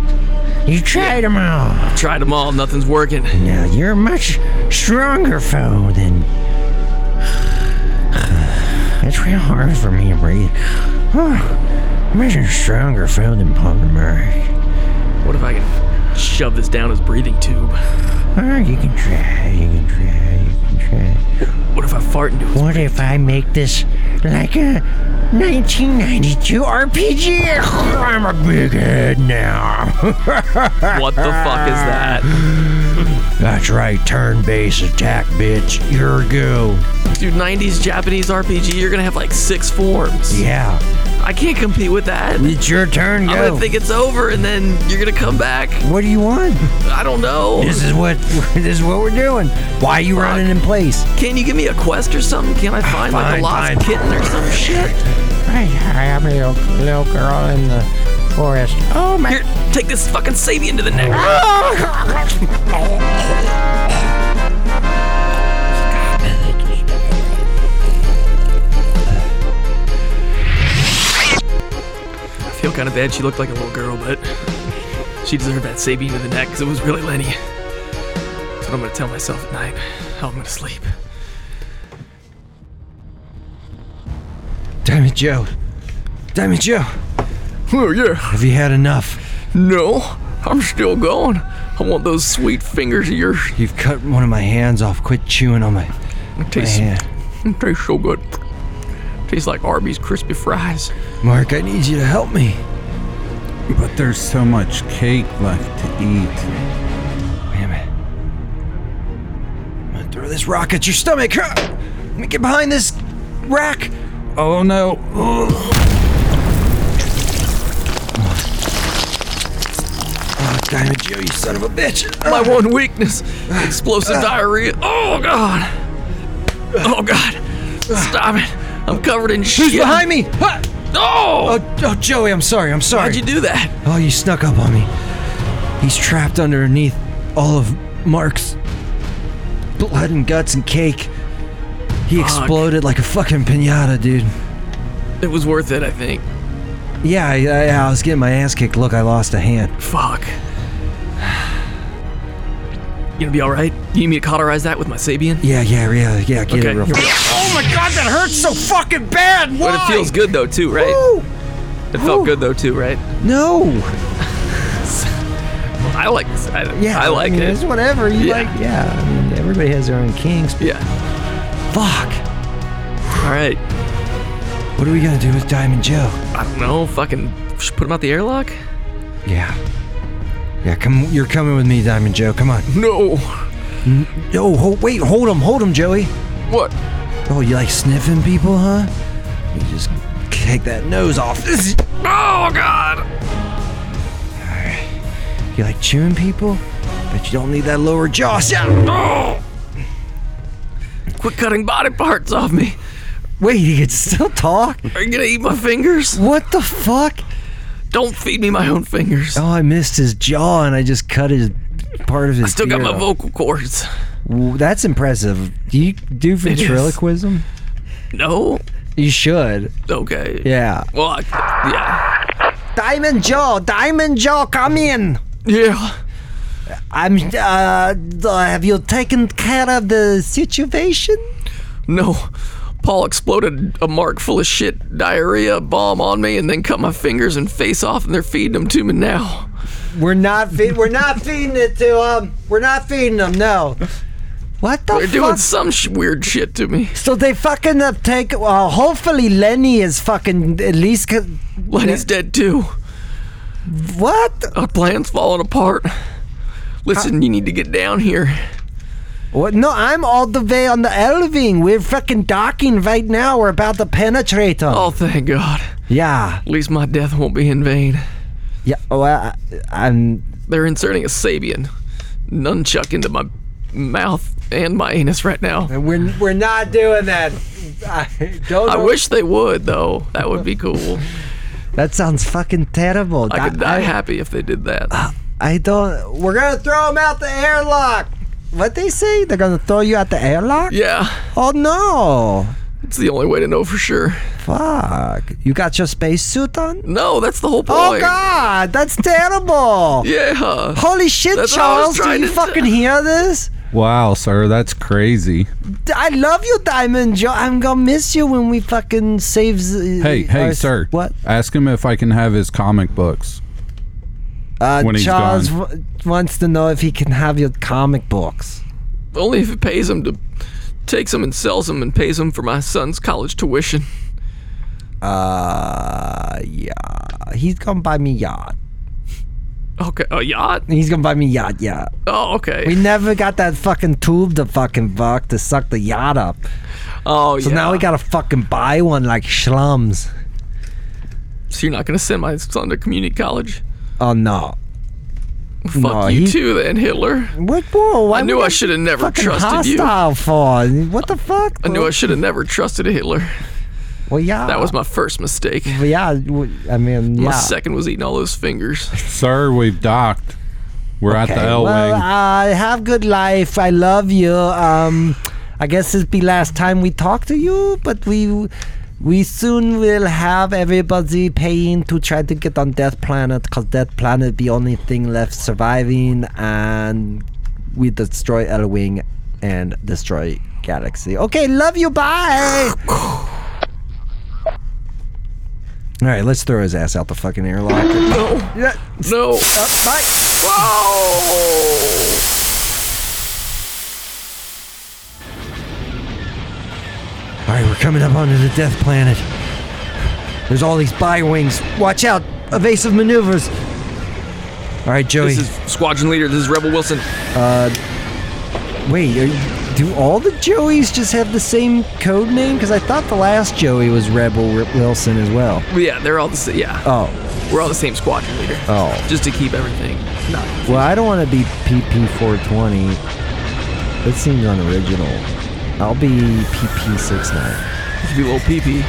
Speaker 1: You tried them all.
Speaker 4: Tried them all, nothing's working.
Speaker 1: Now you're a much stronger foe than. [sighs] It's real hard for me to breathe. Huh. Much a stronger foe than Paul Murray.
Speaker 4: What if I can shove this down his breathing tube?
Speaker 1: Oh, you can try, you can try, you can
Speaker 4: What if I fart
Speaker 1: [laughs]
Speaker 4: into
Speaker 1: try.
Speaker 4: his
Speaker 1: What if I make this like a 1992 RPG? I'm a big head now. [laughs]
Speaker 4: What the fuck is that?
Speaker 1: That's right, turn base attack, bitch. You're a go.
Speaker 4: Dude, 90s Japanese RPG, you're gonna have like six forms.
Speaker 1: Yeah.
Speaker 4: I can't compete with that.
Speaker 1: It's your turn,
Speaker 4: I'm
Speaker 1: go.
Speaker 4: gonna think it's over and then you're gonna come back.
Speaker 1: what do you want?
Speaker 4: I don't know.
Speaker 1: This is what [laughs] this is what we're doing. Why are you running in place?
Speaker 4: Can you give me a quest or something? Can I find like
Speaker 1: Fine,
Speaker 4: a lost
Speaker 1: fine.
Speaker 4: kitten or some shit?
Speaker 6: Hey, I am a little, little girl in the forest. Oh my!
Speaker 4: Here, take this fucking Sabian to the [laughs] neck. I feel kind of bad. She looked like a little girl, but she deserved that Sabian to the neck because it was really Lenny. That's what I'm gonna tell myself at night. How I'm gonna sleep.
Speaker 1: Damn it, Joe. Damn it, Joe.
Speaker 4: Oh yeah.
Speaker 1: Have you had enough?
Speaker 4: No, I'm still going. I want those sweet fingers of yours.
Speaker 1: You've cut one of my hands off. Quit chewing on my,
Speaker 4: It
Speaker 1: my
Speaker 4: tastes
Speaker 1: hand.
Speaker 4: It tastes so good. Tastes like Arby's crispy fries.
Speaker 1: Mark, I need you to help me.
Speaker 3: But there's so much cake left to eat.
Speaker 1: Wait a minute. I'm gonna throw this rock at your stomach. Huh? Let me get behind this rack.
Speaker 3: Oh no.
Speaker 1: Oh, damn it, Joe, you son of a bitch.
Speaker 4: My one weakness
Speaker 1: Uh.
Speaker 4: explosive diarrhea. Oh, God. Oh, God. Stop it. I'm covered in shit.
Speaker 1: Who's behind me? Huh?
Speaker 4: Oh!
Speaker 1: Oh, oh, Joey, I'm sorry. I'm sorry.
Speaker 4: How'd you do that?
Speaker 1: Oh, you snuck up on me. He's trapped underneath all of Mark's blood and guts and cake. He
Speaker 4: Fuck.
Speaker 1: exploded like a fucking pinata, dude.
Speaker 4: It was worth it, I think.
Speaker 1: Yeah, I, I, I was getting my ass kicked. Look, I lost a hand.
Speaker 4: Fuck. You gonna be alright? You need me to cauterize that with my Sabian?
Speaker 1: Yeah, yeah, yeah, yeah. Get
Speaker 4: Okay.
Speaker 1: it real fast. Oh my god, that hurts so fucking bad. Why?
Speaker 4: But it feels good though, too, right?
Speaker 1: Woo!
Speaker 4: It felt good though, too, right?
Speaker 1: No.
Speaker 4: I like this. I,
Speaker 1: Yeah.
Speaker 4: I like
Speaker 1: mean,
Speaker 4: it.
Speaker 1: It's whatever you
Speaker 4: Yeah.
Speaker 1: like. Yeah. I mean, everybody has their own kinks. But
Speaker 4: Yeah.
Speaker 1: fuck.
Speaker 4: Alright.
Speaker 1: What are we gonna do with Diamond Joe?
Speaker 4: I don't know. Fucking sh- put him out the airlock?
Speaker 1: Yeah. Yeah. Come. You're coming with me, Diamond Joe. Come on.
Speaker 4: No.
Speaker 1: Yo, ho- wait, hold him, hold him, Joey.
Speaker 4: What?
Speaker 1: Oh, you like sniffing people, huh? You just take that nose off. [laughs] This is-
Speaker 4: Oh God!
Speaker 1: You like chewing people, but you don't need that lower jaw. [laughs] sound.
Speaker 4: Oh! Quit cutting body parts off me.
Speaker 1: Wait, you can still talk?
Speaker 4: Are you gonna eat my fingers?
Speaker 1: What the fuck?
Speaker 4: Don't feed me my own fingers.
Speaker 1: Oh, I missed his jaw and I just cut his part of his.
Speaker 4: I still got
Speaker 1: ear
Speaker 4: my
Speaker 1: off.
Speaker 4: vocal cords.
Speaker 1: W- That's impressive. Do you do
Speaker 4: It is.
Speaker 1: ventriloquism?
Speaker 4: No.
Speaker 1: You should.
Speaker 4: Okay.
Speaker 1: Yeah.
Speaker 4: Well, I, yeah.
Speaker 1: Diamond Joe, Diamond Joe, come in.
Speaker 4: Yeah.
Speaker 1: I'm. Uh, have you taken care of the situation?
Speaker 4: No. Paul exploded a mark full of shit diarrhea bomb on me and then cut my fingers and face off and they're feeding them to me now.
Speaker 1: We're not feed, we're not feeding it to um we're not feeding them no. What the
Speaker 4: They're
Speaker 1: fuck?
Speaker 4: doing some sh- weird shit to me.
Speaker 1: so they fucking have taken. Well, hopefully Lenny is fucking at least. co-
Speaker 4: Lenny's dead too.
Speaker 1: What?
Speaker 4: Our plan's falling apart. Listen, you need to get down here.
Speaker 1: What? No, I'm all the way on the Elving. We're fucking docking right now. We're about to penetrate them.
Speaker 4: Oh, thank God.
Speaker 1: Yeah,
Speaker 4: At least my death won't be in vain.
Speaker 1: yeah. Well, I, am
Speaker 4: They're inserting a Sabian nunchuck into my mouth and my anus right now.
Speaker 1: We're we're not doing that. I don't.
Speaker 4: I
Speaker 1: know-
Speaker 4: wish they would, though. That would be cool.
Speaker 1: that sounds fucking terrible.
Speaker 4: I could
Speaker 1: Di-
Speaker 4: die happy if they did that.
Speaker 1: I don't. We're gonna throw him out the airlock. What they say? They're gonna throw you out the airlock?
Speaker 4: Yeah,
Speaker 1: Oh no!
Speaker 4: it's the only way to know for sure.
Speaker 1: Fuck! You got your spacesuit on?
Speaker 4: No, that's the whole
Speaker 1: Oh
Speaker 4: point.
Speaker 1: god,
Speaker 4: [laughs]
Speaker 1: that's terrible!
Speaker 4: Yeah.
Speaker 1: Holy shit,
Speaker 4: That's what I
Speaker 1: Charles!
Speaker 4: was
Speaker 1: Do
Speaker 4: trying
Speaker 1: you
Speaker 4: to-
Speaker 1: fucking hear this?
Speaker 3: Wow, sir, that's crazy.
Speaker 1: D- I love you, Diamond Joe. I'm gonna miss you when we fucking save. z-
Speaker 3: Hey, hey,
Speaker 1: our-
Speaker 3: sir.
Speaker 1: What?
Speaker 3: Ask him if I can have his comic books.
Speaker 1: Uh,
Speaker 3: When he's
Speaker 1: Charles
Speaker 3: gone.
Speaker 1: w- wants to know if he can have your comic books.
Speaker 4: Only if it pays him to takes them and sells them and pays them for my son's college tuition.
Speaker 1: Uh, yeah. He's gonna buy me yacht.
Speaker 4: Okay, a yacht?
Speaker 1: He's gonna buy me yacht, yeah.
Speaker 4: Oh, okay. [laughs]
Speaker 1: We never got that fucking tube to fucking fuck to suck the yacht up.
Speaker 4: oh,
Speaker 1: So
Speaker 4: yeah.
Speaker 1: now we gotta fucking buy one like schlums.
Speaker 4: So you're not gonna send my son to community college?
Speaker 1: Oh no.
Speaker 4: Fuck
Speaker 1: No,
Speaker 4: you
Speaker 1: he-
Speaker 4: too, then Hitler.
Speaker 1: What whoa, why
Speaker 4: I knew
Speaker 1: would
Speaker 4: I
Speaker 1: that
Speaker 4: should have never
Speaker 1: fucking
Speaker 4: trusted you. I
Speaker 1: hostile for? What the fuck?
Speaker 4: knew I should have never trusted a Hitler.
Speaker 1: Well yeah.
Speaker 4: That was my first mistake.
Speaker 1: Well, yeah, w- I mean, yeah.
Speaker 4: My second was eating all those fingers.
Speaker 3: Sir, we've docked. We're at the
Speaker 1: Okay,
Speaker 3: L
Speaker 1: well,
Speaker 3: wing.
Speaker 1: uh, have good life. I love you. Um, I guess this be last time we talk to you, but we we soon will have everybody paying to try to get on Death Planet because Death Planet the only thing left surviving, and we destroy L Wing and destroy Galaxy. Okay, love you. Bye. [sighs] All right, let's throw his ass out the fucking airlock.
Speaker 4: No,
Speaker 1: Yeah, [laughs]
Speaker 4: no.
Speaker 1: up, tight.
Speaker 4: Oh!
Speaker 1: All right, we're coming up onto the death planet. There's all these bi wings. Watch out! Evasive maneuvers. All right, Joey.
Speaker 4: This is squadron leader. This is Rebel Wilson.
Speaker 1: Wait, are you- do all the Joeys just have the same code name? Because I thought the last Joey was Rebel R- Wilson as well.
Speaker 4: Yeah, they're all the same. Yeah,
Speaker 1: Oh,
Speaker 4: we're all the same squadron leader.
Speaker 1: Oh.
Speaker 4: Just to keep everything. Not.
Speaker 1: well, I don't want to be PP420. That seems unoriginal. I'll be PP69.
Speaker 4: Just be a little PP.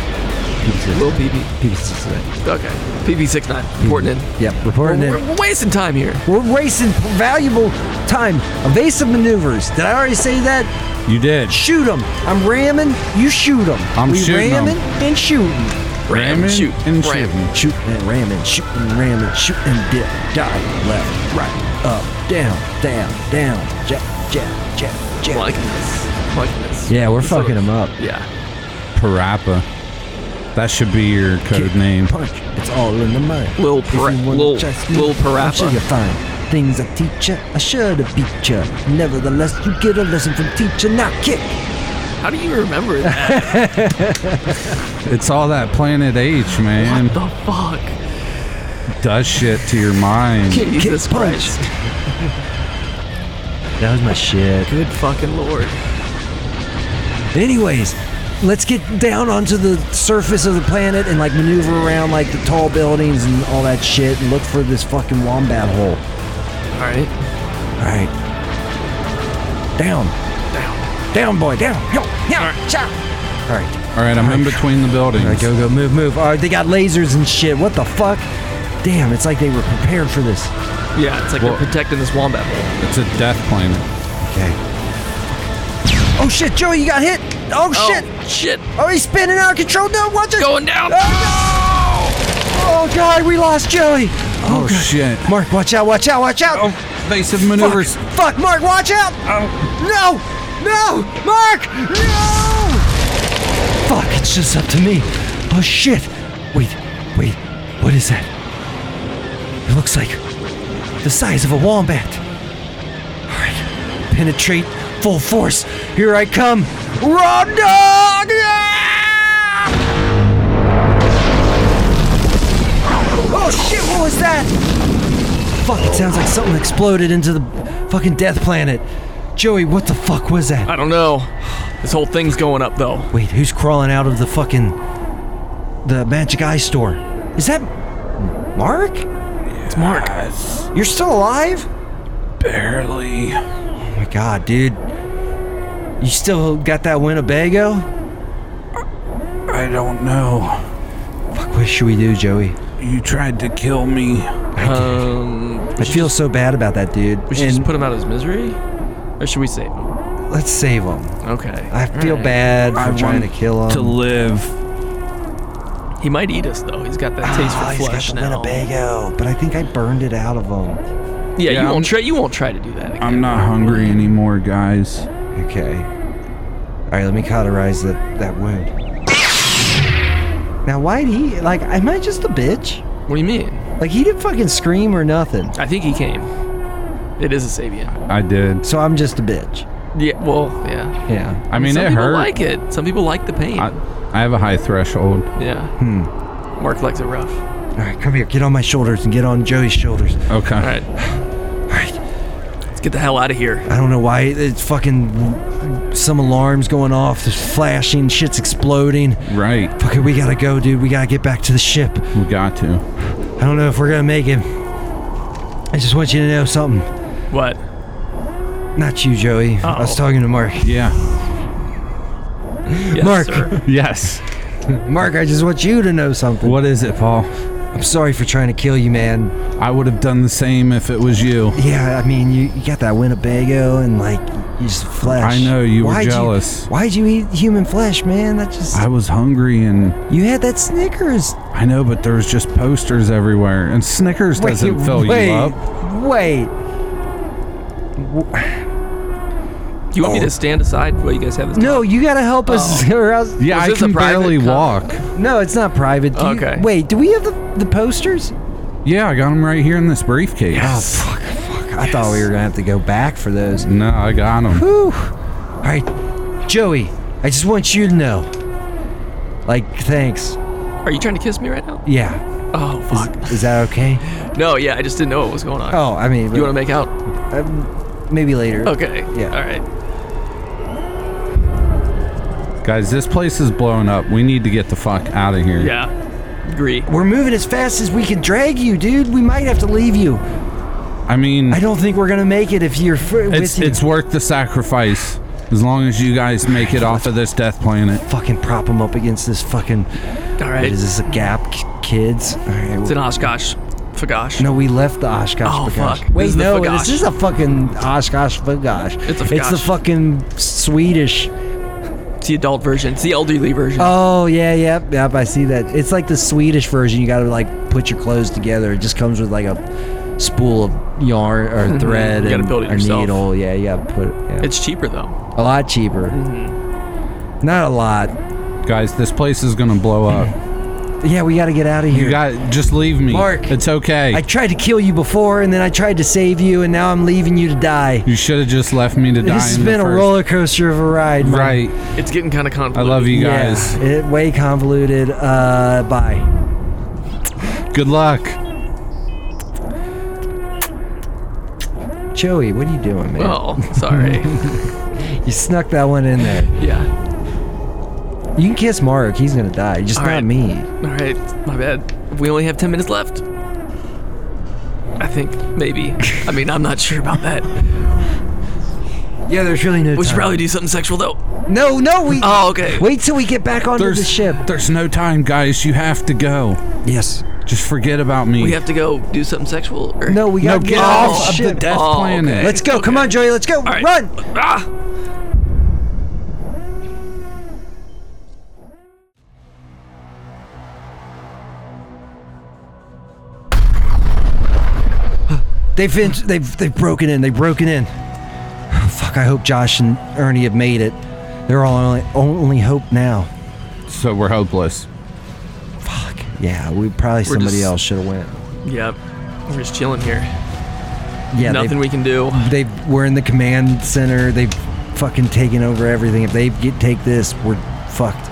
Speaker 4: Little
Speaker 1: PP69.
Speaker 4: PP.
Speaker 1: PP69.
Speaker 4: Okay. PP69. Reporting in.
Speaker 1: Yep, reporting it.
Speaker 4: We're, we're wasting time here.
Speaker 1: We're wasting valuable time. Evasive maneuvers. Did I already say that?
Speaker 3: You did.
Speaker 1: Shoot them. I'm ramming. You shoot them.
Speaker 3: I'm
Speaker 1: we
Speaker 3: shooting 'em.
Speaker 1: ramming and shooting.
Speaker 4: Ram,
Speaker 3: Ramming
Speaker 4: shoot,
Speaker 3: and
Speaker 4: ram.
Speaker 3: shooting.
Speaker 1: Shooting and ramming. Shooting and ramming. Shooting and dip. Dive. Left. Right. Up. Down. Down. Down. Jab. Jab. Jab.
Speaker 4: I'm
Speaker 1: Jab.
Speaker 4: liking this. I'm liking this.
Speaker 1: yeah, we're
Speaker 4: This
Speaker 1: fucking
Speaker 4: little-
Speaker 1: them up.
Speaker 4: Yeah.
Speaker 3: Parappa. That should be your code name.
Speaker 1: Punch. It's all in the mind.
Speaker 4: Lil
Speaker 1: If you
Speaker 4: Para-
Speaker 1: wanna
Speaker 4: Lil-
Speaker 1: trust
Speaker 4: Lil
Speaker 1: I'm sure
Speaker 4: Parappa.
Speaker 1: you find things I teach ya. I should have beat ya. Nevertheless, you get a lesson from teacher. Now kick.
Speaker 4: How do you remember [laughs] that?
Speaker 3: It's all that Planet H, man.
Speaker 4: what the fuck?
Speaker 3: Does shit to your mind.
Speaker 1: Kick,
Speaker 4: Jesus
Speaker 1: punch.
Speaker 4: Christ.
Speaker 1: That was my shit.
Speaker 4: Good fucking lord.
Speaker 1: Anyways, let's get down onto the surface of the planet and like maneuver around like the tall buildings and all that shit and look for this fucking wombat hole.
Speaker 4: All right.
Speaker 1: All right. Down. Down. Down, boy. Down. Yo. Yeah. Cha. All right.
Speaker 3: All right, I'm in between the buildings.
Speaker 1: All right. Go, go. Move, move. All right. They got lasers and shit. What the fuck? Damn. It's like they were prepared for this.
Speaker 4: Yeah, it's like
Speaker 3: Well-
Speaker 4: they're protecting this wombat hole.
Speaker 3: It's a death planet.
Speaker 1: Okay. Oh shit, Joey, you got hit. Oh, shit.
Speaker 4: Oh, shit.
Speaker 1: Oh, he's spinning out of control. No, watch it.
Speaker 4: Going down.
Speaker 1: Oh god, we lost Joey.
Speaker 3: Oh, shit.
Speaker 1: Mark, watch out, watch out, watch
Speaker 4: Oh,
Speaker 1: out!
Speaker 3: Evasive maneuvers.
Speaker 1: fuck, fuck, Mark, watch out! No! No! Mark! No! Fuck, it's just up to me. Oh shit! Wait, wait, what is that? It looks like the size of a wombat. Alright, penetrate full force. Here I come. Run, dog! Ah! Oh shit, what was that? Fuck, it sounds like something exploded into the fucking death planet. Joey, what the fuck was that?
Speaker 4: I don't know. This whole thing's going up though.
Speaker 1: Wait, who's crawling out of the fucking. the Magic Eye store? Is that. Mark?
Speaker 4: It's Mark.
Speaker 1: You're still alive?
Speaker 3: Barely.
Speaker 1: Oh my god, dude. You still got that Winnebago?
Speaker 3: I don't know.
Speaker 1: Fuck, what should we do, Joey?
Speaker 3: You tried to kill me.
Speaker 4: Um,
Speaker 1: I feel so bad about that dude.
Speaker 4: we should
Speaker 1: and
Speaker 4: just put him out of his misery, or should we save him?
Speaker 1: let's save him.
Speaker 4: Okay.
Speaker 1: I feel
Speaker 4: Alright.
Speaker 1: bad for trying to kill him.
Speaker 3: To live.
Speaker 4: He might eat us though. He's got that taste
Speaker 1: Ah,
Speaker 4: for
Speaker 1: he's
Speaker 4: flesh
Speaker 1: got the
Speaker 4: now.
Speaker 1: Winnebago, but I think I burned it out of him.
Speaker 3: Yeah,
Speaker 4: Yeah, you
Speaker 3: I'm-
Speaker 4: won't try. You won't try to do that again.
Speaker 3: I'm not hungry anymore, guys.
Speaker 1: Okay. All right, let me cauterize that that wound. Now, why'd he like? Am I just a bitch?
Speaker 4: What do you mean?
Speaker 1: Like he didn't fucking scream or nothing.
Speaker 4: I think he came. It is a Sabian.
Speaker 3: I did.
Speaker 1: So I'm just a bitch.
Speaker 4: Yeah. Well, yeah.
Speaker 1: Yeah.
Speaker 3: I mean,
Speaker 4: Some
Speaker 3: it
Speaker 4: people
Speaker 3: hurt.
Speaker 4: like it. Some people like the pain.
Speaker 3: I, I have a high threshold.
Speaker 4: yeah. Mark likes it rough.
Speaker 1: All right, come here. Get on my shoulders and get on Joey's shoulders.
Speaker 3: Okay.
Speaker 4: All right,
Speaker 1: All right.
Speaker 4: let's get the hell out of here.
Speaker 1: I don't know why it's fucking some alarms going off. There's flashing. Shit's exploding.
Speaker 3: Right.
Speaker 1: Fuck it, we gotta go, dude. We gotta get back to the ship.
Speaker 3: We got to.
Speaker 1: I don't know if we're gonna make it. I just want you to know something.
Speaker 4: [laughs] What?
Speaker 1: Not you, Joey. I was
Speaker 4: Oh.
Speaker 1: talking to Mark.
Speaker 3: Yeah.
Speaker 4: Yes,
Speaker 1: Mark.
Speaker 4: sir.
Speaker 3: Yes.
Speaker 1: Mark, I just want you to know something.
Speaker 3: What is it, Paul?
Speaker 1: I'm sorry for trying to kill you, man.
Speaker 3: I would have done the same if it was you.
Speaker 1: Yeah, I mean, you, you got that Winnebago and like you just flesh.
Speaker 3: I know, you were
Speaker 1: Why'd
Speaker 3: jealous.
Speaker 1: why'd you eat human flesh, man? That just
Speaker 3: I was hungry and
Speaker 1: you had that Snickers.
Speaker 3: I know, but there was just posters everywhere, and Snickers doesn't fill
Speaker 1: wait,
Speaker 3: you up.
Speaker 1: Wait,
Speaker 4: You want me to stand aside while you guys have this?
Speaker 1: Oh. no, you gotta help us, [laughs] or else.
Speaker 3: Oh. Yeah,
Speaker 4: Was
Speaker 3: I
Speaker 4: this a
Speaker 3: can
Speaker 4: private
Speaker 3: barely
Speaker 4: com-
Speaker 3: walk.
Speaker 1: No, it's not private. Do you-
Speaker 4: Okay.
Speaker 1: wait, do we have the, the posters?
Speaker 3: Yeah, I got them right here in this briefcase.
Speaker 1: Oh fuck, fuck! I thought we were gonna have to go back for those.
Speaker 3: No, I got them.
Speaker 1: Whew. All right, Joey, I just want you to know. Like, thanks.
Speaker 4: Are you trying to kiss me right now?
Speaker 1: Yeah.
Speaker 4: Oh fuck.
Speaker 1: Is that okay?
Speaker 4: No, yeah, I just didn't know what was going on.
Speaker 1: Oh, I mean,
Speaker 4: You want to make out?
Speaker 1: um, maybe later.
Speaker 4: Okay.
Speaker 1: Yeah.
Speaker 4: All right.
Speaker 3: Guys, this place is blowing up. We need to get the fuck out of here.
Speaker 4: Yeah. Agree.
Speaker 1: We're moving as fast as we can drag you, dude. We might have to leave you.
Speaker 3: I mean,
Speaker 1: I don't think we're gonna make it if you're fr-
Speaker 3: it's
Speaker 1: with you.
Speaker 3: it's worth the sacrifice as long as you guys make it off of this death planet.
Speaker 1: fucking prop him up against this fucking.
Speaker 4: All
Speaker 1: What
Speaker 4: right.
Speaker 1: is this? A gap, k- kids? All right.
Speaker 4: It's an Oshkosh. Fagosh.
Speaker 1: no, we left the Oshkosh.
Speaker 4: Oh,
Speaker 1: Bagosh.
Speaker 4: fuck.
Speaker 1: Wait,
Speaker 4: This is the
Speaker 1: no,
Speaker 4: Fagosh.
Speaker 1: this is a fucking Oshkosh Bagosh.
Speaker 4: It's a
Speaker 1: It's the
Speaker 4: Fagosh.
Speaker 1: fucking Swedish.
Speaker 4: It's the adult version. It's the elderly version.
Speaker 1: Oh yeah, yep, yep. I see that. It's like the Swedish version. You got to like put your clothes together. It just comes with like a spool of yarn
Speaker 3: Mm-hmm.
Speaker 1: or thread
Speaker 4: You gotta
Speaker 1: and
Speaker 4: build it
Speaker 1: a
Speaker 4: yourself.
Speaker 1: needle. Yeah, yeah. Put it. Yeah.
Speaker 4: It's cheaper though.
Speaker 1: a lot cheaper.
Speaker 3: Mm-hmm.
Speaker 1: Not a lot.
Speaker 3: Guys, this place is gonna blow up.
Speaker 1: Yeah, we got to get out of here.
Speaker 3: You got just leave me.
Speaker 1: Mark.
Speaker 3: It's okay.
Speaker 1: I tried to kill you before, and then I tried to save you, and now I'm leaving you to die.
Speaker 3: you should have just left me to die.
Speaker 1: This has
Speaker 3: in the
Speaker 1: been a
Speaker 3: first-
Speaker 1: roller coaster of a ride. man.
Speaker 3: Right.
Speaker 4: It's getting kind of
Speaker 3: I
Speaker 4: convoluted.
Speaker 3: love you
Speaker 1: Yeah,
Speaker 3: guys.
Speaker 1: it way convoluted. Uh, bye.
Speaker 3: Good luck.
Speaker 1: Joey, what are you doing, man?
Speaker 4: Oh, sorry.
Speaker 1: [laughs] You snuck that one in there.
Speaker 4: yeah.
Speaker 1: You can kiss Mark. He's gonna die. Just
Speaker 4: All
Speaker 1: not
Speaker 4: right.
Speaker 1: me.
Speaker 4: All right. My bad. We only have ten minutes left. I think maybe. I mean, I'm not sure about that.
Speaker 1: Yeah, there's really no. [laughs]
Speaker 4: We should
Speaker 1: time.
Speaker 4: probably do something sexual though.
Speaker 1: No, no, we.
Speaker 4: Oh, okay.
Speaker 1: Wait till we get back onto
Speaker 3: There's
Speaker 1: the ship.
Speaker 3: There's no time, guys. You have to go.
Speaker 1: Yes.
Speaker 3: Just forget about me.
Speaker 4: We have to go do something sexual. Or...
Speaker 1: No, we
Speaker 3: no,
Speaker 1: gotta
Speaker 3: get
Speaker 1: get
Speaker 3: off
Speaker 1: off the
Speaker 3: of the
Speaker 1: ship.
Speaker 3: death
Speaker 4: Oh,
Speaker 3: planet.
Speaker 4: okay.
Speaker 1: Let's go. Come
Speaker 4: Okay.
Speaker 1: on, Joey. Let's go.
Speaker 4: All right.
Speaker 1: Run.
Speaker 4: Ah.
Speaker 1: They've been, they've they've broken in. They've broken in. [sighs] Fuck. I hope Josh and Ernie have made it. They're all only, only hope now.
Speaker 3: So we're hopeless.
Speaker 1: Fuck. Yeah. We probably somebody
Speaker 4: just-
Speaker 1: else should have went.
Speaker 4: Yep. We're just chilling here.
Speaker 1: Yeah.
Speaker 4: Nothing
Speaker 1: They,
Speaker 4: we can do.
Speaker 1: they we're in the command center. They've fucking taken over everything. If they get take this, we're fucked.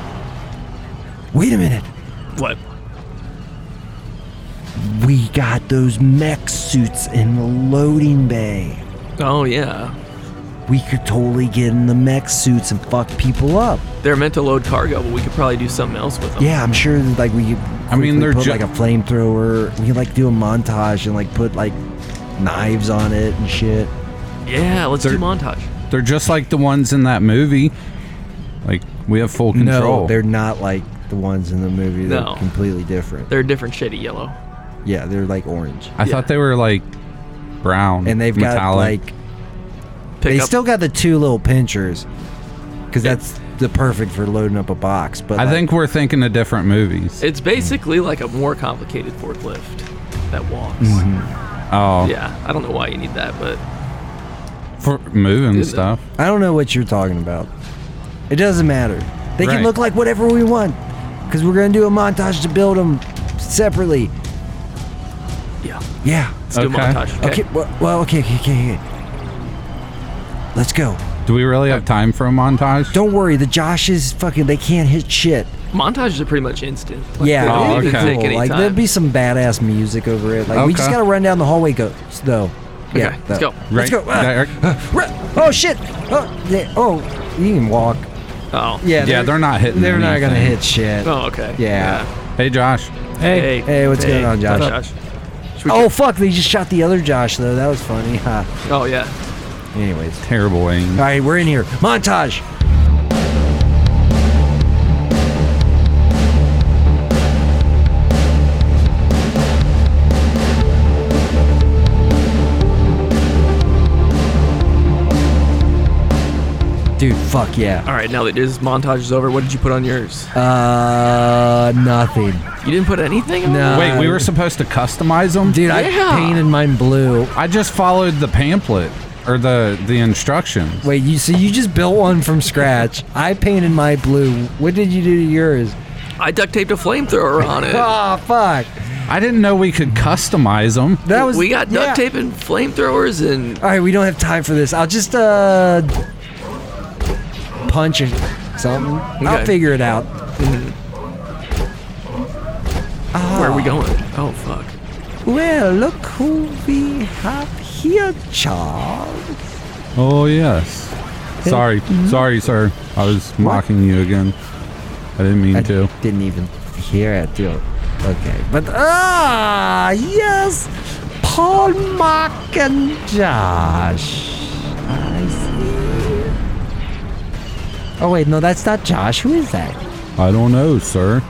Speaker 1: Wait a minute.
Speaker 4: What?
Speaker 1: We got those mech suits in the loading bay.
Speaker 4: Oh yeah.
Speaker 1: We could totally get in the mech suits and fuck people up.
Speaker 4: They're meant to load cargo, but we could probably do something else with them.
Speaker 1: Yeah, I'm sure. that, Like we, could
Speaker 3: I mean,
Speaker 1: quickly
Speaker 3: they're
Speaker 1: put
Speaker 3: ju-
Speaker 1: like a flamethrower. We could like do a montage and like put like knives on it and shit.
Speaker 4: Yeah, let's do
Speaker 3: They're-
Speaker 4: montage.
Speaker 3: They're just like the ones in that movie. Like we have full control.
Speaker 1: No, they're not like the ones in the movie. They're
Speaker 4: No.
Speaker 1: completely different.
Speaker 4: They're a different shade of yellow.
Speaker 1: yeah, they're like orange,
Speaker 3: I thought they were like brown.
Speaker 1: and they've got
Speaker 3: metallic.
Speaker 1: like
Speaker 4: Pick
Speaker 1: they
Speaker 4: up.
Speaker 1: still got the two little pinchers because that's the perfect for loading up a box. But
Speaker 3: I
Speaker 1: like,
Speaker 3: think we're thinking of different movies.
Speaker 4: It's basically like a more complicated forklift that walks.
Speaker 1: Mm-hmm.
Speaker 3: oh,
Speaker 4: Yeah, I don't know why you need that, but
Speaker 3: for moving
Speaker 4: Is it?
Speaker 3: stuff.
Speaker 1: I don't know what you're talking about. It doesn't matter. They
Speaker 3: Right.
Speaker 1: can look like whatever we want because we're going to do a montage to build them separately.
Speaker 4: yeah,
Speaker 1: Yeah.
Speaker 4: let's do
Speaker 3: Okay.
Speaker 4: a montage. Okay.
Speaker 1: Okay. Well, well okay, okay, okay, okay. Let's go.
Speaker 3: Do we really have time for a montage?
Speaker 1: Don't worry. The Joshes fucking, they can't hit shit.
Speaker 4: montages are pretty much instant.
Speaker 1: yeah,
Speaker 4: they don't
Speaker 3: Oh,
Speaker 1: it'd be
Speaker 4: even
Speaker 3: okay.
Speaker 4: take any
Speaker 1: Like
Speaker 4: time.
Speaker 1: there'd be some badass music over it. Like we just
Speaker 3: Okay.
Speaker 1: gotta run down the hallway. Go though. Yeah,
Speaker 4: Okay, let's
Speaker 1: though.
Speaker 4: go.
Speaker 1: Let's go. [laughs]
Speaker 3: Right,
Speaker 1: Ah,
Speaker 3: Derek?
Speaker 1: ah, oh shit! Oh, yeah, oh, you can walk.
Speaker 4: oh.
Speaker 1: Yeah,
Speaker 3: Yeah, they're not hitting
Speaker 1: They're not gonna
Speaker 3: anything.
Speaker 1: hit shit.
Speaker 4: Oh, okay.
Speaker 1: Yeah.
Speaker 3: Hey, Josh.
Speaker 4: Hey.
Speaker 1: Hey, what's going on, Josh?
Speaker 4: Should we
Speaker 1: Oh fuck! They just shot the other Josh though. That was funny. Huh.
Speaker 4: get- oh, yeah.
Speaker 1: Anyways,
Speaker 3: Terrible aim.
Speaker 1: all right, we're in here. Montage. Dude, fuck yeah.
Speaker 4: All right, now that this montage is over, what did you put on yours?
Speaker 1: Uh, nothing.
Speaker 4: You didn't put anything on
Speaker 1: No.
Speaker 3: Wait, we were supposed to customize them?
Speaker 1: Dude,
Speaker 4: Yeah.
Speaker 1: I painted mine blue.
Speaker 3: I just followed the pamphlet or the the instructions.
Speaker 1: Wait, you so you just built one from scratch. I painted my blue. What did you do to yours?
Speaker 4: I duct taped a flamethrower on it.
Speaker 1: Ah, fuck.
Speaker 3: I didn't know we could customize them.
Speaker 1: That was
Speaker 4: we got duct
Speaker 1: yeah.
Speaker 4: tape and flamethrowers and
Speaker 1: All right, we don't have time for this. I'll just uh punch or something. I'll
Speaker 4: Okay.
Speaker 1: figure it out.
Speaker 4: where are we going? Oh fuck.
Speaker 1: Well, look who we have here, Charles.
Speaker 3: Oh yes. Sorry,
Speaker 1: Mm-hmm.
Speaker 3: sorry, sir. I was mocking you again. I didn't mean
Speaker 1: I
Speaker 3: to.
Speaker 1: didn't even hear it, dude. Okay, but ah, yes, Paul, Mark, and Josh. I see. Oh wait, no, that's not Josh. Who is that?
Speaker 3: I don't know, sir.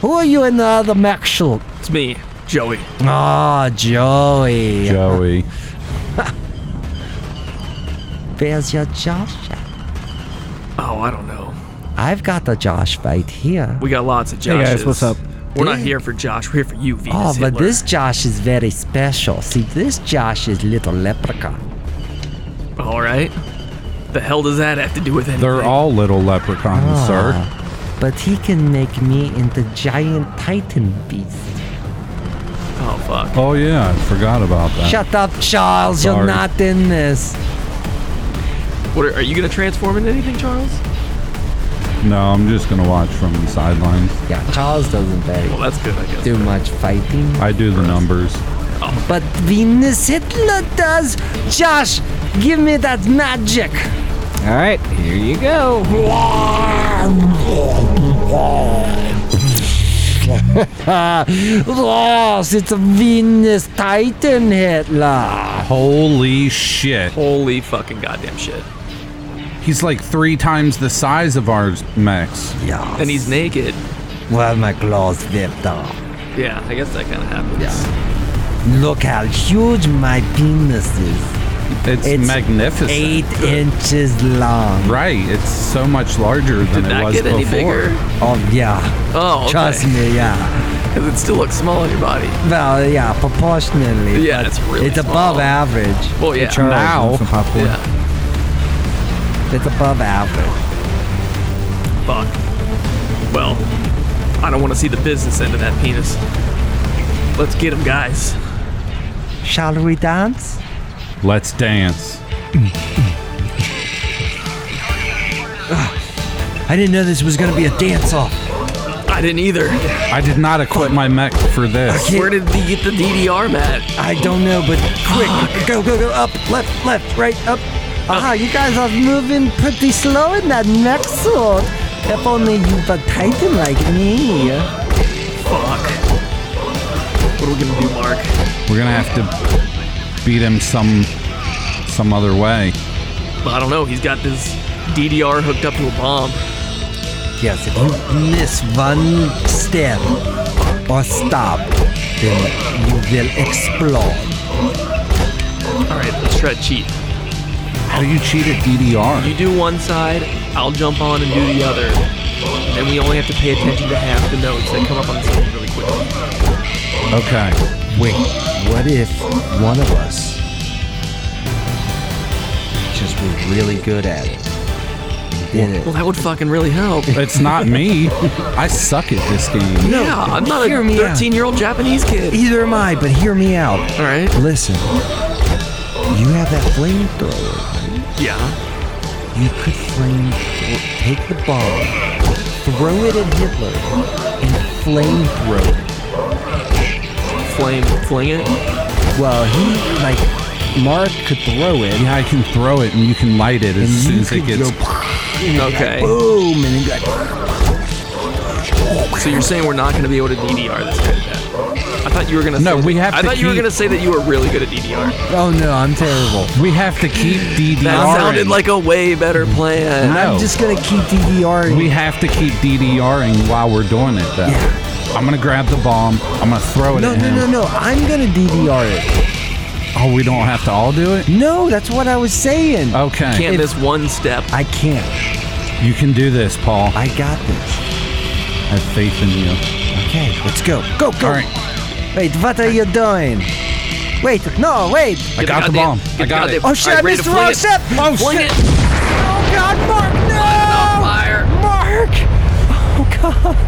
Speaker 1: Who are you in uh, the other mech suit?
Speaker 4: It's me, Joey.
Speaker 1: Ah, Joey.
Speaker 3: Joey.
Speaker 1: Where's your Josh?
Speaker 4: Oh, I don't know.
Speaker 1: I've got the Josh right here.
Speaker 4: We got lots of Joshes.
Speaker 2: Hey, guys, what's up?
Speaker 4: We're not
Speaker 1: Damn.
Speaker 4: here for Josh. We're here for you, Venus.
Speaker 1: Oh, but
Speaker 4: Hitler.
Speaker 1: this Josh is very special. See, this Josh is little leprechaun.
Speaker 4: All right. The hell does that have to do with anything?
Speaker 3: They're all little leprechauns,
Speaker 1: Ah.
Speaker 3: sir.
Speaker 1: But he can make me into giant titan beast.
Speaker 4: Oh fuck.
Speaker 3: Oh yeah, I forgot about that.
Speaker 1: Shut up, Charles. You're
Speaker 3: Sorry.
Speaker 1: not in this.
Speaker 4: What are, are you gonna transform into anything, Charles?
Speaker 3: No, I'm just gonna watch from the sidelines.
Speaker 1: Yeah, Charles doesn't
Speaker 4: Well,
Speaker 1: very
Speaker 4: that's good, I guess.
Speaker 1: do much fighting.
Speaker 3: I do the numbers.
Speaker 1: [laughs] But Venus Hitler does. Josh, give me that magic.
Speaker 2: All right, here you go.
Speaker 1: Lost. It's a Venus Titan Hitler.
Speaker 3: Holy shit.
Speaker 4: Holy fucking goddamn shit.
Speaker 3: He's like three times the size of our Max.
Speaker 1: Yeah.
Speaker 4: And he's naked.
Speaker 1: Well, my claws whipped off.
Speaker 4: Yeah, I guess that kind of happens.
Speaker 1: Yeah. Look how huge my penis is.
Speaker 3: It's,
Speaker 1: It's
Speaker 3: magnificent.
Speaker 1: Eight inches long.
Speaker 3: Right, it's so much larger than
Speaker 4: Did
Speaker 3: it
Speaker 4: that
Speaker 3: was
Speaker 4: get
Speaker 3: before.
Speaker 4: any bigger?
Speaker 1: Oh, yeah.
Speaker 4: Oh, okay. [laughs]
Speaker 1: Trust me, yeah.
Speaker 4: Because it still looks small on your body.
Speaker 1: Well, yeah, proportionally.
Speaker 4: Yeah, Oh.
Speaker 1: but
Speaker 4: it's really
Speaker 1: It's above
Speaker 4: small.
Speaker 1: average.
Speaker 4: Well, yeah.
Speaker 2: Charles,
Speaker 3: Now-
Speaker 2: want some popcorn?
Speaker 4: Yeah.
Speaker 1: It's above average.
Speaker 4: Fuck. Well, I don't want to see the business end of that penis. Let's get him, guys.
Speaker 1: Shall we dance?
Speaker 3: Let's dance.
Speaker 1: I didn't know this was gonna be a dance off.
Speaker 4: I didn't either.
Speaker 3: I did not equip my mech for this.
Speaker 4: Where did they get the DDR mat?
Speaker 1: I don't know, but quick, go, go, go, up, left, left, right, up. Aha, you guys are moving pretty slow in that mech suit. If only you were Titan like me.
Speaker 4: Fuck. What are we gonna do, Mark?
Speaker 3: We're gonna have to beat him some some other way.
Speaker 4: Well, I don't know. He's got this DDR hooked up to a bomb.
Speaker 1: Yes, if you miss one step or stop, then you will explode.
Speaker 4: All right, let's try to cheat.
Speaker 3: How do you cheat at DDR?
Speaker 4: You do one side, I'll jump on and do the other. Then we only have to pay attention to half the notes that come up on the screen really quickly.
Speaker 3: Okay.
Speaker 1: Wait, what if one of us just were really good at it? Did it?
Speaker 4: Well, that would fucking really help.
Speaker 3: It's not me. I suck at this game.
Speaker 1: No,
Speaker 4: yeah, I'm not a
Speaker 1: hear me out.
Speaker 4: 13 year old Japanese kid.
Speaker 1: Either am I, but hear me out.
Speaker 4: All right.
Speaker 1: Listen, you have that flamethrower.
Speaker 4: Yeah.
Speaker 1: You could flame, take the bomb, throw throw it at Hitler and flamethrow it.
Speaker 4: Flame, fling it.
Speaker 1: Well, he like Mark could throw it.
Speaker 3: Yeah, I can throw it and you can light it
Speaker 1: and
Speaker 3: as soon
Speaker 1: you
Speaker 3: as it
Speaker 1: could
Speaker 3: gets.
Speaker 1: go
Speaker 4: Okay.
Speaker 1: boom, and then you got
Speaker 4: So you're saying we're not going to be able to DDR this good at that? I thought you were going to.
Speaker 3: No,
Speaker 4: say
Speaker 3: we
Speaker 4: that-
Speaker 3: have
Speaker 4: I
Speaker 3: to
Speaker 4: thought you were
Speaker 3: keep-
Speaker 4: going to say that you were really good at DDR.
Speaker 1: oh no, I'm terrible.
Speaker 3: We have to keep DDR.
Speaker 4: That sounded like a way better plan.
Speaker 3: No.
Speaker 1: I'm just gonna keep DDRing.
Speaker 3: We have to keep DDRing while we're doing it, though. I'm gonna grab the bomb. I'm gonna throw it
Speaker 1: no,
Speaker 3: at
Speaker 1: no,
Speaker 3: him.
Speaker 1: no, no. I'm gonna DDR it.
Speaker 3: Oh, we don't have to all do it.
Speaker 1: No, that's what I was saying.
Speaker 3: Okay,
Speaker 4: Can't miss one step.
Speaker 1: I can't.
Speaker 3: you can do this, Paul. I
Speaker 1: I got this.
Speaker 3: have faith in you.
Speaker 1: Okay, let's go. Go, go.
Speaker 3: All right,
Speaker 1: Wait, what are you doing? Wait, no, wait.
Speaker 3: I got the
Speaker 4: Get the goddamn-
Speaker 3: bomb.
Speaker 4: get
Speaker 3: I got
Speaker 4: the
Speaker 3: it.
Speaker 4: goddamn-
Speaker 1: Oh shit,
Speaker 4: All right,
Speaker 1: I
Speaker 4: ready
Speaker 1: missed
Speaker 4: to
Speaker 1: the wrong
Speaker 4: fling it.
Speaker 1: step. Oh
Speaker 4: Fling
Speaker 1: shit.
Speaker 4: it.
Speaker 1: Oh god, Mark, no!
Speaker 4: fire.
Speaker 1: Mark! Oh god.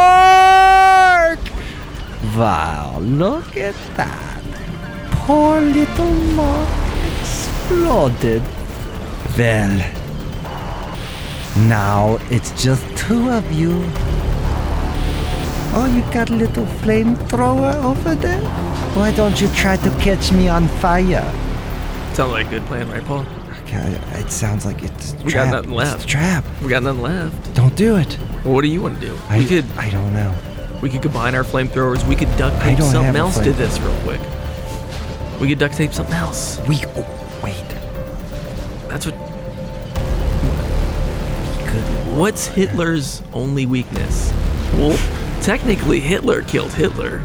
Speaker 1: Mark! Wow, look at that. Poor little Mark exploded. Well, now it's just two of you. Oh, you got a little flamethrower over there? Why don't you try to catch me on fire?
Speaker 4: Sounds like a good plan, right, Paul?
Speaker 1: Okay, it sounds like it's a
Speaker 4: We got
Speaker 1: trap.
Speaker 4: nothing left.
Speaker 1: It's a trap.
Speaker 4: We got nothing left.
Speaker 1: Don't do it.
Speaker 4: Well, what do you want to do?
Speaker 1: I,
Speaker 4: we could
Speaker 1: I don't know.
Speaker 4: we could combine our flamethrowers. We could duct tape
Speaker 1: don't have
Speaker 4: something
Speaker 1: a
Speaker 4: else to
Speaker 1: flame-
Speaker 4: this real quick. We could duct tape something else.
Speaker 1: We oh, wait.
Speaker 4: That's what. What's Hitler's only weakness? Well, technically, Hitler killed Hitler.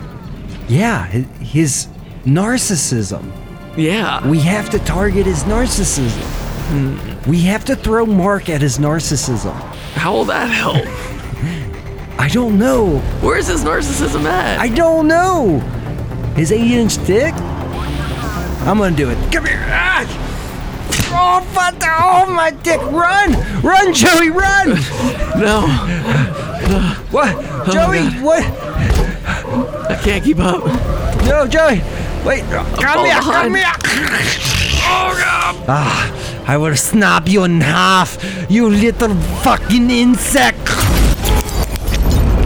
Speaker 1: Yeah, hi- his narcissism.
Speaker 4: Yeah.
Speaker 1: We have to target his narcissism. Hmm, We have to throw Mark at his narcissism.
Speaker 4: How will that help?
Speaker 1: I don't know.
Speaker 4: Where's his narcissism at?
Speaker 1: I don't know. His eight-inch dick. I'm gonna do it. Come here. Ah! Oh, fuck! Oh, my dick! Run, run, Joey, run!
Speaker 4: no,
Speaker 1: What, Joey?
Speaker 4: Oh God.
Speaker 1: what?
Speaker 4: I can't keep up.
Speaker 1: No, Joey! Wait! Come
Speaker 4: falling
Speaker 1: here! Come
Speaker 4: behind.
Speaker 1: here! Oh, God! Ah, I will snap you in half, you little fucking insect!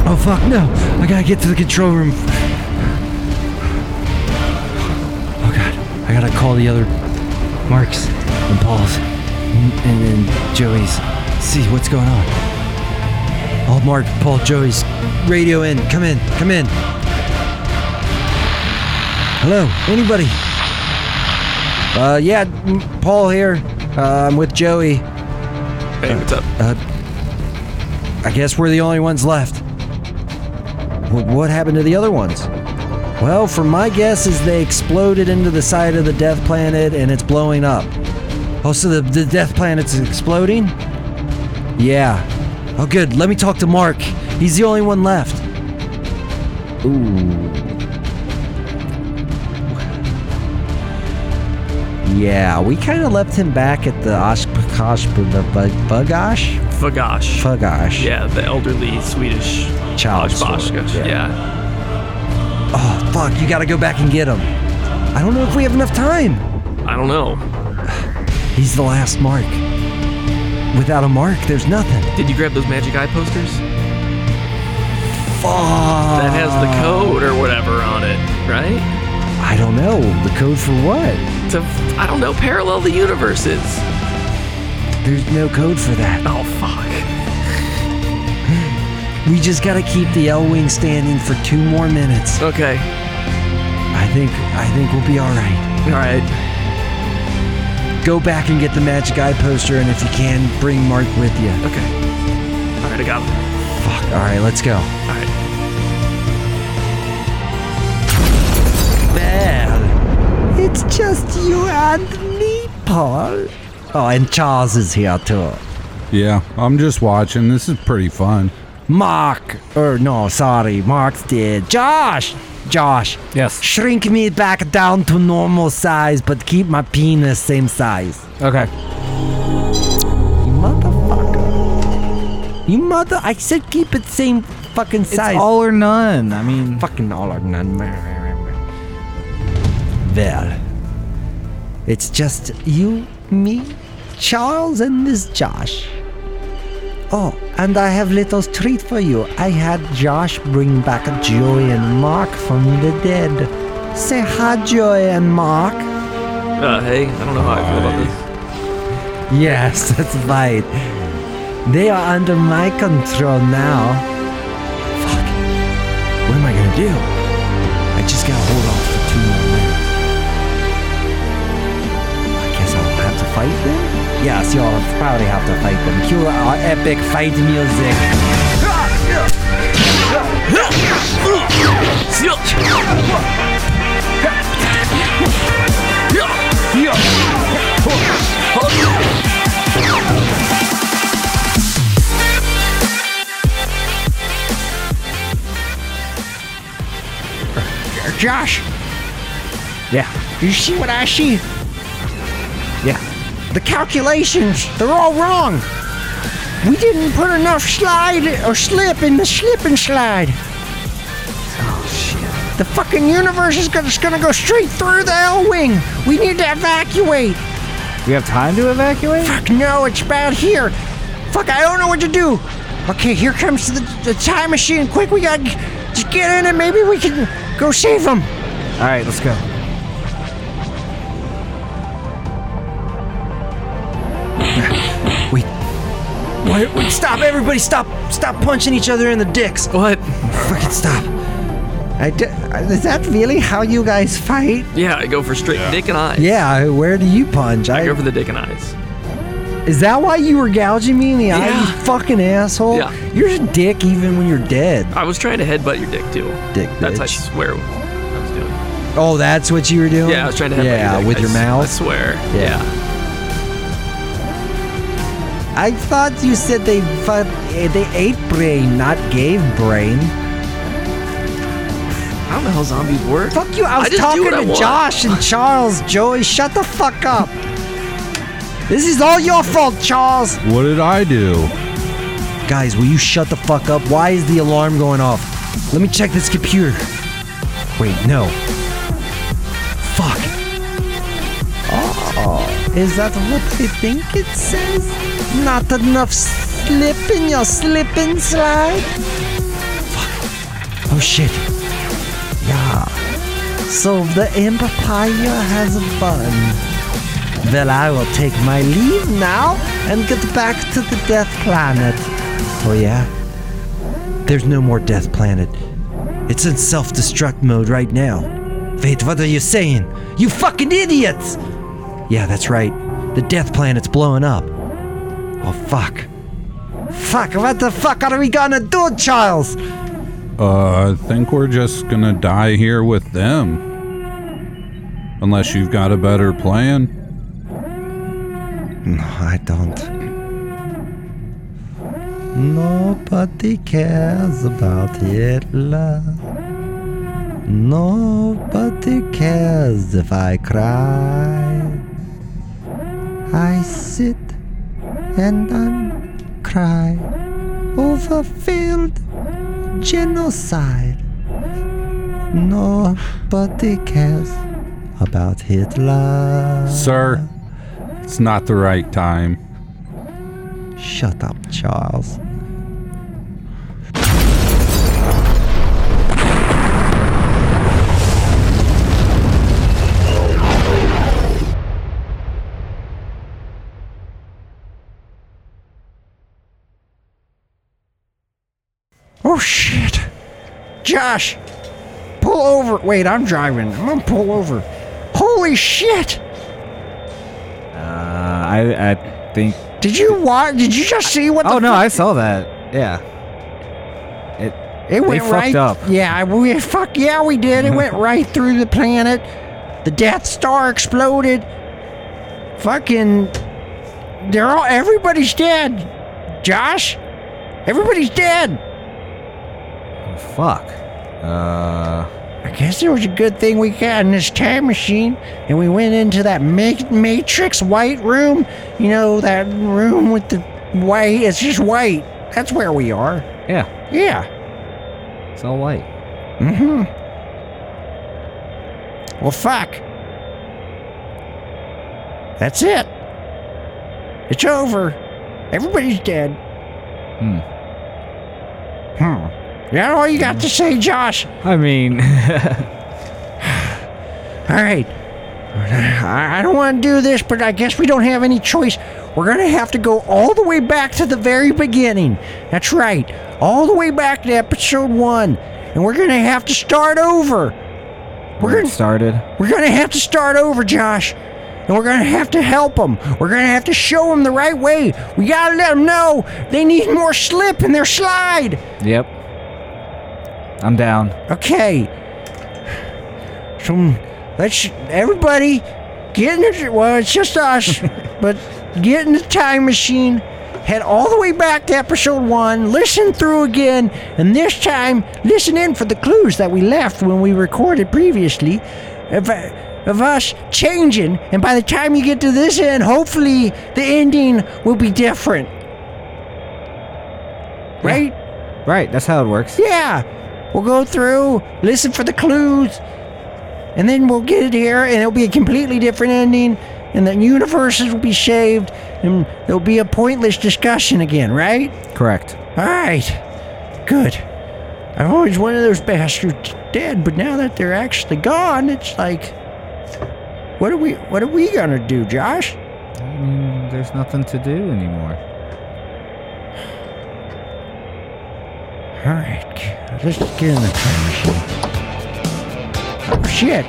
Speaker 1: Oh, fuck, no! I gotta get to the control room. Oh, God. I gotta call the other Marks and Pauls and, and then Joey's. See what's going on. Oh, Mark, Paul, Joey's. Radio in. Come in. Come in. Hello, anybody? Uh, yeah, m- Paul here. Uh, I'm with Joey.
Speaker 4: Hey, what's up?
Speaker 1: I guess we're the only ones left. Wh- what happened to the other ones? Well, from my guess is they exploded into the side of the death planet and it's blowing up. Oh, so the, the death planet's exploding? Yeah. Oh, good. Let me talk to Mark. He's the only one left. Ooh. Yeah, we kind of left him back at the Oshkosh, Bagash,
Speaker 4: Vagash.
Speaker 1: Fugash.
Speaker 4: Yeah, the elderly Swedish
Speaker 1: Child
Speaker 4: Oshkosh.
Speaker 1: support,
Speaker 4: Yeah.
Speaker 1: yeah. Oh, fuck, you gotta go back and get him. I don't know if we have enough time.
Speaker 4: I don't know.
Speaker 1: He's the last mark. Without a mark, there's nothing.
Speaker 4: Did you grab those magic eye posters?
Speaker 1: Fuck.
Speaker 4: That has the
Speaker 1: Ah.
Speaker 4: code or whatever on it, right?
Speaker 1: I don't know. The code for what?
Speaker 4: To I don't know, parallel the universes.
Speaker 1: There's no code for that.
Speaker 4: Oh fuck.
Speaker 1: We just gotta keep the L Wing standing for two more minutes.
Speaker 4: Okay.
Speaker 1: I think I think we'll be alright.
Speaker 4: All right.
Speaker 1: Go back and get the magic eye poster and if you can, bring Mark with you.
Speaker 4: Okay. All right, I got him.
Speaker 1: Fuck. Alright, let's go.
Speaker 4: All right.
Speaker 1: Well, it's just you and me, Paul. Oh, and Charles is here too.
Speaker 3: Yeah, I'm just watching. This is pretty fun.
Speaker 1: Mark, or no, sorry, Mark's dead. Josh, Josh,
Speaker 2: Yes.
Speaker 1: shrink me back down to normal size, but keep my penis same size.
Speaker 2: Okay.
Speaker 1: You motherfucker. You mother. I said keep it same fucking
Speaker 2: It's
Speaker 1: size.
Speaker 2: all or none. I mean,
Speaker 1: fucking all or none. Well, it's just you, me, Charles, and this Josh. Oh, and I have little treat for you. I had Josh bring back Joy and Mark from the dead. Say hi, Joy and Mark.
Speaker 4: Uh, hey, I don't know how I feel about this.
Speaker 1: [laughs] Yes, that's right. They are under my control now. Fuck. What am I gonna do? I just gotta hold off for two more minutes. I guess I'll have to fight them? Yes, you'll probably have to fight them. Cue our epic fight music.
Speaker 6: Josh,
Speaker 2: Yeah.
Speaker 6: you see what I see?
Speaker 2: Yeah.
Speaker 6: The calculations, they're all wrong. We didn't put enough slide or slip in the slip and slide. Oh,
Speaker 2: Oh,
Speaker 6: shit. The fucking universe is gonna, it's gonna go straight through the L Wing. We need to evacuate.
Speaker 2: We have time to evacuate?
Speaker 6: Fuck no, it's bad here. Fuck, I don't know what to do. Okay, here comes the, the time machine. Quick, we gotta just get in and maybe we can go save them.
Speaker 2: All right, let's go.
Speaker 1: Wait. Wait, wait, stop, everybody stop. Stop punching each other in the dicks.
Speaker 4: What?
Speaker 1: Fucking stop. I d- is that really how you guys fight?
Speaker 4: Yeah, I go for straight dick and eyes.
Speaker 1: Yeah, where do you punch?
Speaker 4: I go for the dick and eyes.
Speaker 1: Is that why you were gouging me in the eye,
Speaker 4: Yeah.
Speaker 1: you fucking asshole?
Speaker 4: Yeah.
Speaker 1: You're a dick even when you're dead,
Speaker 4: I was trying to headbutt your dick too.
Speaker 1: dick
Speaker 4: That's I
Speaker 1: bitch.
Speaker 4: swear what I was doing.
Speaker 1: oh, that's what you were doing?
Speaker 4: Yeah, I was trying to headbutt
Speaker 1: Yeah,
Speaker 4: your dick.
Speaker 1: with
Speaker 4: I
Speaker 1: your
Speaker 4: s- I
Speaker 1: mouth.
Speaker 4: swear.
Speaker 1: Yeah.
Speaker 4: yeah.
Speaker 1: I thought you said they fought, eh, they ate brain, not gave brain.
Speaker 4: I don't know how zombies work.
Speaker 1: Fuck you, I was
Speaker 4: just do
Speaker 1: talking
Speaker 4: what I
Speaker 1: to
Speaker 4: want.
Speaker 1: Josh and Charles, Joey. Shut the fuck up. this is all your fault, Charles.
Speaker 3: What did I do?
Speaker 1: Guys, will you shut the fuck up? Why is the alarm going off? Let me check this computer. Wait, no. Fuck. Oh, is that what I think it says? Not enough slip in your slip and slide? Fuck. Oh shit. Yeah. So the Empire has a bun. Well, I will take my leave now and get back to the Death Planet. Oh, yeah? There's no more Death Planet. It's in self destruct mode right now. Wait, what are you saying? You fucking idiots! Yeah, that's right. The Death Planet's blowing up. Oh, fuck. Fuck, what the fuck are we gonna do, Charles?
Speaker 3: Uh, I think we're just gonna die here with them. Unless you've got a better plan.
Speaker 1: No, I don't. Nobody cares about Hitler. Nobody cares if I cry. I sit and I'm cry over failed genocide. Nobody cares about Hitler.
Speaker 3: Sir, it's not the right time.
Speaker 1: Shut up, Charles.
Speaker 6: Oh shit. Josh, pull over. Wait, I'm driving. I'm gonna pull over. Holy shit!
Speaker 2: Uh, I I think.
Speaker 6: Did you watch? Did you just see what? The
Speaker 2: Oh no,
Speaker 6: fu-
Speaker 2: I saw that. Yeah.
Speaker 6: it went
Speaker 2: fucked
Speaker 6: right.
Speaker 2: up.
Speaker 6: Yeah, I- we fuck. Yeah, we did. It went right through the planet. The Death Star exploded. Fucking, they're all. Everybody's dead. Josh, everybody's dead.
Speaker 2: Oh, fuck. Uh,
Speaker 6: I guess it was a good thing we got in this time machine and we went into that ma- matrix white room. You know, that room with the white, it's just white. That's where we are.
Speaker 2: yeah,
Speaker 6: Yeah.
Speaker 2: it's all white.
Speaker 6: Well, fuck. That's it. It's over. Everybody's dead. Yeah, Hmm. all you got to say, Josh.
Speaker 2: I mean, [laughs]
Speaker 6: All right. I I don't want to do this, but I guess we don't have any choice. We're going to have to go all the way back to the very beginning. That's right. All the way back to episode 1. And we're going to have to start over. We're
Speaker 2: where
Speaker 6: going
Speaker 2: it
Speaker 6: to
Speaker 2: started.
Speaker 6: we're going to have to start over, Josh. And we're going to have to help them. We're going to have to show them the right way. We got to let them know they need more slip in their slide.
Speaker 2: Yep. I'm down.
Speaker 6: Okay. So let's everybody get in the well, it's just us, but get in the time machine, head all the way back to episode one, listen through again, and this time listen in for the clues that we left when we recorded previously. Of, of us changing, and by the time you get to this end, hopefully the ending will be different. Right?
Speaker 2: Right, that's how it works.
Speaker 6: Yeah, we'll go through, listen for the clues, and then we'll get it here, and it'll be a completely different ending, and the universes will be shaved, and there'll be a pointless discussion again, right?
Speaker 2: Correct.
Speaker 6: All right, good. I've always wanted those bastards dead, but now that they're actually gone, it's like, what are we, what are we gonna do, Josh?
Speaker 2: I mean, there's nothing to do anymore.
Speaker 6: All right, let's get in the time machine. Oh shit!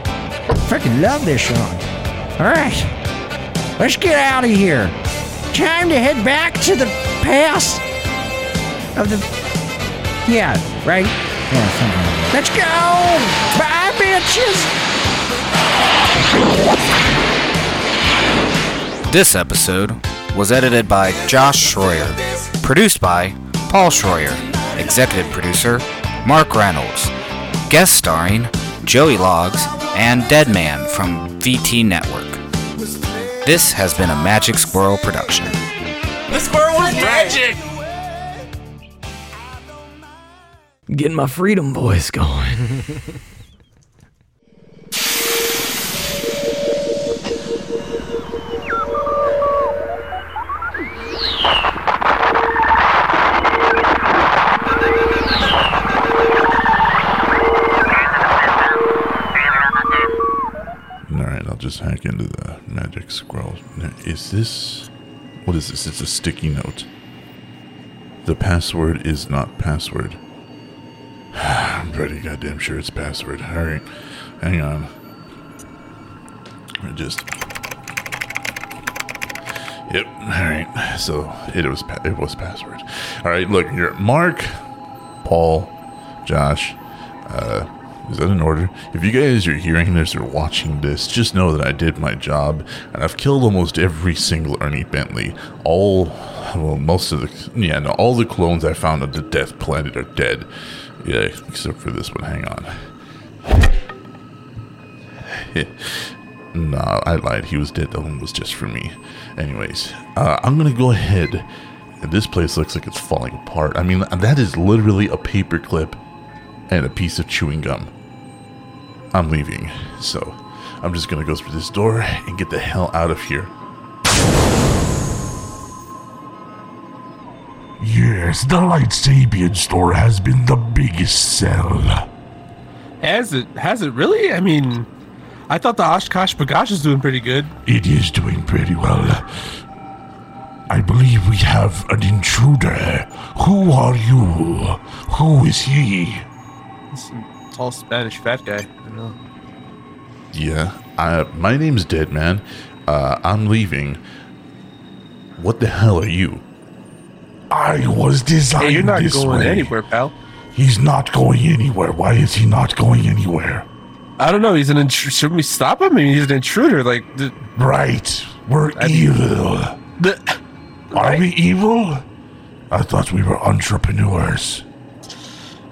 Speaker 6: Freaking love this song. All right, let's get out of here. Time to head back to the past of the. Yeah, right.
Speaker 2: Yeah, something like
Speaker 6: Let's go. Bye, bitches.
Speaker 7: This episode was edited by Josh Schroyer, produced by Paul Schroyer, executive producer Mark Reynolds, guest starring Joey Logs and Deadman from VT Network. This has been a Magic Squirrel production.
Speaker 4: Getting my freedom voice going.
Speaker 8: All right, I'll just hack into the magic scroll. Now, Is this what is this? It's a sticky note. The password is not password. [sighs] I'm pretty goddamn sure it's password. All right, hang on. I just. Yep. All right. So it was pa- it was password. All right. Look, you're Mark, Paul, Josh, is that an order? If you guys are hearing this or watching this, just know that I did my job, and I've killed almost every single Ernie Bentley. All, well, most of the, yeah, no, all the clones I found on the Death Planet are dead. Yeah, except for this one. Hang on. [laughs] nah, I lied. He was dead. That one was just for me. Anyways, uh, I'm gonna go ahead. This place looks like it's falling apart. I mean, that is literally a paperclip and a piece of chewing gum. I'm leaving, so I'm just gonna go through this door and get the hell out of here.
Speaker 9: Yes, the Light Sabian store has been the biggest sell.
Speaker 10: Has it? Has it really? I mean, I thought the Oshkosh Bagosh is doing pretty good.
Speaker 9: It is doing pretty well. I believe we have an intruder. Who are you? Who is he?
Speaker 10: Some tall Spanish fat guy. I don't know.
Speaker 8: Yeah, I, my name's Deadman. Uh, I'm leaving. What the hell are you?
Speaker 9: I was designed
Speaker 10: Hey, you're not
Speaker 9: this
Speaker 10: going
Speaker 9: way.
Speaker 10: anywhere, pal.
Speaker 9: He's not going anywhere. Why is he not going anywhere?
Speaker 10: I don't know. He's an intruder. Should we stop him? I mean, he's an intruder. Like, th-
Speaker 9: Right. We're
Speaker 10: I-
Speaker 9: evil.
Speaker 10: th-
Speaker 9: Are we evil? I thought we were entrepreneurs.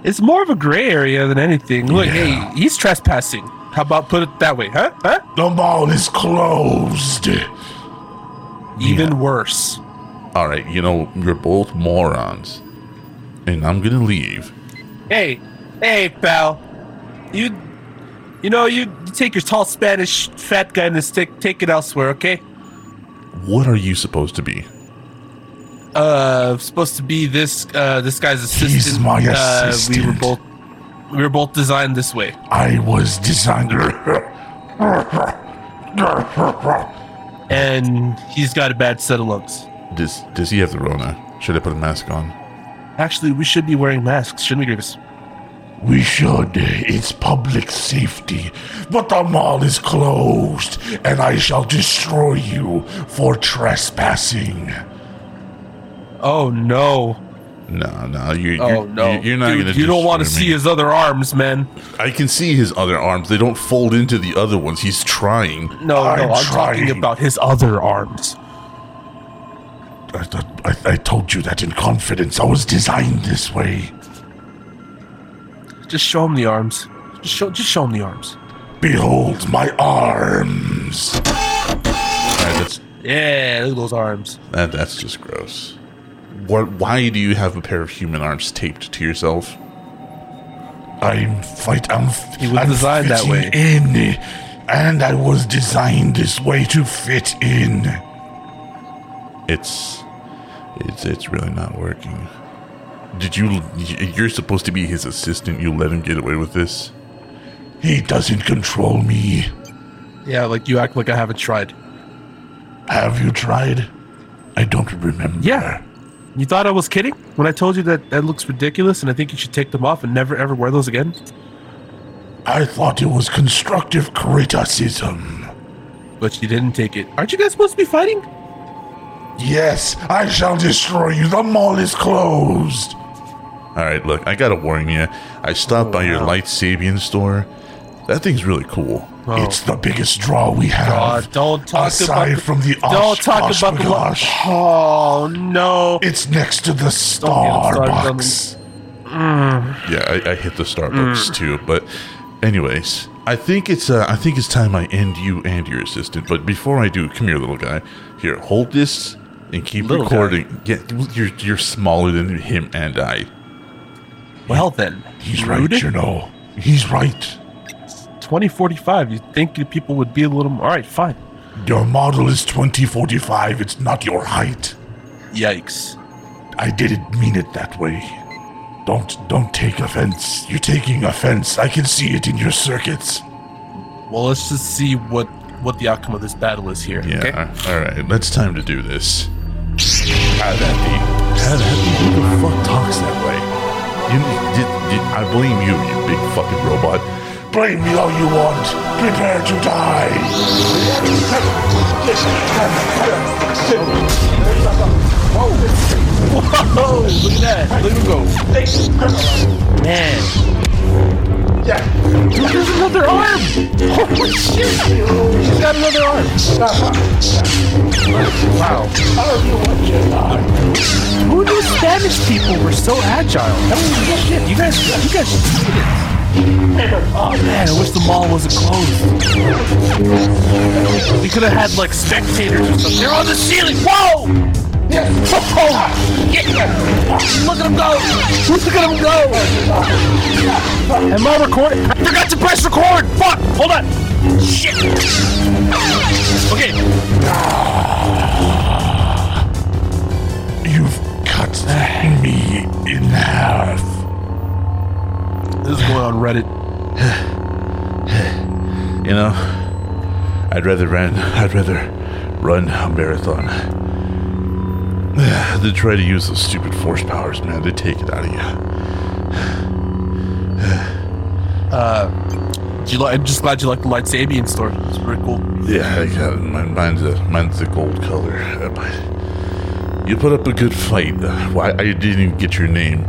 Speaker 10: it's more of a gray area than anything. Look,
Speaker 9: Yeah.
Speaker 10: hey, he's trespassing. How about put it that way, huh? Huh?
Speaker 9: The mall is closed.
Speaker 10: Even worse.
Speaker 8: All right, you know you're both morons, and I'm gonna leave.
Speaker 10: Hey, hey, pal. You, you know, you, you take your tall Spanish fat guy and stick, take it elsewhere, okay?
Speaker 8: What are you supposed to be?
Speaker 10: uh supposed to be this uh this guy's assistant.
Speaker 9: He's my
Speaker 10: Uh, we were
Speaker 9: assistant.
Speaker 10: both we were both designed this way.
Speaker 9: I was designed.
Speaker 10: And he's got a bad set of lungs.
Speaker 8: Does Does he have the Rona? Should I put a mask on?
Speaker 10: Actually, we should be wearing masks, shouldn't we, Grievous?
Speaker 9: We should. It's public safety. But the mall is closed, and I shall destroy you for trespassing.
Speaker 10: Oh no.
Speaker 8: No, no. You. you-
Speaker 10: Oh no.
Speaker 8: You, are not
Speaker 10: Dude,
Speaker 8: gonna.
Speaker 10: you don't want to
Speaker 8: destroy
Speaker 10: see
Speaker 8: me.
Speaker 10: his other arms, man.
Speaker 8: I can see his other arms. They don't fold into the other ones. He's trying.
Speaker 10: No,
Speaker 9: I'm
Speaker 10: no, I'm talking
Speaker 9: trying.
Speaker 10: about his other arms.
Speaker 9: I, thought- I, I told you that in confidence. I was designed this way.
Speaker 10: Just show him the arms. Just show just show him the arms.
Speaker 9: Behold my arms.
Speaker 8: All right, Uh, that's
Speaker 10: Yeah, look at those arms.
Speaker 8: that, that's just gross. What? Why do you have a pair of human arms taped to yourself?
Speaker 9: I'm fight. I'm. f-
Speaker 10: He was
Speaker 9: I'm
Speaker 10: designed that
Speaker 9: fitting
Speaker 10: way.
Speaker 9: In, and I was designed this way to fit in.
Speaker 8: It's, it's, it's really not working. Did you? You're supposed to be his assistant. You let him get away with this?
Speaker 9: He doesn't control me.
Speaker 10: Yeah, like you act like I haven't tried.
Speaker 9: Have you tried? I don't remember.
Speaker 10: Yeah. You thought I was kidding when I told you that that looks ridiculous and I think you should take them off and never ever wear those again?
Speaker 9: I thought it was constructive criticism.
Speaker 10: But you didn't take it. Aren't you guys supposed to be fighting?
Speaker 9: Yes, I shall destroy you. The mall is closed.
Speaker 8: All right, look, I gotta warn you. I stopped by your Light Sabian store. That thing's really cool.
Speaker 10: Oh.
Speaker 9: It's the biggest draw we have.
Speaker 10: God, don't talk
Speaker 9: Uh, aside
Speaker 10: about the-
Speaker 9: from the
Speaker 10: Don't
Speaker 9: Osh-
Speaker 10: talk about the lo-
Speaker 9: Oshkosh.
Speaker 10: Oh no.
Speaker 9: It's next to the
Speaker 10: started on the-
Speaker 9: Starbucks.
Speaker 8: Yeah, I, I hit the
Speaker 10: Mm.
Speaker 8: Starbucks too. But, anyways, I think it's uh, I think it's time I end you and your assistant. But before I do, come here, little guy. Here, hold this and keep
Speaker 10: Little guy.
Speaker 8: recording. Yeah, you're you're smaller than him and I.
Speaker 10: Well then.
Speaker 9: He's
Speaker 10: rude.
Speaker 9: right, you know. He's right.
Speaker 10: 2045. You think the people would be a little more. All right, fine.
Speaker 9: Your model is 2045. It's not your height.
Speaker 10: Yikes.
Speaker 9: I didn't mean it that way. Don't don't take offense. You're taking offense. I can see it in your circuits.
Speaker 10: Well, let's just see what what the outcome of this battle is here.
Speaker 8: Yeah.
Speaker 7: Okay.
Speaker 8: All right, that's time to do this. Have at thee. Have at thee. Who the fuck talks that way? You, did, did, I blame you, you big fucking robot.
Speaker 9: Blame me all you want. Prepare to die.
Speaker 10: Whoa! Look at that. Look at him go. Man. Yeah. Dude, there's another arm. Holy shit. She's got another arm. Wow. Who knew Spanish people were so agile? That was shit. You guys, you guys did it. Oh man, I wish the mall wasn't closed. We could have had like spectators or something. They're on the ceiling. Whoa! Oh, Look at him go! Look at him go! Am I recording? I forgot to press record! Fuck! Hold on! Shit! Okay.
Speaker 9: You've cut me in half.
Speaker 10: This is going on Reddit.
Speaker 8: You know, I'd rather run. I'd rather run a marathon [sighs] than try to use those stupid force powers, man. They take it out of you.
Speaker 10: Do you li- I'm just glad you like the Light Sabian store. It's pretty cool.
Speaker 8: Yeah, I got it. Mine, mine's a mine's a gold color. Uh, but You put up a good fight. Why I didn't even get your name.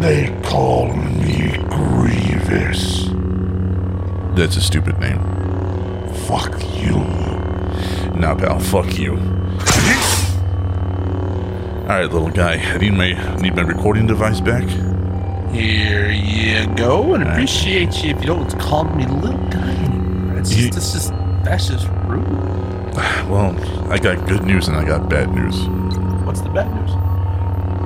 Speaker 9: They call me Grievous.
Speaker 8: That's a stupid name.
Speaker 9: Fuck you.
Speaker 8: Nah, pal. Fuck you. [laughs] All right, little guy. I need my need my recording device back.
Speaker 10: Here you go, and appreciate you if you don't call me little guy anymore. It's
Speaker 8: You-
Speaker 10: just, this is that's just rude.
Speaker 8: Well, I got good news and I got bad news.
Speaker 10: What's the bad news?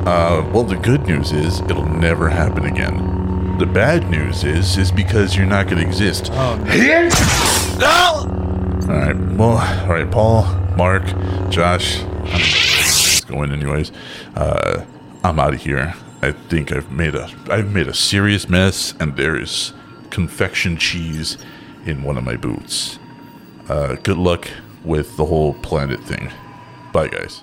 Speaker 8: Uh, well, the good news is it'll never happen again. The bad news is is because you're not gonna exist.
Speaker 10: Oh no! no!
Speaker 8: All right. Well, all right, Paul, Mark, Josh. I'm going anyways. Uh, I'm out of here. I think I've made a I've made a serious mess, and there is confection cheese in one of my boots. Uh, good luck with the whole planet thing. Bye, guys.